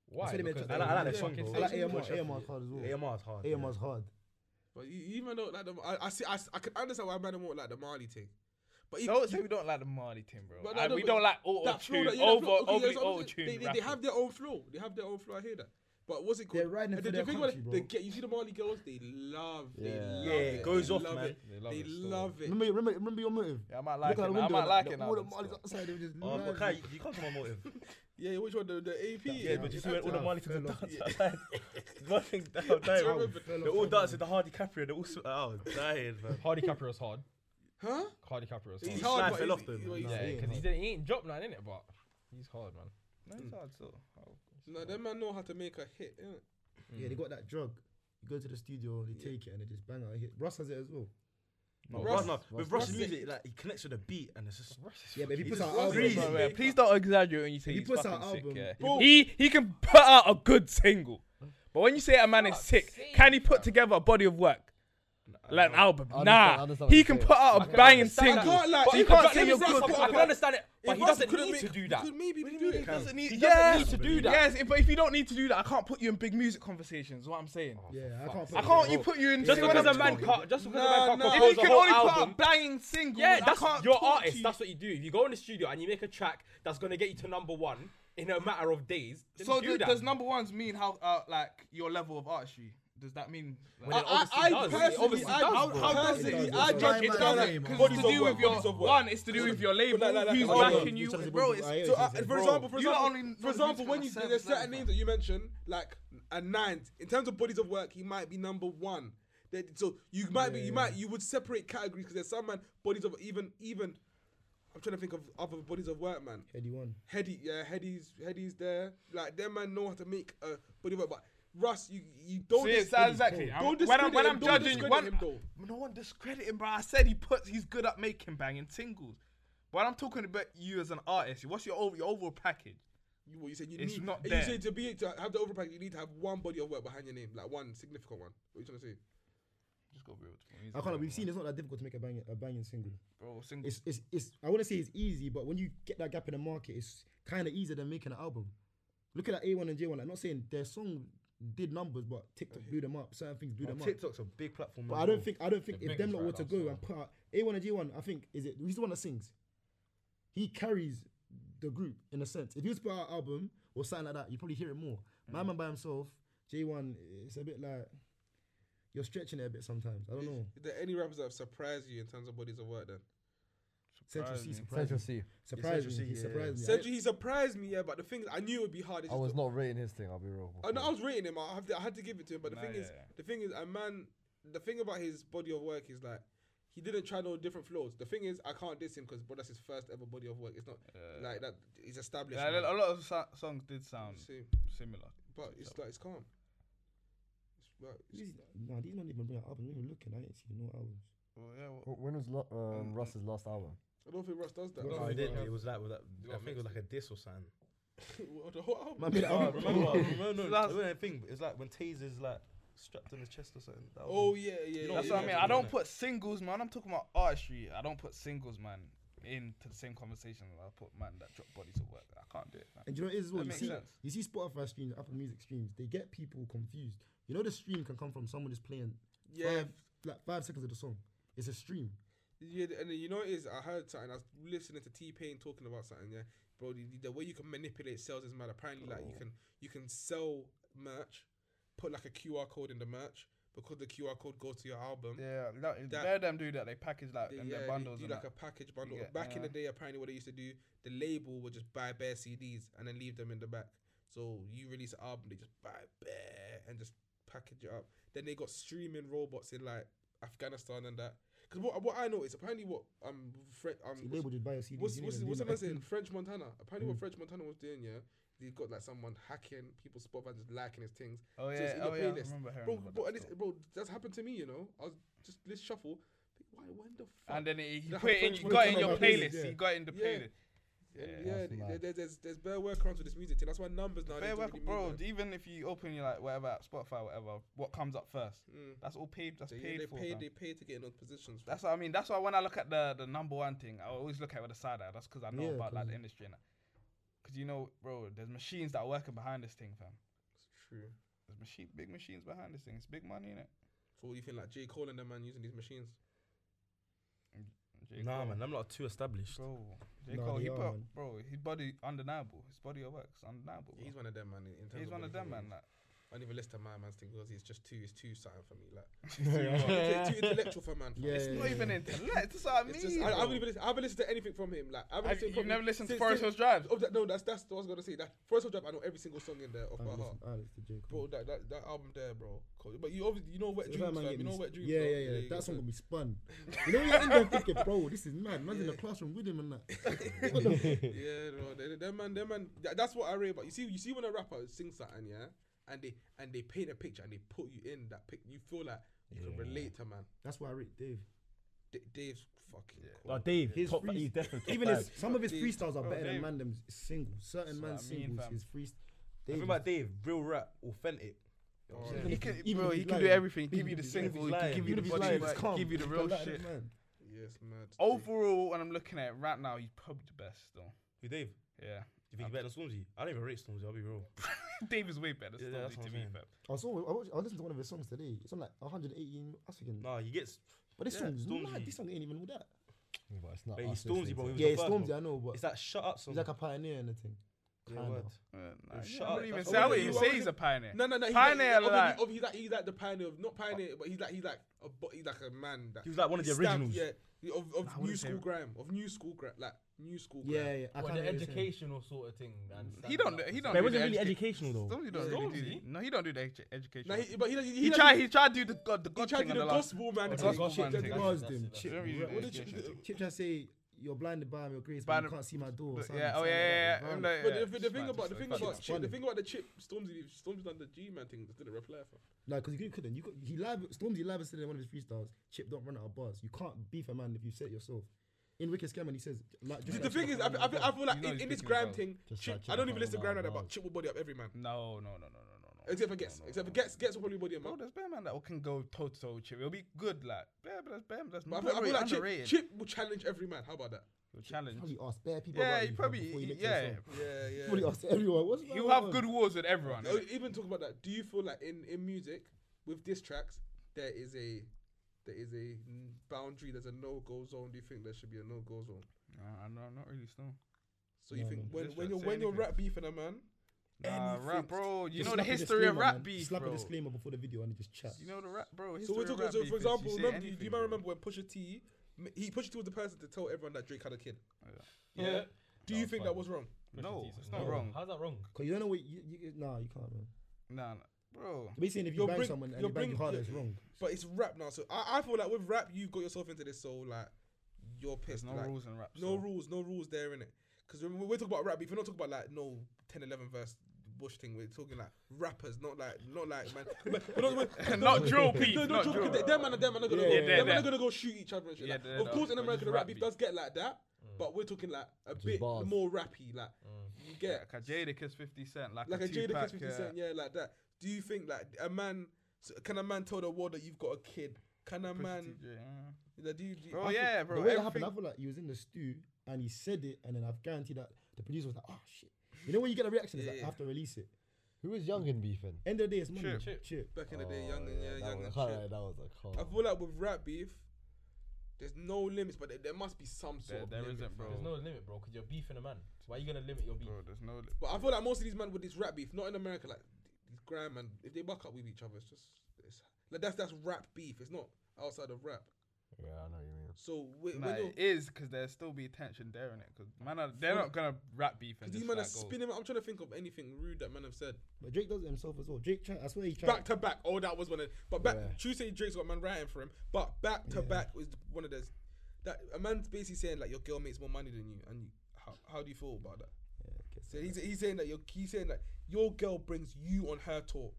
Why?
what they meant
Because
to-
I like, I like
they're
the song,
fucking
bro.
I like
saying-
AMR. AMR hard as well.
AMR is hard. yeah.
AMR's hard.
But you, you even though like the, I, I see I, s- I can understand why man won't like the Mali thing. But if,
Don't say we don't like the Marley thing, bro.
But no,
And
no,
we
but
don't like auto
that flow,
tune,
that, yeah, that
over
flow, okay,
overly
that's what I'm
auto
saying. They,
tune.
they, they have their own flow. They have their own flow. I hear that. But what's it called?
They're riding
And
for
the,
their
the thing
country,
about
bro.
it, the, get- you see the Mali girls, they love, they
Yeah.
love
Yeah,
it.
it goes
they
off,
love
man.
It. They love it.
Remember, remember, remember your motive.
Yeah, I might like
Look out
it.
the
now. I
window.
might like
the-
it now.
All the
but
Marley's
still.
outside. They were just.
Oh, but
living.
Kai, you can't come on motive.
Yeah, which one? The, the AP.
Yeah, but you see when all the
Yeah.
Marley fans
Fair
dance outside. Nothing down,
I
dying.
remember.
They're all dancing the Hardy Caprio. They're all sw- oh, dying, man.
Hardy Caprio's hard.
Huh?
Hardy Caprio's
He's hard,
hard.
hard, but
but
fell
he's-
off though,
he's-
man.
Yeah,
Yeah,
because
man.
he didn't, he ain't dropped nothing in it, but he's hard, man.
No, it's hard, so. Oh.
No, them man know how to make a hit. innit?
Yeah, they got that drug. You go to the studio, they take it and they just bang out a hit. Russ has it as well.
No,
Russ-
Russ, no. With
Russ-
Russian music, like he connects with the beat, and it's just.
Yeah, but if he
He's
puts out
just
album,
crazy.
bro,
Bro, man, please don't exaggerate when you say
He
he's
puts
fucking
out
sick.
album.
Yeah.
Bro.
He he can put out a good single, but when you say a man is
Fuck's
sick,
sake,
can he put
fam.
together a body of work? Like an album?
I understand- I
Nah,
understand what
he
you're
can
saying.
put out a banging single.
I can't like.
But you
if
can't
Russ-
say
if
you're
Russ
good
put
for-
out-
I can understand it,
if
but he
Russ
doesn't
couldn't
need
make-
to do
he
that.
Could maybe do it.
doesn't need,
doesn't
yeah.
need to do that.
Yes, if, but if you don't need to do that, I can't put you in big music conversations. Is what I'm saying.
Yeah, I can't. put
I
it
can't.
there.
You put you in
Oh, Just
Yeah,
because
when
a
I'm
man
talking.
can't, just because
Nah,
a
nah.
man can't
If
compose
you
a
can
whole
only put
album,
out banging singles,
yeah,
I
that's
can't
your
talk to
artist.
you.
That's what you do. If you go in the studio and you make a track that's gonna get you to number one in a matter of days, then
So
do
do,
that.
does number ones mean how uh, like your level of artistry? Does that mean? Like,
Well, it
I,
obviously
I, I
does. It
personally,
obviously
I,
does,
how,
bro.
how
It
does
does,
it?
it
I
does.
judge
It
it
does,
doesn't.
it
because
Bodies
it's
of
to do
work,
with your
bodies of work.
one, it's to do with your label,
like- like- like-
who's
like-
backing
like-
you,
like- like-
bro.
like-
It's
like-
So,
Yeah,
uh,
it's-
for
bro,
example, for
you lot
example,
only know
for
who's
example,
gonna
when you
serve
there's
them,
certain
bro.
names that you mentioned, like a nine in terms of bodies of work, he might be number one. That- So you might be, you might, you would separate categories because there's some man bodies of even even. I'm trying to think of other bodies of work, man.
Eddie one.
Heady, yeah, Heady's Heady's there. Like them man know how to make a body of work, but Russ, you you don't.
So yeah,
dis-
so exactly. I'm-
Don't
when I'm,
discredit
when
him,
I'm
don't
judging,
discredit
when,
him, though.
no one discredit him, bro. I said he puts, he's good at making banging singles. But I'm talking about you as an artist. What's your over, your overall package?
You, what you said you
It's
need.
not
you
there.
said to be to have the overpack, you need to have one body of work behind your name, like one significant one. What are you trying to say?
Just go real.
I can't. lie, We've seen it's not that difficult to make a bang a banging single.
bro. Singles.
It's it's it's. I want to say it's easy, but when you get that gap in the market, it's kind of easier than making an album. Look at that A one and J one. I'm not saying their song did numbers, but TikTok blew them up. Certain things blew them up.
TikTok's a big platform.
But
as
I don't
well.
think I don't think
The
if them
biggest
lot were to
right now,
go
so-
and put out A one and G one, I think is it he's the one that sings. He carries the group in a sense. If he was to put out an album
Mm.
or something like that, you'd probably hear it more. My man by himself, J one, it's a bit like you're stretching it a bit sometimes. I don't know.
Is there any rappers that have surprised you in terms of bodies of work then?
Central C surprised me.
Central C.
Surprised me.
Central
He
C, yeah.
surprised me. I-
Said he surprised me, yeah, but the thing is, I knew it would be hard. It's
I
just
was
the-
not rating his thing. I'll be real.
I, know, I was rating him. I, have to, I had to give it to him. But the
Nah,
thing
yeah,
is,
yeah.
the thing is, a man, the thing about his body of work is like he didn't try no different flows. The thing is, I can't diss him because bro, that's his first ever body of work. It's not like that. He's established.
Yeah,
man.
a lot of so- songs did sound
See,
similar.
but it's like it's calm. It's, like, it's,
These- Nah, these don't even bring out albums. When you're looking, I ain't seen no albums.
Well, yeah, well,
When was lo- um, Russ's last album?
I don't think Russ does that.
No,
I
it
think-
didn't. It was like with that.
You
I
got
think it was like a diss or something.
What, the whole album?
Man, made an album.
remember, remember, no,
So
it
that's-
wasn't a thing. It was like when Taser's like strapped on his chest or something. That
Oh
was-
yeah, yeah.
You
yeah,
know
that's
yeah,
what I mean.
yeah.
I don't put singles, man. I'm talking about artistry. I don't put singles, man, into the same conversation. that I put man that drop bodies at work. I can't do it. Man.
And do you know what it is? as Well,
That
you
makes
see,
sense.
you see Spotify streams, Apple Music streams. They get people confused. You know, the stream can come from someone just playing
Yeah,
five, like five seconds of the song. It's a stream.
Yeah, th- and then you know what it is. I heard something. I was listening to T Pain talking about something. Yeah, bro, the, the way you can manipulate sales is mad. Apparently, like you can you can sell merch, put like a QR code in the merch because the QR code goes to your album.
Yeah, that,
That-
that, them do that. They package that
They,
in
yeah,
their
they
bundles
do
and
like
that.
a package bundle.
get-
back in the
yeah.
day, apparently, what they used to do, the label would just buy bare CDs and then leave them in the back. So you release an album, they just buy bare and just package it up. Then they got streaming robots in like Afghanistan and that. Because what, what I know is apparently what um, Fred, um
So label just buy your CD.
What's what's what's the man saying? French Montana. Apparently,
Hmm.
what French Montana was doing, yeah, he got like someone hacking people's spot and just liking his things.
Oh
So it's
yeah,
in
oh
your
yeah. I
playlist.
remember hearing
Bro,
about
bro,
that
and it's,
stuff.
bro, that's happened to me. You know, I was just let's shuffle. Why? When the fuck?
And then it, you
That
put it in,
French
you got it in
Montana
your
playlist,
playlist.
yeah.
You got it in the
Yeah.
playlist.
yeah,
yeah,
yeah
that's
there-
mad.
there- there's there's bare workarounds with this music thing. That's why numbers now.
Fair
don't
work,
really mean
bro.
that.
Even if you open your like whatever app, Spotify, whatever, what comes up first?
Mm.
That's all paid. That's
They, yeah,
paid
they
for.
paid.
fam.
They paid to get in those positions.
That's what I mean. That's why when I look at the the number one thing, I always look at it with a side eye. That's because I know
Yeah,
about like the
'cause-
industry and that. Because you know, bro, there's machines that are working behind this thing, fam.
true.
There's machine, big machines behind this thing. It's big money in it.
So what do you think, like J Cole and them man using these machines?
Nah, man, I'm not too established.
Bro, J
Nah,
Cole,
they
he
are,
put,
man.
bro, his body undeniable. His body of work's undeniable.
Yeah, he's
bro.
one of them man. In in terms
he's one
what
of
he
them,
can
man.
do.
Like,
I don't even listen to my man's thing because it's just too. It's too something for me. Like it's too intellectual for man. fam.
Yeah,
it's
yeah,
not
yeah.
even intellect. That's what I mean.
It's just, I, I
bro.
haven't even listened, I haven't listened to anything from him. Like I haven't
Have
listened
you-
from
You've never
him
listened to
since-
Forest
since-
Hills Drive.
Oh, that, no, that's that's what I was gonna say. That Forest Hill Drive, I know every single song in there off by
I
heart.
listen, I listen to J.
Uh-huh. Bro,
Cole.
that, that that album there, bro. Cool. But you obviously you know wet
So if
dreams,
that man
fam. You
get me
know
s-
wet dreams.
Yeah,
fam.
yeah, yeah.
you
That
got
song
that.
gonna be spun. You know, you're in there thinking, bro, this is mad. Man's in the classroom with him and that. What the f-
Yeah, no, they, they- them man, them man. tha- that's what I rave about. You see, you see when a rapper sings something, yeah, and they and they paint a picture and they put you in that pic. You feel like you can relate to man.
That's why I rate Dave.
D- Dave's fucking. cool.
Like Dave,
His
top,
frees-
he's definitely
E. Even
top
his,
five.
some of his
E.
Dave-
freestyles are
bro,
better
Dave-
than man's singles. Certain
That's what
man's
I mean,
singles,
fam.
his freestyles.
The thing about Dave, real rap, authentic.
Oh,
even
He
if
can,
he- even
bro,
if
he
he's
can do
lying,
everything. Give you the
even if he's
single, he can
lying,
give you
Even
the
if he's
body,
lying,
work,
it's calm.
give you the
He
real
can lie to
shit.
man.
Yes, mad.
Overall, when I'm looking at it right now, he's probably the best still.
Who Dave? Do
Yeah,
you think he's better than Stormzy? I don't even rate Stormzy. I'll be real.
Dave is way better.
Yeah,
Yeah,
that's what
to
I'm
me,
saying.
fam.
I saw. I, watched, I listened to one of his songs today. It's on like 180 African.
Nah, he gets.
but this
yeah,
song's
Stormzy.
mad. This song ain't even all that.
Yeah, but it's not
But he's
us listening
Stormzy, bro.
to it.
He was
Yeah,
the
it's
first
Stormzy.
one.
I know, but
It's that shut up song.
he's like a pioneer in the thing.
yeah,
kinda.
word.
Uh, nah,
Yo,
yeah,
shut
I
up,
wouldn't even
that's
say, I
all it
wouldn't
is.
even
What
say
was
he's
it?
a pioneer.
No, no, no. He's
Pioneer,
like,
like-
obviously, obviously, he's like he's like the pioneer, of, not pioneer, but he's like he's like a bo- he's like a man that
He was like one of the
stamped,
originals.
yeah, the- of, of
Nah, I
new
wouldn't say-
school grime, of new school grime, like new school.
Yeah,
grime.
yeah. I kinda
Well, the
know what you're saying.
educational sort of thing. man.
He
Standing
don't. do-
up for
He
something.
don't.
But it
do
wasn't
the
really
educa-
educational though.
Stormzy don't really do
Stormzy?
the- No, he don't do the edu- education.
Nah, he, but he, he,
he
doesn't-
tried. He tried to do the god. The
he
god
tried to
thing
do
on
the
the last.
gospel man.
the
thing.
gospel
Shit,
man
the-
thing.
the-
Buzzed
That's it,
him.
that's it.
Chip,
Don't really do
what did
education.
Chip- Chip just say? You're blinded by your grace,
By
but you
the-
can't see my door.
But
Something,
Yeah. Oh
something
yeah.
like that.
Yeah. yeah,
Violent.
no,
But
yeah.
the, the
It's
thing
mad,
about
it's
the
mad.
thing
Fuck
about chip,
it.
the
funny.
thing about the chip, Stormzy, Stormzy's done the G man thing, just didn't reply for.
No, because you couldn't. You could, he live Stormzy live said in one of his freestyles, "Chip, don't run out of bars. You can't beef a man if you set yourself." In Wicked Scammon, he says, like,
The,
just
the
like
thing
Chip,
is, I, I, feel- I feel like
You know
in,
he's
in this
picking
grime
himself.
thing,
Just
chip,
like Chip
I don't
can't
even listen to
run
grime
out
like that,
of
but
bars.
chip will body up every man,
No, no, no, no, no, no, no.
except for
no,
gets,
no,
except for
no.
gets, gets will probably body him
Bro,
up.
there's bear man that can go toe to toe with Chip. It'll be good, like bear, but there's bear. That's
But I feel, I feel like
underrated.
chip, chip will challenge every man. How about that?
He'll challenge.
probably ask bare people.
Yeah,
about
he
you
probably.
before you
he-
make
Yeah,
yourself.
Yeah, yeah.
Probably ask everyone. What's
he'll
going
have
on?"
good wars with everyone.
Oh, even talk about that. Do you feel like in, in music with diss tracks there is a there is a n- boundary, there's a no go zone. Do you think there should be a no go zone?
Nah, no, not really. Still,
So you
No,
think
no.
when
Diss
when
tracks,
you're
say
when you're
anything.
rap beefing a man,
Nah,
Anything.
rap, bro. You
Just
know the
slap a
history of
disclaimer,
rap
man.
beef,
Slap
bro.
a disclaimer before the video and just chat.
You know the rap, bro.
So
history
we're
of
talking.
rap
So
beef
for
is you
example,
say
remember, do
anything,
you man
bro.
remember when Pusha T, m- he Pusha T was the person to tell everyone that Drake had a kid.
Oh,
Yeah. Do you
was
think
funny.
that was wrong?
No, it's not
No,
wrong.
How's that wrong?
Cause you don't know what you, you, you nah you can't man.
Nah, nah,
You're
bro.
basically saying if you
You're
bang
bring-
someone and
you're
you bang
bring-
your hard,
you're-
it's wrong.
But it's rap now, so I, I feel like with rap you've got yourself into this, so like you're
There's
pissed.
no
like,
rules in rap.
no rules, no rules there in it. Because when we're talking about rap, if we're not talking about like no 10, 11 verse bush thing, we're talking like rappers, not like not like man. but- but not, but-
Not drill beef,
No,
not
not drill.
drill.
beef. Them man, and them man are gonna
Yeah,
go.
yeah,
them man
yeah.
are gonna go shoot each other and shit.
Yeah,
like.
they're
of
not.
course, in
They're
America,
just
the rap
rap Mm.
beef
beef.
does get like that, but we're talking like a
Just
bit
bars.
more rappy. Like you get
Like a Jada Kiss 50 Cent, like,
like a Jada Kiss
Mm. Tupac,
50
yeah.
Cent, yeah, like that. Do you think like a man so can a man tell the world that you've got a kid? Can a
Pusha
man?
T, Oh. yeah.
Like, do you, do you-
Bro,
I feel-
yeah, bro.
The way that happened, I
everything-
feel like he was in the stew and he said it, and then I've guaranteed that the producer was like, "Oh shit!" You know when you get a reaction, it's like,
Yeah.
"I have to release it."
Who is Young and beefing?
End of the day, it's money.
Chip.
Chip.
back in the day,
Oh,
young and yeah,
that
young and
was a car,
shit.
That was a car.
I feel like with rap beef, there's no limits, but there, there must be some
There-
sort of
there
limit,
isn't,
fam.
bro.
There's no limit, bro, because you're beefing a man. Why are you gonna limit your beef?
Bro, there's no. Li-
But I feel like most of these men with this rap beef, not in America, like these grand man, if they buck up with each other, it's just it's like that's that's rap beef. It's not outside of rap.
Yeah, I know what you mean.
So we,
Nah,
when you're,
it is because there'll still be tension there in it. Because man, are, they're not gonna rap beef and
these
just
men are
like go.
spinning. I'm trying to think of anything rude that men have said.
But Drake does it himself as well. Drake, try, I swear he tried.
back to back. Oh, that was one of. But back
Yeah.
Tuesday, Drake's got a man writing for him. But back to
Yeah.
back was one of those. That a man's basically saying like your girl makes more money than you, and you, how, how do you feel about that?
Yeah, I guess
So he's, he's saying that your he's saying that your girl brings you on her tour.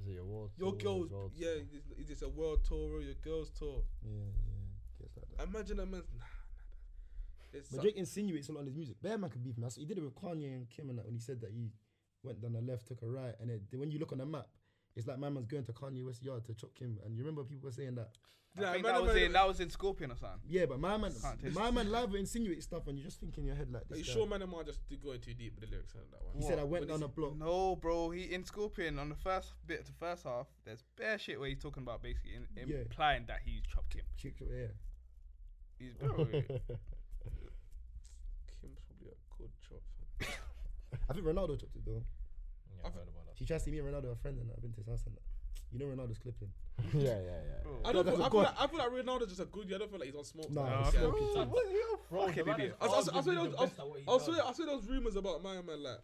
Is it your world?
Your
tour,
girl's
world
yeah,
tour?
is this- is this a world tour or your girl's tour?
yeah, yeah, guess like that.
Imagine a man's nah. nah, nah. There's
But
some-
Drake insinuates a lot on his music. Bear man could beef him. That's- He did it with Kanye and Kim and that when he said that he went down the left, took a right, and it, when you look on the map, it's like my man's going to Kanye West yard to chop Kim. And you remember people were saying that.
nah,
I think
man,
that was
man,
in that was in Scorpion or something.
Yeah, but my man,
Can't taste
my man, live will insinuate stuff, and you just think in your head like
Are
this.
you
guy.
sure man and Ma just did going too deep with the lyrics on that one?
He said I
When
went down
he
a block.
No, bro. He in Scorpion on the first bit, the first half. There's bare shit where he's talking about basically in,
Yeah.
implying that he chopped him.
Chick, yeah.
He's bro.
Kim's probably a good chop.
I think Ronaldo took it though.
Yeah, I've heard about that.
She tried to see me and Ronaldo a friend and I've been to his house and that. You know Ronaldo's clipping.
yeah, yeah, yeah.
I don't.
That's
Feel,
a
I, feel
god.
like, I feel like Ronaldo's just a good. Yeah, I don't feel like he's on smoke.
Nah,
now.
he's
Yeah.
smoking.
Bro,
Fucking
the man
idiot.
I was-
Arguably
I was- I was-
the
I was-
best at what he
I
does.
swear, I swear there was rumors about my man like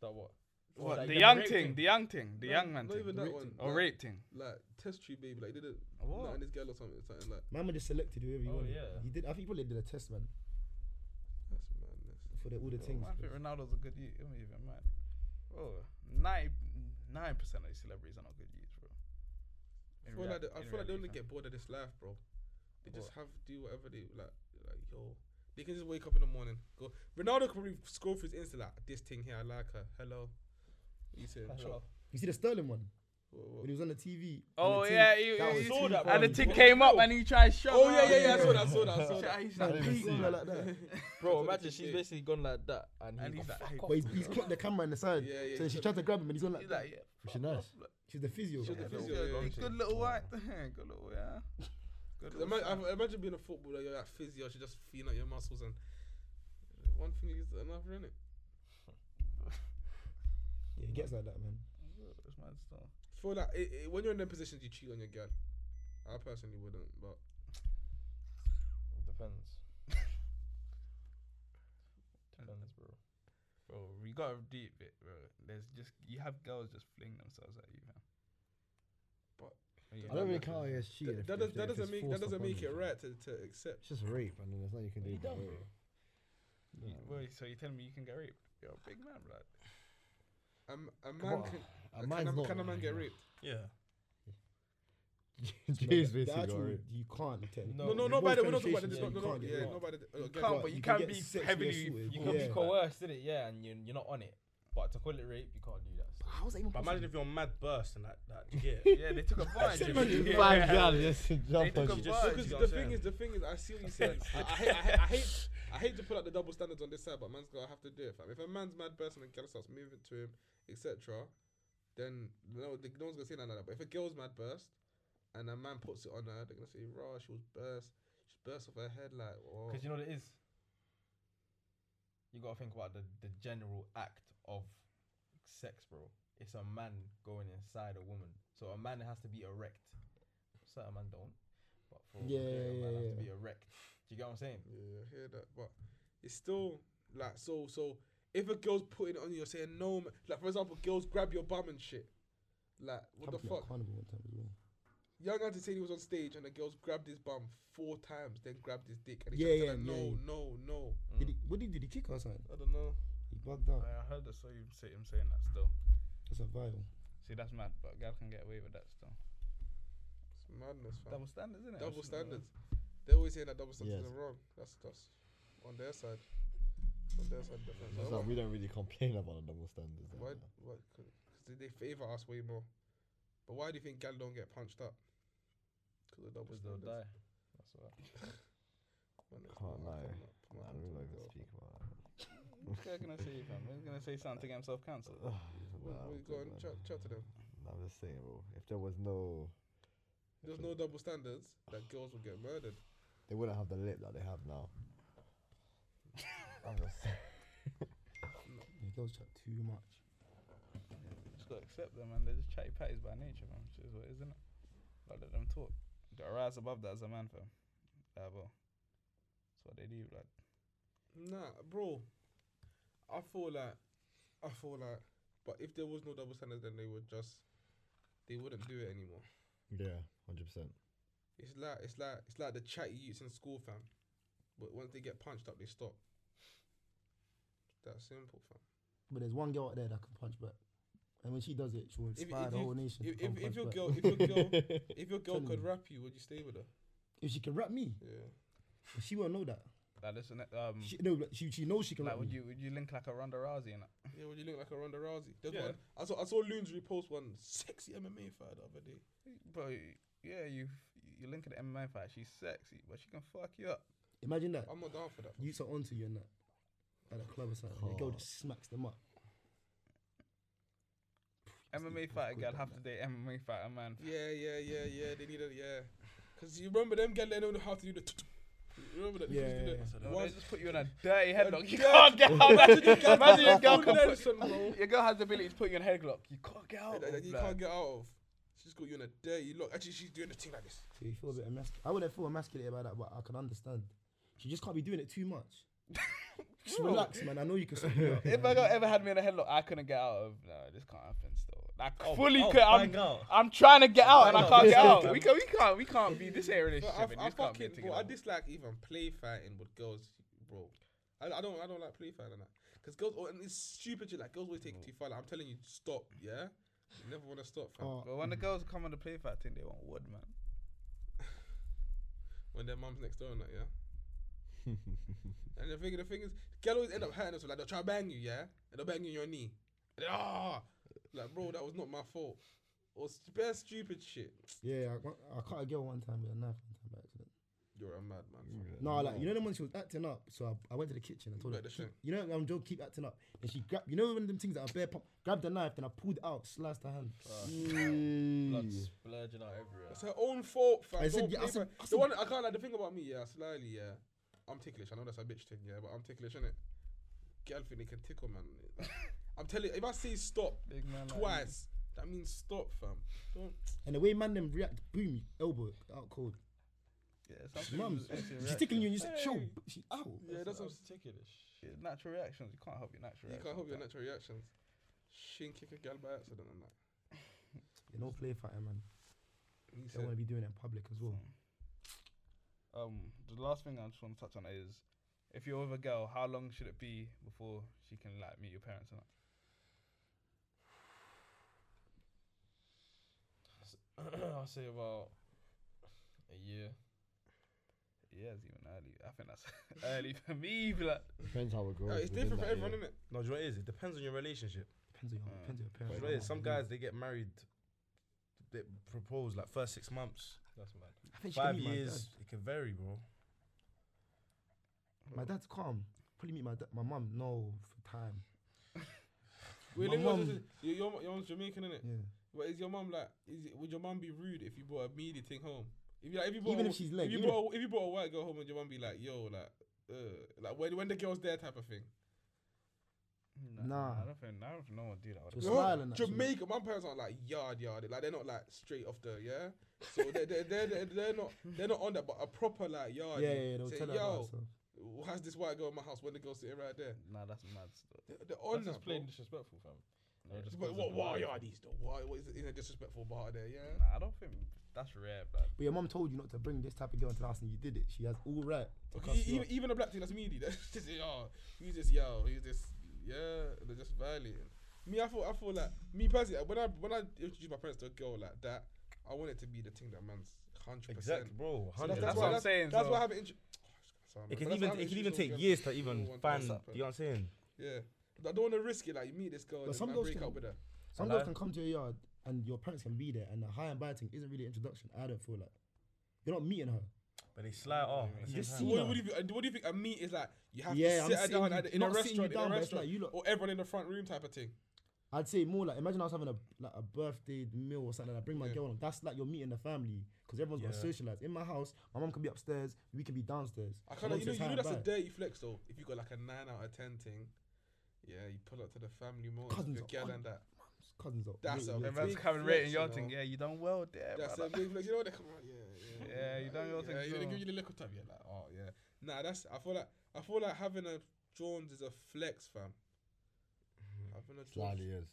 That what?
What,
Like,
the
you
young
raped
thing,
him.
the young thing, the
No,
young man
not
thing, Oh,
even that one.
or
Like-
rape thing.
like test tube baby like they did it
What?
like, and this girl or something something like
My man just selected whoever he
Oh,
wanted.
yeah.
He did. I think he probably did a test man
that's madness.
for the, all the things.
I think Ronaldo's a good youth. I'm even mad. Bro, nine percent of these celebrities are not good youths, bro.
I
In
feel
rea-
like they, I
in
feel like they only
reality,
get bored of this life, bro. They just have
What?
to do whatever they like. Like yo, they can just wake up in the morning. Go Ronaldo could probably scroll through his Insta like this thing here. I like her. Hello. You said
Hello.
You see the Sterling one
What,
when he was on the TV. and
Oh,
the thing-
yeah, you-
that
you-
was
you
too
saw
far.
that,
fam. And the
Bro,
thing
what
came up and he tried to shut
Oh yeah,
up.
yeah, yeah. I saw that. I saw that. I saw
Shit,
that.
he's
Like,
like,
beat,
"Beat
you know,
me."
like that.
Bro,
what
imagine
they
she's
did.
basically gone like that, and,
And
he's
he's
like,
like,
fuck
But
off.
he's, he's clocked the camera in the side.
Yeah, yeah,
so
yeah.
she tried to grab him and he's gone like,
He's like,
that.
yeah.
Which is nice.
She's the physio.
She was the
Yeah.
physio, yeah,
He's
yeah.
good little white. Good little, yeah. Good
'Cause
little
ima-
son.
I- imagine being a footballer. You're at physio. She just feeling out your muscles and uh, one thing leads to another, innit?
Yeah, it gets like that, man.
It's mad stuff.
feel like it, it, when you're in them positions, you cheat on your girl. I personally wouldn't, but
Depends. Depends, bro.
Bro, we gotta deep it, bro. There's just you have girls just fling themselves at you, man.
But-
When you're
I don't really
done
count it as cheating.
Th- that,
if- if
does,
they-
that
if it's
doesn't make that
forced
doesn't
upon
make
you.
it right to, to accept.
It's just rape, and then there's nothing you can do. about
done,
it.
bro?
with-
Oh.
you- wait, so you telling me you can get raped? You're a big man, bro.
A, m- a
Come
man
on.
can,
And
can,
mine's
a,
not-
can a man get raped?
Yeah.
Jay's
The- the
basically
actual-
got raped.
You can't technically.
No, no, no.
Divorce
By the way, we're not talking about
penetration,
this. No,
yeah,
no,
you
no. Yeah, uh, no.
can't, yeah.
By the
You
okay,
can't,
what,
but you,
you can
can
get
be
sexually
heavily.
assaulted.
You can
Yeah.
be coerced, did it? Yeah, and you you're not on it. But to call it rape, you can't do that. So.
How's that even
But imagine
possible?
if you're on mad burst and that that you get.
Yeah, they took advantage. of you.
Five gal just
They
jumped
took
on you.
just-
Because
advantage.
You know
the
what
thing
I'm
is, the thing is, I see what you're saying. I, I, hate, I, hate- I hate, I hate to put out the double standards on this side, but man's gotta have to do it. Fam. If a man's mad person and girl starts moving to him, etc., then no, the, no one's gonna say nothing like that. But if a girl's mad burst and a man puts it on her, they're gonna say, "Raw, she was burst, she burst off her head like." Oh.
Because you know what it is? You gotta think about the, the general act of sex, bro. It's a man going inside a woman. So a man has to be erect. Certain man don't. But for
Yeah,
a woman,
yeah,
a man
yeah,
has
yeah.
to be erect. Do you get what I'm saying?
Yeah, I hear that, but it's still like so. So if a girl's putting it on you, you're saying no. Man. Like for example, girls grab your bum and shit. Like what the fuck?
Carnival one time as well.
Young Anthony said he was on stage and the girls grabbed his bum four times, then grabbed his dick, and he
Yeah,
kept
yeah,
telling her,
yeah,
no,
yeah.
no, no.
Did he, what did he do? Did he kick or something?
Mm. I don't know.
He bugged out.
I heard I saw you say him saying that still.
That's a vial.
See, that's mad, but girl can get away with that still.
It's madness, fam.
Double standards, isn't it?
Oh. double standards. They're always saying that double standards
Yes.
are wrong. That's that's on their side. On their side, definitely.
That's
Why-
like we don't really complain about the double standards.
Why?
innit?
Why? Because they favour us way more. But why do you think gal don't get punched up? Because of double
Because they'll
standards.
die. That's what.
Man, it's
Can't
not- I
lie.
can't not put my
Nah,
tongue to
we don't
a
even
girl.
speak about
Who's gonna say, fam? Who's gonna say something to get himself cancelled?
that.
Well,
Nah,
we
I'm
go
good,
and
man.
chat, chat to them.
Nah, I'm just saying, bro. If there was no,
There's no double standards that girls will get murdered.
they wouldn't have the lip that they have now. I'm just saying.
Yeah, girls chat too much.
Just gotta accept them, man. They're just chatty patties by nature, man. Which is what it is, isn't it? Like, let them talk. Gotta rise above that as a man, fam. Like, bro. That's what they do, like.
Nah, bro. I feel like, I feel like, but if there was no double standards, then they would just, they wouldn't do it anymore.
Yeah, hundred percent.
It's like it's like it's like the chatty youths in school, fam. But once they get punched up, they stop. That simple, fam.
But there's one girl out there that can punch back. And when she does it, she will
If-
inspire
if
the
you-
whole nation.
If
to come
if, if
punch
your
back.
girl if your girl if your girl
Tell
could
me.
rap you, would you stay with her?
if she can rap me,
Yeah.
but she won't know that.
Like, listen, um.
She, no, but she, she knows she can
Like,
rap
would
me.
you would you link like a Ronda Rousey and that?
Yeah, would you look like a Ronda Rousey? There's
Yeah.
one I saw I saw Loons repost one sexy MMA fight the other day.
Bro, yeah, you you link an MMA fight. She's sexy, but she can fuck you up.
Imagine that.
I'm not down for that.
You are onto you and that. At a club or something. and The girl just smacks them up.
MMA fight a girl have to date MMA fight a man.
Yeah, yeah, yeah, yeah. They need a yeah. Cause you remember them getting they know how to do the remember that? They used to do
Yeah,
the-
yeah,
Bro,
Once-
they just put you in a dirty headlock. You
dirty-
can't get out. Imagine, you can't- imagine your girl
Full
can put,
Nelson, bro.
your girl has the ability to put you in a headlock. You can't get out.
that- that you
blood.
can't get out of. She's got you in a dirty look. Actually, she's doing the thing like this.
So you feel a bit emasculated. I wouldn't feel emasculated about that, but I can understand. She just can't be doing it too much. just relax, man. I know you can sort me out.
If my girl ever had me in a headlock, I couldn't get out of. No, this can't happen. Still, like fully,
oh,
could, I'm,
bang out.
I'm trying to get out and I
Bang
can't
out.
get out. We, can, we can't, we can't be this ain't a
But
relationship.
I,
and you
I
just can't be
fucking, bro,
together.
I dislike even play fighting with girls, bro. I, I don't, I don't like play fighting and that. Cause girls, oh, and it's stupid shit. Like girls always take it too far. Like I'm telling you, stop. Yeah, you never want to stop, fam.
Oh,
But when the girls come on the play fight thing, they want wood, man.
When their mum's next door and that, yeah. and the thing, the thing is, girls always end up hurting us. Like they'll try to bang you, yeah, and they'll bang you in your knee. And then, ah, like bro, that was not my fault. Or st- bare stupid shit.
yeah, I, want- I caught a girl one time with a knife one time by accident.
You're a madman. fam.
No, like you know the one she was acting up. So I, I went to the kitchen and told her,
Better
"Keep-
shit.
you know, I'm joking, keep acting up. And she grabbed, you know, one of them things that are bare pump. Grabbed the knife, then I pulled it out, sliced her hand.
Blood splurging out everywhere.
It's her own fault, fam.
I said,
Don't
yeah, I
blame
said-
her.
I
the
said-
one I can't like the thing about me, yeah, slightly, yeah. I'm ticklish. I know that's a bitch thing, yeah, but I'm ticklish, innit? Girl think they can tickle, man. I'm telling you, if I say stop
Big man. like me.
twice, that means stop, fam. Don't.
And the way man them react, boom, elbow out cold.
Yeah, something.
Mum,
it's your
she's
reaction.
tickling you and you said, chill. but She out.
Yeah, that's what
Yeah, Natural reactions. You can't help your natural.
you can't help your
reactions,
natural reactions. Shin kick a girl by accident and that.
You know, play fighter, man.
And he
Don't want
said,
to be doing it in public as well.
fam. Um, the last thing I just want to touch on is, if you're with a girl, how long should it be before she can like meet your parents and that?
I'll say about a year.
Yeah, it's even early. I think that's early for me, blood.
Depends how it goes.
"Oh, it's different for everyone,
innit?
innit?
No, do you know what it is? It depends on your relationship.
Depends on your,
Mm.
depends on your
Do you
parents.
know what it is? Some guys, they get married, they propose like first six months,
That's mad.
I think she
five
can meet my dad.
years. It can vary, bro.
My dad's calm. Probably meet my dad. My mum, no, for time.
Wait, let
My
me ask you
mum-
this. Your, your, mum- your mom's Jamaican, innit?
Yeah.
But is your mum like? Is it, would your mum be rude if you brought a meaty thing home? If you like, if you brought
Even
a,
if she's leg,
if you
even
brought a, if you brought a white girl home, would your mum be like, yo, like, uh, like when when the girl's there type of thing?
Nah.
I don't think I don't think no one would do that. would
Just
they?
No,
smiling at you.
Jamaica, my parents aren't like yard yarded, like they're not like straight off the yeah. So they're they're, they're, they're, they're not they're not on that, but a proper like yard.
Yeah, yeah, yeah, they'll
Say,
tell her about
yo,
herself.
how's this white girl in my house when the girl sitting right there?
Nah, that's mad. stuff.
They're, they're on
That's
that.
just plain
Bro.
disrespectful, fam. They'll
Yeah.
just
But
cause
what
a
what are
divide.
yardies though? Why what is it in a disrespectful bar there? Yeah.
Nah, I don't think that's rare, blood.
But your mom told you not to bring this type of girl into the house, and you did it. She has all right. To
Okay,
cuss
e-
you
even,
out.
even a black team that's meaty. That's just yo. He's just yo. He's just yeah. They're just violating. Me, I feel I feel like me personally when I when I introduce my parents to a girl like that, I want it to be the thing that man's hundred
Exactly,
percent.
bro.
So that's,
that's
why,
what I'm
that's,
saying,
That's
so-
why I haven't. Intro- Sorry, man,
It can
but that's why I
even it
haven't
can even
introduced
take
girls
years to
before
even
one
find. You
person.
know what I'm saying?
Yeah, I don't want to risk it. Like you meet this girl,
But
and
some
some
girls
break
can-
up with her.
Some
Hello?
girls can come to your yard, and your parents can be there, and the high and bad thing isn't really an introduction. I don't feel like you're not meeting her.
But they slide off.
You just
So
see
what,
her.
what do you think- uh, what do you think a meet is like? You have
Yeah,
to
I'm
sit her
sitting
down
you-
at the- in a
not sitting you
restaurant, in
down,
a
but it's
restaurant,
like you lot-
or everyone in the front room type of thing.
I'd say more like imagine I was having a like a birthday meal or something. and I bring my
Yeah.
girl along. That's like you're meeting the family because everyone's got to
Yeah.
socialize. In my house, my mom could be upstairs, we could be downstairs.
I
My
kind of
mum
you know
says
you
hi
know
and
that's a
bye.
dirty flex though. If you got like a nine out of ten thing, yeah, you pull up to the family more
Cousins
your
are
girl
on-
and that.
cousins up.
That's a
Hey, man's
big
coming
flex,
rating your
you
thing.
know.
Yeah, you done well there,
That's a
brother.
big flex. You know what they come out, yeah, yeah,
Yeah, you done your thing,
Yeah, you know, they
so-
give you the little tap. You're like, oh yeah. Nah, that's I feel like I feel like having a Jones is a flex, fam.
Mm-hmm.
Having a Jones.
Slightly is.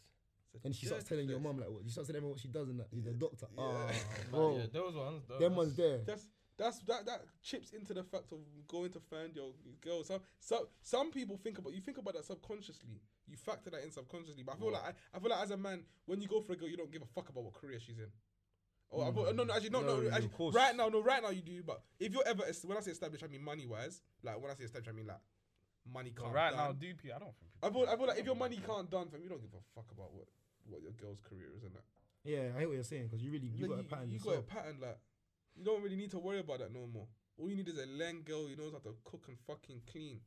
it's a
And she starts
dirty
telling your
flex.
mum like what you start telling everyone what she does and that she's a doctor.
Yeah.
Oh,
Yeah,
bro,
Yeah, those ones. Those
them ones there.
That's that's that that chips into the fact of going to find your girl. Some some some people think about you think about that subconsciously. You factor that in subconsciously. But I feel like I, I feel like as a man, when you go for a girl, you don't give a fuck about what career she's in. Oh, I feel- no, no, actually, no, no,
No,
actually,
of course.
right now, no, right now you do. But if you're ever es- when I say established, I mean money wise. Like when I say established, I mean like money
But
can't.
right
done.
now, dude, I don't think.
I feel I feel like if your money can't done, fam, you don't give a fuck about what what your girl's career is, innit?
Yeah, I hear what you're saying because you really you
Like,
got a pattern.
You got a
yourself.
pattern. Like you don't really need to worry about that no more. All you need is a len girl who knows how to cook and fucking clean.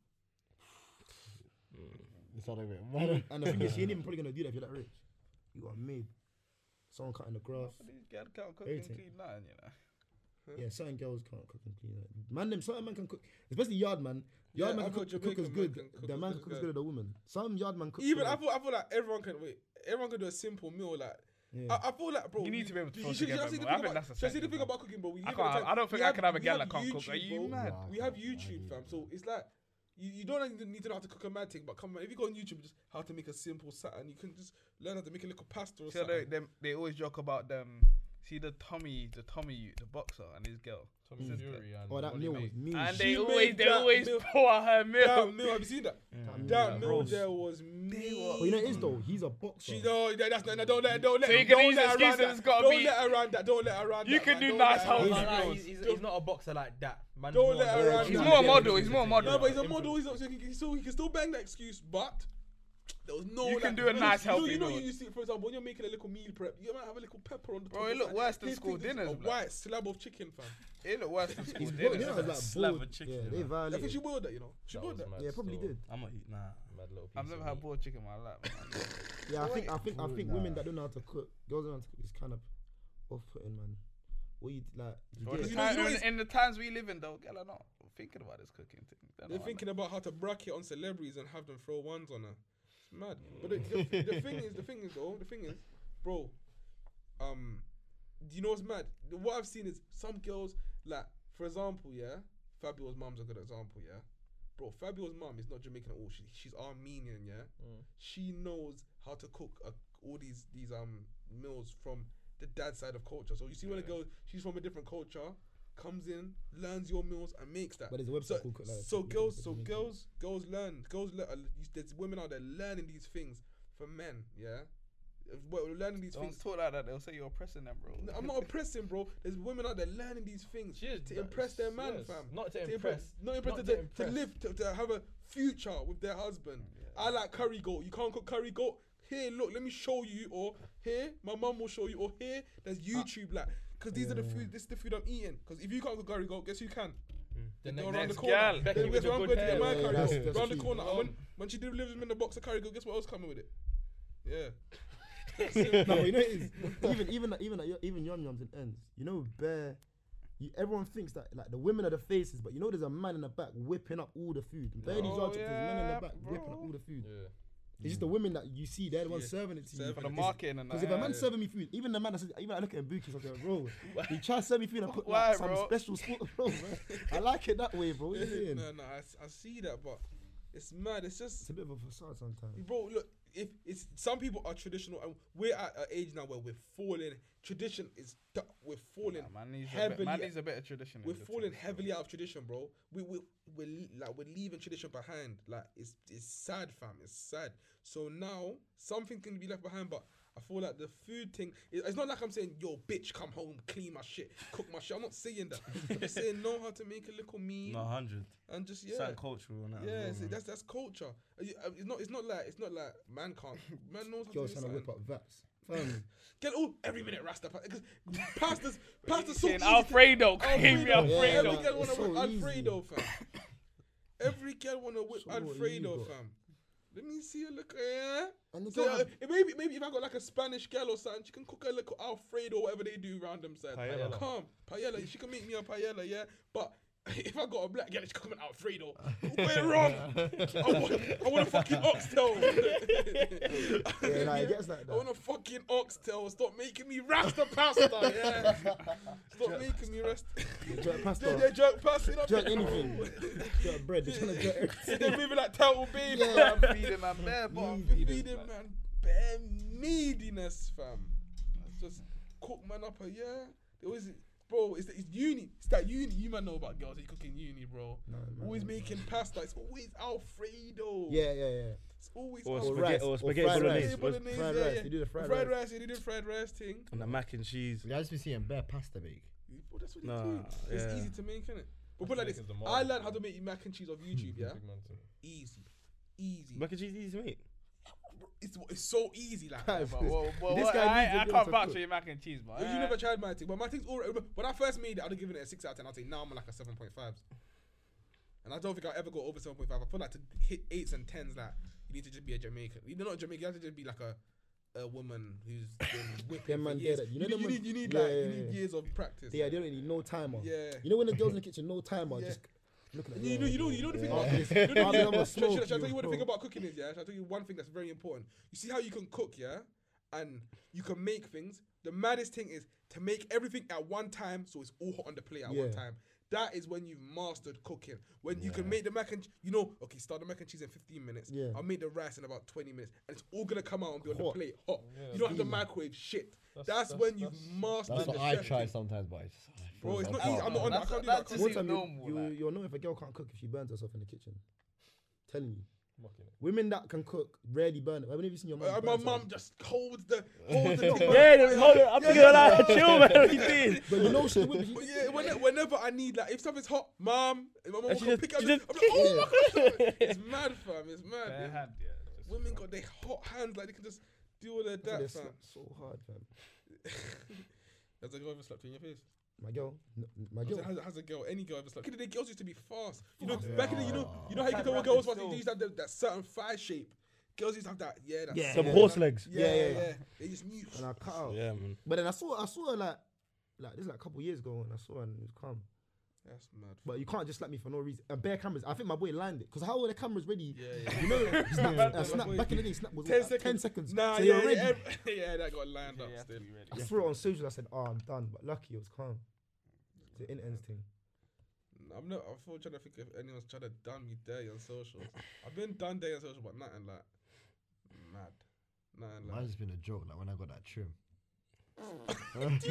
It's not a bit.
And, then- and the thing is, she ain't even probably gonna do that if you're that rich. You got made. Someone cutting the grass.
These girls can't cook
Rating.
and clean nothing, you know.
Yeah, certain girls can't cook and clean. Like, man, them certain man can cook, especially yard man. Yard
Yeah,
man
I
can cook,
thought
cook as
Jamaican
good.
man can cook
the
as
man
good
can
as
cook as
well.
good as the woman. Some yard man cook.
Even
good.
I feel I feel like everyone can wait. Everyone can do a simple meal. Like
Yeah.
I, I feel like, bro,
You need to be able to
you
throw
should-
together
should see the
more. I
thing
think
about- should
that's the
I see the
second
thing
thing,
about cooking, bro. We
I
live in a
can't.
time-
I don't
we
think I
have-
can have a
we have
girl that can't cook. Are you
YouTube, bro.
mad?
We have YouTube, fam. So it's like. You, you don't even need to know how to cook a mad thing, but come on, if you go on YouTube, just how to make a simple and you can just learn how to make a little pasta or
So they,
something.
them, they always joke about them. See the Tommy, the Tommy, you- the boxer and his girl.
Tommy Fury and
Oh, that
Molly
meal
May.
was mean.
And
She
they always,
made
they
that
always
milk.
pour her milk.
Damn meal, have you seen that?
That meal
Damn
was
meal,
roast.
there was meal.
But you know it is though. He's a boxer.
She no, that- that's no, no, don't let, don't let.
So you
her-
can
don't
use
let her
excuse
run
that
that.
it's gotta
don't
be-
let her run that. Don't let her run
You
that.
can
man,
do
don't
nice
let her run
healthy
that.
Nah, nah,
meals.
he's, he's, he's not a boxer like that. Man's
Don't
more
let
of a-
her run
He's
that.
more a model. He's more a model.
No, but he's a model. He's, a- so he can- so he can still bang that excuse, but. There was no
You
like,
can do a
you
nice
know,
healthy
You know,
meal.
you see, for example, when you're making a little meal prep, you might have a little pepper on the
Bro,
top.
it
of
look worse than
His
school
thing is
dinners,
A
blood.
white slab of chicken, fam.
It look worse than school
He's bo-
dinners.
yeah, it's like
slab
boiled-
of chicken,
Yeah, they
man.
I think
violate.
she boiled that, you know. She
That
boiled
was
that.
mad
Yeah, probably
still.
did.
I'm not eating. Nah.
Mad little
I've
piece
never
of
had
meat.
boiled chicken in my life. man.
Yeah, I think I think I
Ooh,
think women
nah.
that don't know how to cook, girls don't know how to cook, is kind of off-putting, man. What you like? you
Bro,
get-
the
You know- you
time-
know
in-
it's-
In the times we live in, though, girl, I'm not thinking about this cooking thing. Don't know
They're
why,
thinking about how to bracket on celebrities and have them throw ones on her. It's mad. But the, the, the thing is, the thing is though, the thing is, bro. Um, do you know what's mad? The- What I've seen is some girls, like for example, yeah, Fabio's mum's a good example, yeah. Bro, Fabio's mum is not Jamaican at all. She, she's Armenian, yeah. She knows how to cook uh, all these these um meals from the dad side of culture. So you see when a girl, she's from a different culture, comes in, learns your meals and makes that.
But there's a website
So-
called Cook Live.
So
You can
girls,
put
so
them in.
girls, girls learn. Girls learn. There's women out there learning these things for men. Yeah, Uh, well, learning these
Don't
things.
talk like that. They'll say you're oppressing them, bro.
I'm not oppressing, bro. There's women out there learning these things
She is
to
that-
impress their man,
yes.
fam.
Not to
To
impress.
not impress, to,
Not to
to
impress. Mm,
live, to, to have a future with their husband. I like curry goat. You can't cook curry goat. Here, look, let me show you. Or here, my mum will show you. Or here, there's
Ah.
YouTube, like, because these are the food. This is the food I'm eating. Because if you can't cook curry goat, guess who can?
Mm. The
Go
next,
around the
next
corner.
girl.
Then
Becky
guess
with
where
a
I'm
good
going to get
hair.
my
Yeah,
curry
that's-
goat?
that's
Round the
key.
corner. And when, when she delivers him in the box of curry goat, guess what else coming with it? Yeah. That's it.
no, you know it is. Even even like- even like, yo- even yum yums and ends. You know, bear. You, everyone thinks that like the women are the faces, but you know there's a man in the back whipping up all the food. Bare these
Oh,
articles, men in
yeah,
the back whipping up
bro.
all the food.
Yeah.
It's just the women that you see, they're the ones serving it to you.
for the marketing and that.
Because if a man's
yeah.
serving me food, even the man that says, even I look at Buki, I'm like, bro, he tries to serve me food and put
Why,
like, some
bro?
special sport, bro, man. I like it that way, bro. What you saying?
no, no, I, s- I see that, but it's mad. It's
It's
just,
a bit of a facade sometimes.
bro. Look, if it's some people are traditional, and we're at an age now where we're falling. Tradition is du- we're falling
Nah, man needs a bit,
heavily.
man needs a bit of tradition. in
we're
the
falling
team.
heavily out of tradition, bro. We we we are like we're leaving tradition behind. Like it's it's sad, fam. It's sad. So now something can be left behind, but. I feel like the food thing. it- It's not like I'm saying, "Yo, bitch, come home, clean my shit, cook my shit." I'm not saying that. I'm saying know how to make a little meal
No, hundred.
and just yeah,
Something cultural and that. as
yeah,
well,
see,
man.
that's that's culture. Uh, you- uh, It's not it's not like it's not like man can't man knows how
Girls
to,
trying to whip up vats. Fam.
Get all every minute rasta because pastas pastas so
Saying
easy.
Alfredo, give me
Alfredo,
Alfredo.
every girl wanna
It's so
whip
easy.
Alfredo fam. Every girl wanna whip
So
Alfredo
easy, bro.
fam. Let me see a look. Yeah.
And they
So
don't
uh,
have-
maybe maybe if I got like a Spanish girl or something, she can cook a little Alfredo, whatever they do round them sides.
Paella.
Come paella, she can make me a paella, yeah. But if I got a black girl, she can come an Alfredo. We're wrong. I want, I want a fucking oxtail.
yeah, nah, it gets like
I
that.
want a fucking oxtail. Stop making me rasta pasta. Yeah. Stop making me rasta.
Jerk
Yeah,
pasta.
yeah, jerk pasta. you know what I'm
Jerk
saying?
anything. Jerk bread. They're trying to jerk everything.
They're moving like turtle baby.
Yeah.
I'm feeding my bare bottom.
Feeding, man bare meatiness, fam. That's just cook man up a yeah. There was bro, it's, it's uni. It's that uni. You man know about girls. that You cooking uni, bro. always making pasta. It's always Alfredo.
Yeah, yeah, yeah.
It's always
Or
Alfredo.
spaghetti,
rice,
or
or
spaghetti
fried
bolognese,
rice.
or-
Bolognese,
Fried
yeah,
rice,
yeah.
you do the fried rice.
rice. You do the fried rice thing.
and the mac and cheese.
Yeah, I just been seeing bare pasta bake.
Bro, that's what they
Nah,
do.
yeah.
It's easy to make, innit? But put it like this,
Making is the
I
mark,
learned how to make mac and cheese off YouTube. Yeah,
Big man too.
easy, easy.
Mac and cheese is easy, mate.
It's it's so easy, like.
Guys,
But what, what,
This
what,
guy needs
I,
to
I
be
can't
able to
vouch
cook.
for your mac and cheese, man.
If you never tried my thing, but my thing's already. When I first made it, I'd have given it a six out of ten. I'd say now I'm on like a seven point five. And I don't think I'll ever go over seven point five. I feel like to hit eights and tens, like you need to just be a Jamaican. You're not Jamaican. You have to just be like a a woman who's been
Yeah,
whipping for
man,
years.
get it.
You
You
need,
know them
you need,
ones-
you need
Yeah,
like
yeah,
you need
yeah.
years of practice.
Yeah, they don't need no timer.
Yeah.
You know when the girls in the kitchen, no timer,
Yeah.
just looking at
You, know, you know, you know the thing about
Yeah.
you know the thing-
I'll be on my
should- should- should I
smoke,
tell you what the
bro.
thing about cooking is? Yeah, should I tell you one thing that's very important? You see how you can cook, yeah, and you can make things. The maddest thing is to make everything at one time, so it's all hot on the plate at one
Yeah.
time. That is when you've mastered cooking. When you can make the mac and ch- you know, okay, start the mac and cheese in 15 minutes.
Yeah.
I'll make the rice in about 20 minutes, and it's all gonna come out and be on
Hot.
the plate hot. you don't have to microwave shit. That's, when you've mastered.
That's what
the
I
chef
try
thing.
sometimes, but it's,
Bro, it's not
Oh,
easy. I'm not on that. I
that's-
can't do that. I
that's
can't
just
do
One
seems
time you,
normal,
you,
like.
you'll know if a girl can't cook if she burns herself in the kitchen. Telling you.
Mocking it.
Women that can cook rarely burn it. When have you seen your mum?
Uh,
burn
my
herself?
mum just holds the holds the
I'm thinking of that. Chill, man. What are you doing?
But you know she would
But yeah, whenever, whenever I need like if something's hot, mum, and my mum
she
will
just-
pick it up.
she
Just,
just-
I'm like, oh my god, it's mad, fam. It's mad.
Bare
yeah.
hand, yeah, just-
Women got their hot hands like they can just do all of that, fam.
so hard, fam.
Has a girl ever slapped you in your face?
My girl, n- n- my
I'm saying,
girl.
Has, has a girl, any girl ever slapped? you? Kid, the girls used to be fast. You know, back in the, you know, you know how you could tell a girl's fast. They used to have that, that certain thigh shape. Girls used to have that, yeah, that.
Yeah,
certain-
yeah.
legs.
Yeah, yeah,
Yeah, yeah.
yeah. They just knew.
And I cut out.
Yeah, man.
But then I saw, I saw her like, like this is like a couple years ago, and I saw her and it was calm.
That's mad.
But you can't just slap me for no reason. And bare cameras. I think my boy lined it because how were the cameras ready?
Yeah, yeah.
You know, snap,
my
uh, snap
boy-
back in the day, snap was
10
what, like, ten seconds.
Nah,
so
yeah,
you're ready.
yeah, ev- yeah, that got lined up
Yeah,
still.
I saw it on social. I said, "Oh, I'm done." But lucky it was calm. It's an in ends thing.
I'm not. I'm still trying to think if anyone's trying to done me dirty on socials. I've been done dirty on social, but nothing like mad. Nothing like.
mine's been a joke. Like when I got that trim. Do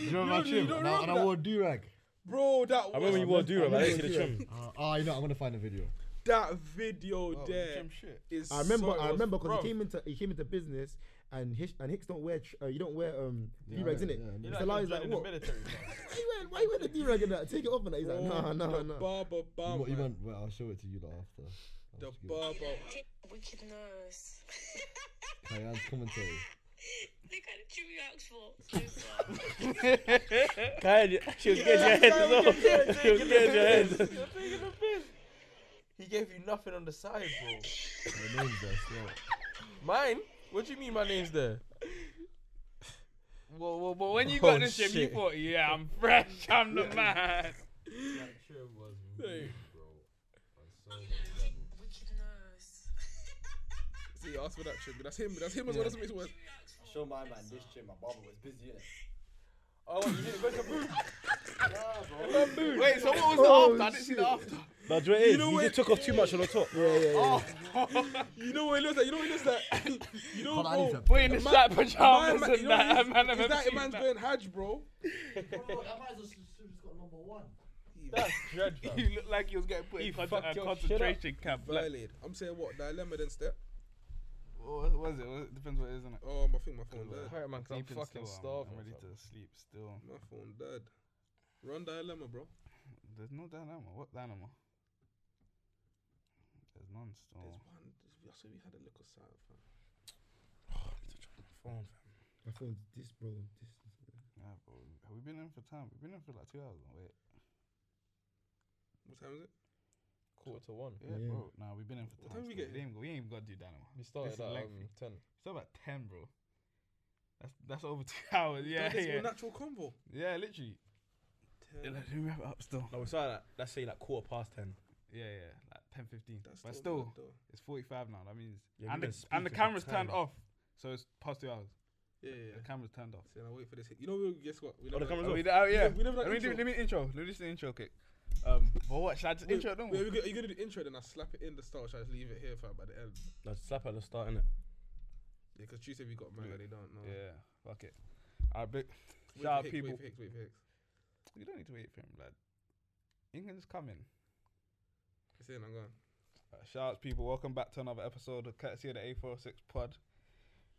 you remember my
don't- you
trim?
don't
And I- and I
remember
wore a do rag.
Bro, that
I remember
was
you wore a do rag. I didn't see the
Yeah.
trim.
Uh, oh, you know, I'm gonna find a video.
that video
Oh,
there
gym shit.
is.
I remember,
so- it
I
was
remember because
rough.
he came into he came into business and Hicks and Hicks don't wear tr- uh, you don't wear um
Yeah,
d rags
yeah,
in it.
yeah, yeah.
It's a lie. He's like,
in the
what?
military. man.
Why you wearing, why you wearing the d rag in that? Take it off and that. He's like,
Bro,
nah, nah,
the
nah.
Barber
You
bum.
want- you
Oh, man.
want- well, I'll show it to you lot after. I'll
The
just give it-
barber.
Wicked nose.
Kayan's commentary.
Look at the Jimmy Ox for. So sorry.
Kaya, she was getting your head as well. She was getting your head.
You're taking the piss. He gave you nothing on the side, bro.
My name's there, so
Mine? What do you mean my name's there?
Well, well, but when you
Oh,
got this gym,
shit.
you thought, yeah, I'm fresh, I'm the man.
Hey,
Wicked nose.
See, ask for that shit, but that's him. That's him as well. That's what makes it worse.
Show my man this shit. My barber was busy. Innit? Oh, you didn't go to booth. nah, bro.
Wait, so what was
Oh,
the after? I didn't see the after.
Now, do you know what it is?
know
You
what-
just took off too much on the top.
Yeah, yeah, yeah.
You know what it looks like. You know what it looks like. you know,
Hold on, I need
bro.
to-
Boy in the strap
Man,
pajamas
man, you
and
know what
that.
it
Man,
is? Is that a man's going Hajj, bro?
Bro, I might as well just just got number one.
That's dreadful.
You look like you was getting put in
You
con-
fucked
a
your
concentration camp. Like,
Violated. I'm saying what? Dilemma then step.
What was it? What, depends what it is, innit?
Oh, my thing, my phone dead.
Hurt man, 'cause I'm
Sleeping
fucking
still, I'm
starving.
ready
fam.
to sleep still.
My phone dead. Run dilemma, bro.
There's no dilemma. What dilemma? There's none still.
There's one. I said we had a little sound, fam.
I thought this, bro. This.
Yeah, bro. Have we been in for time? We've been in for like two hours. Wait.
What time is it?
Quarter to one.
Yeah,
Yeah.
bro. Nah, we've been in for
What
time.
time we
still.
get
We ain't, we ain't even got to do dilemma.
We started
is
at um,
lengthy.
ten.
It's about ten, bro. That's that's over two hours. Yeah,
Dog, it's all
yeah.
natural convo.
Yeah, literally. Yeah,
Ten.
like, do we wrap it up still?
No, we started at, let's say, like quarter past 10.
Yeah, yeah, like ten fifteen.
That's
But
still
still,
good, though.
it's forty five now. That means
Yeah, we've
and
been
the, and the
speaking for
camera's turned
time.
off, so it's past two hours.
Yeah, yeah.
The camera's turned off.
See, and I wait for this. hit. You know, we guess what? We
Oh, the
never-
camera's
Oh,
off.
we, d- oh yeah.
we never done
let me do.
intro.
Let me intro. Let me just do the intro quick. Um, but what should I just
Wait,
intro? Don't
Oh, wait,
we?
are, you gonna, are you gonna do the intro then I slap it in the start? Or should I just leave it here fam by the end?
No, slap at the start, innit?
Yeah, because Tuesday we got man
Yeah.
they don't know.
Yeah. Fuck it. Alright, big.
Wait for
Shout out
Hicks,
people.
Wait for Hicks, wait for Hicks.
You don't need to wait for him, lad. You can just come in.
It's in, I'm gone.
Uh, shout out to people. Welcome back to another episode of Courtesy of the A406 Pod.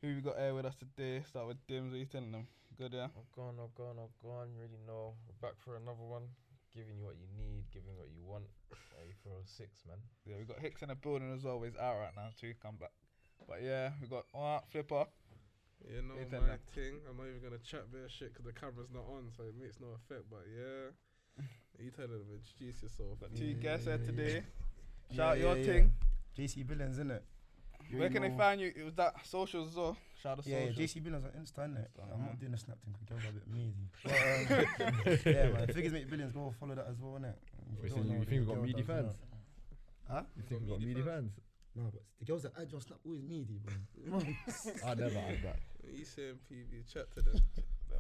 Who we got here with us today? Start with Dims. What you telling them? Good, yeah.
I've gone, I've gone, I've gone. You already know. We're back for another one. Giving you what you need, giving what you want. A for a six, man.
Yeah, we got Hicks in the building as always. Out right now too. Come back. But yeah, we got uh, Flipper.
You know
Wait till
my
next.
thing. I'm not even gonna chat bare shit because the camera's not on, so it makes no effect. But yeah, you tell them introduce yourself.
Got
and
two
Yeah,
guests
yeah,
here
yeah,
today.
yeah.
Shout out
Yeah,
your
yeah,
thing.
yeah. JC Billings, innit? You
Where
ain't
can they
know-
find you? It was that socials as well. Shout out
Yeah, yeah,
socials.
JC Billings on Insta, innit?
Insta,
I'm
yeah.
not doing a snap thing because girls are a bit meaty. But, um, yeah, man. Figures make billions. Go follow that as well, innit? If
Wait, so
don't
you
know,
think
then
we've got
girl
meaty
does know.
fans? You think we've got meaty fans?
No, but the girls that add you on Snap always meaty, bro.
I never had that.
You saying PB? Chat to them.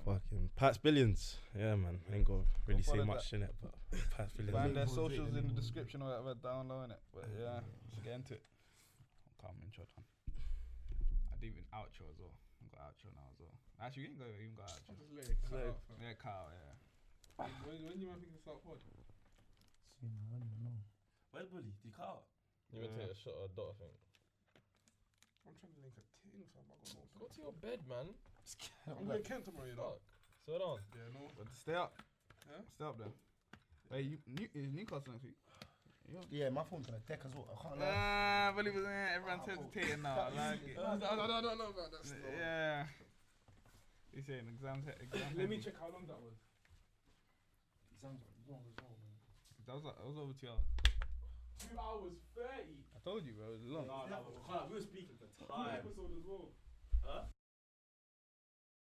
Fucking Pat's Billions. Yeah, man. I ain't gonna really say
follow
much in it, but Pat's Billions.
Find their
Liverpool's
socials
rating
in the
them.
description or whatever, down low in it. But yeah, let's get into it. Come intro time. I didn't even outro as well. I've got outro now as well. Actually, we ain't got even got outro.
Just let it cut
Yeah,
out, fam.
yeah, Kyle, yeah.
When, when you man think this out pod?
Where's Bully? Did you cut out?
You went to take a shot or a dot, I think.
I'm trying to link a thing, fam. I got no
Go to your bed, man.
I'm going Kent tomorrow, you know.
Fuck. So on.
Yeah, no.
But stay up.
Huh?
Stay up then. Wait, you, New, is Newcastle next week?
yeah, my phone's on a deck as well. I can't lie.
Ah, but it was eh, everyone's hesitating now. I like it.
I don't, I don't know about that stuff.
Yeah. He's saying exams. he- exams
Let me
heavy.
check how long that was.
That was, like, that was over two hours.
Two hours thirty.
I told you, bro. It was long.
we were speaking for time.
Episode as well.
Huh?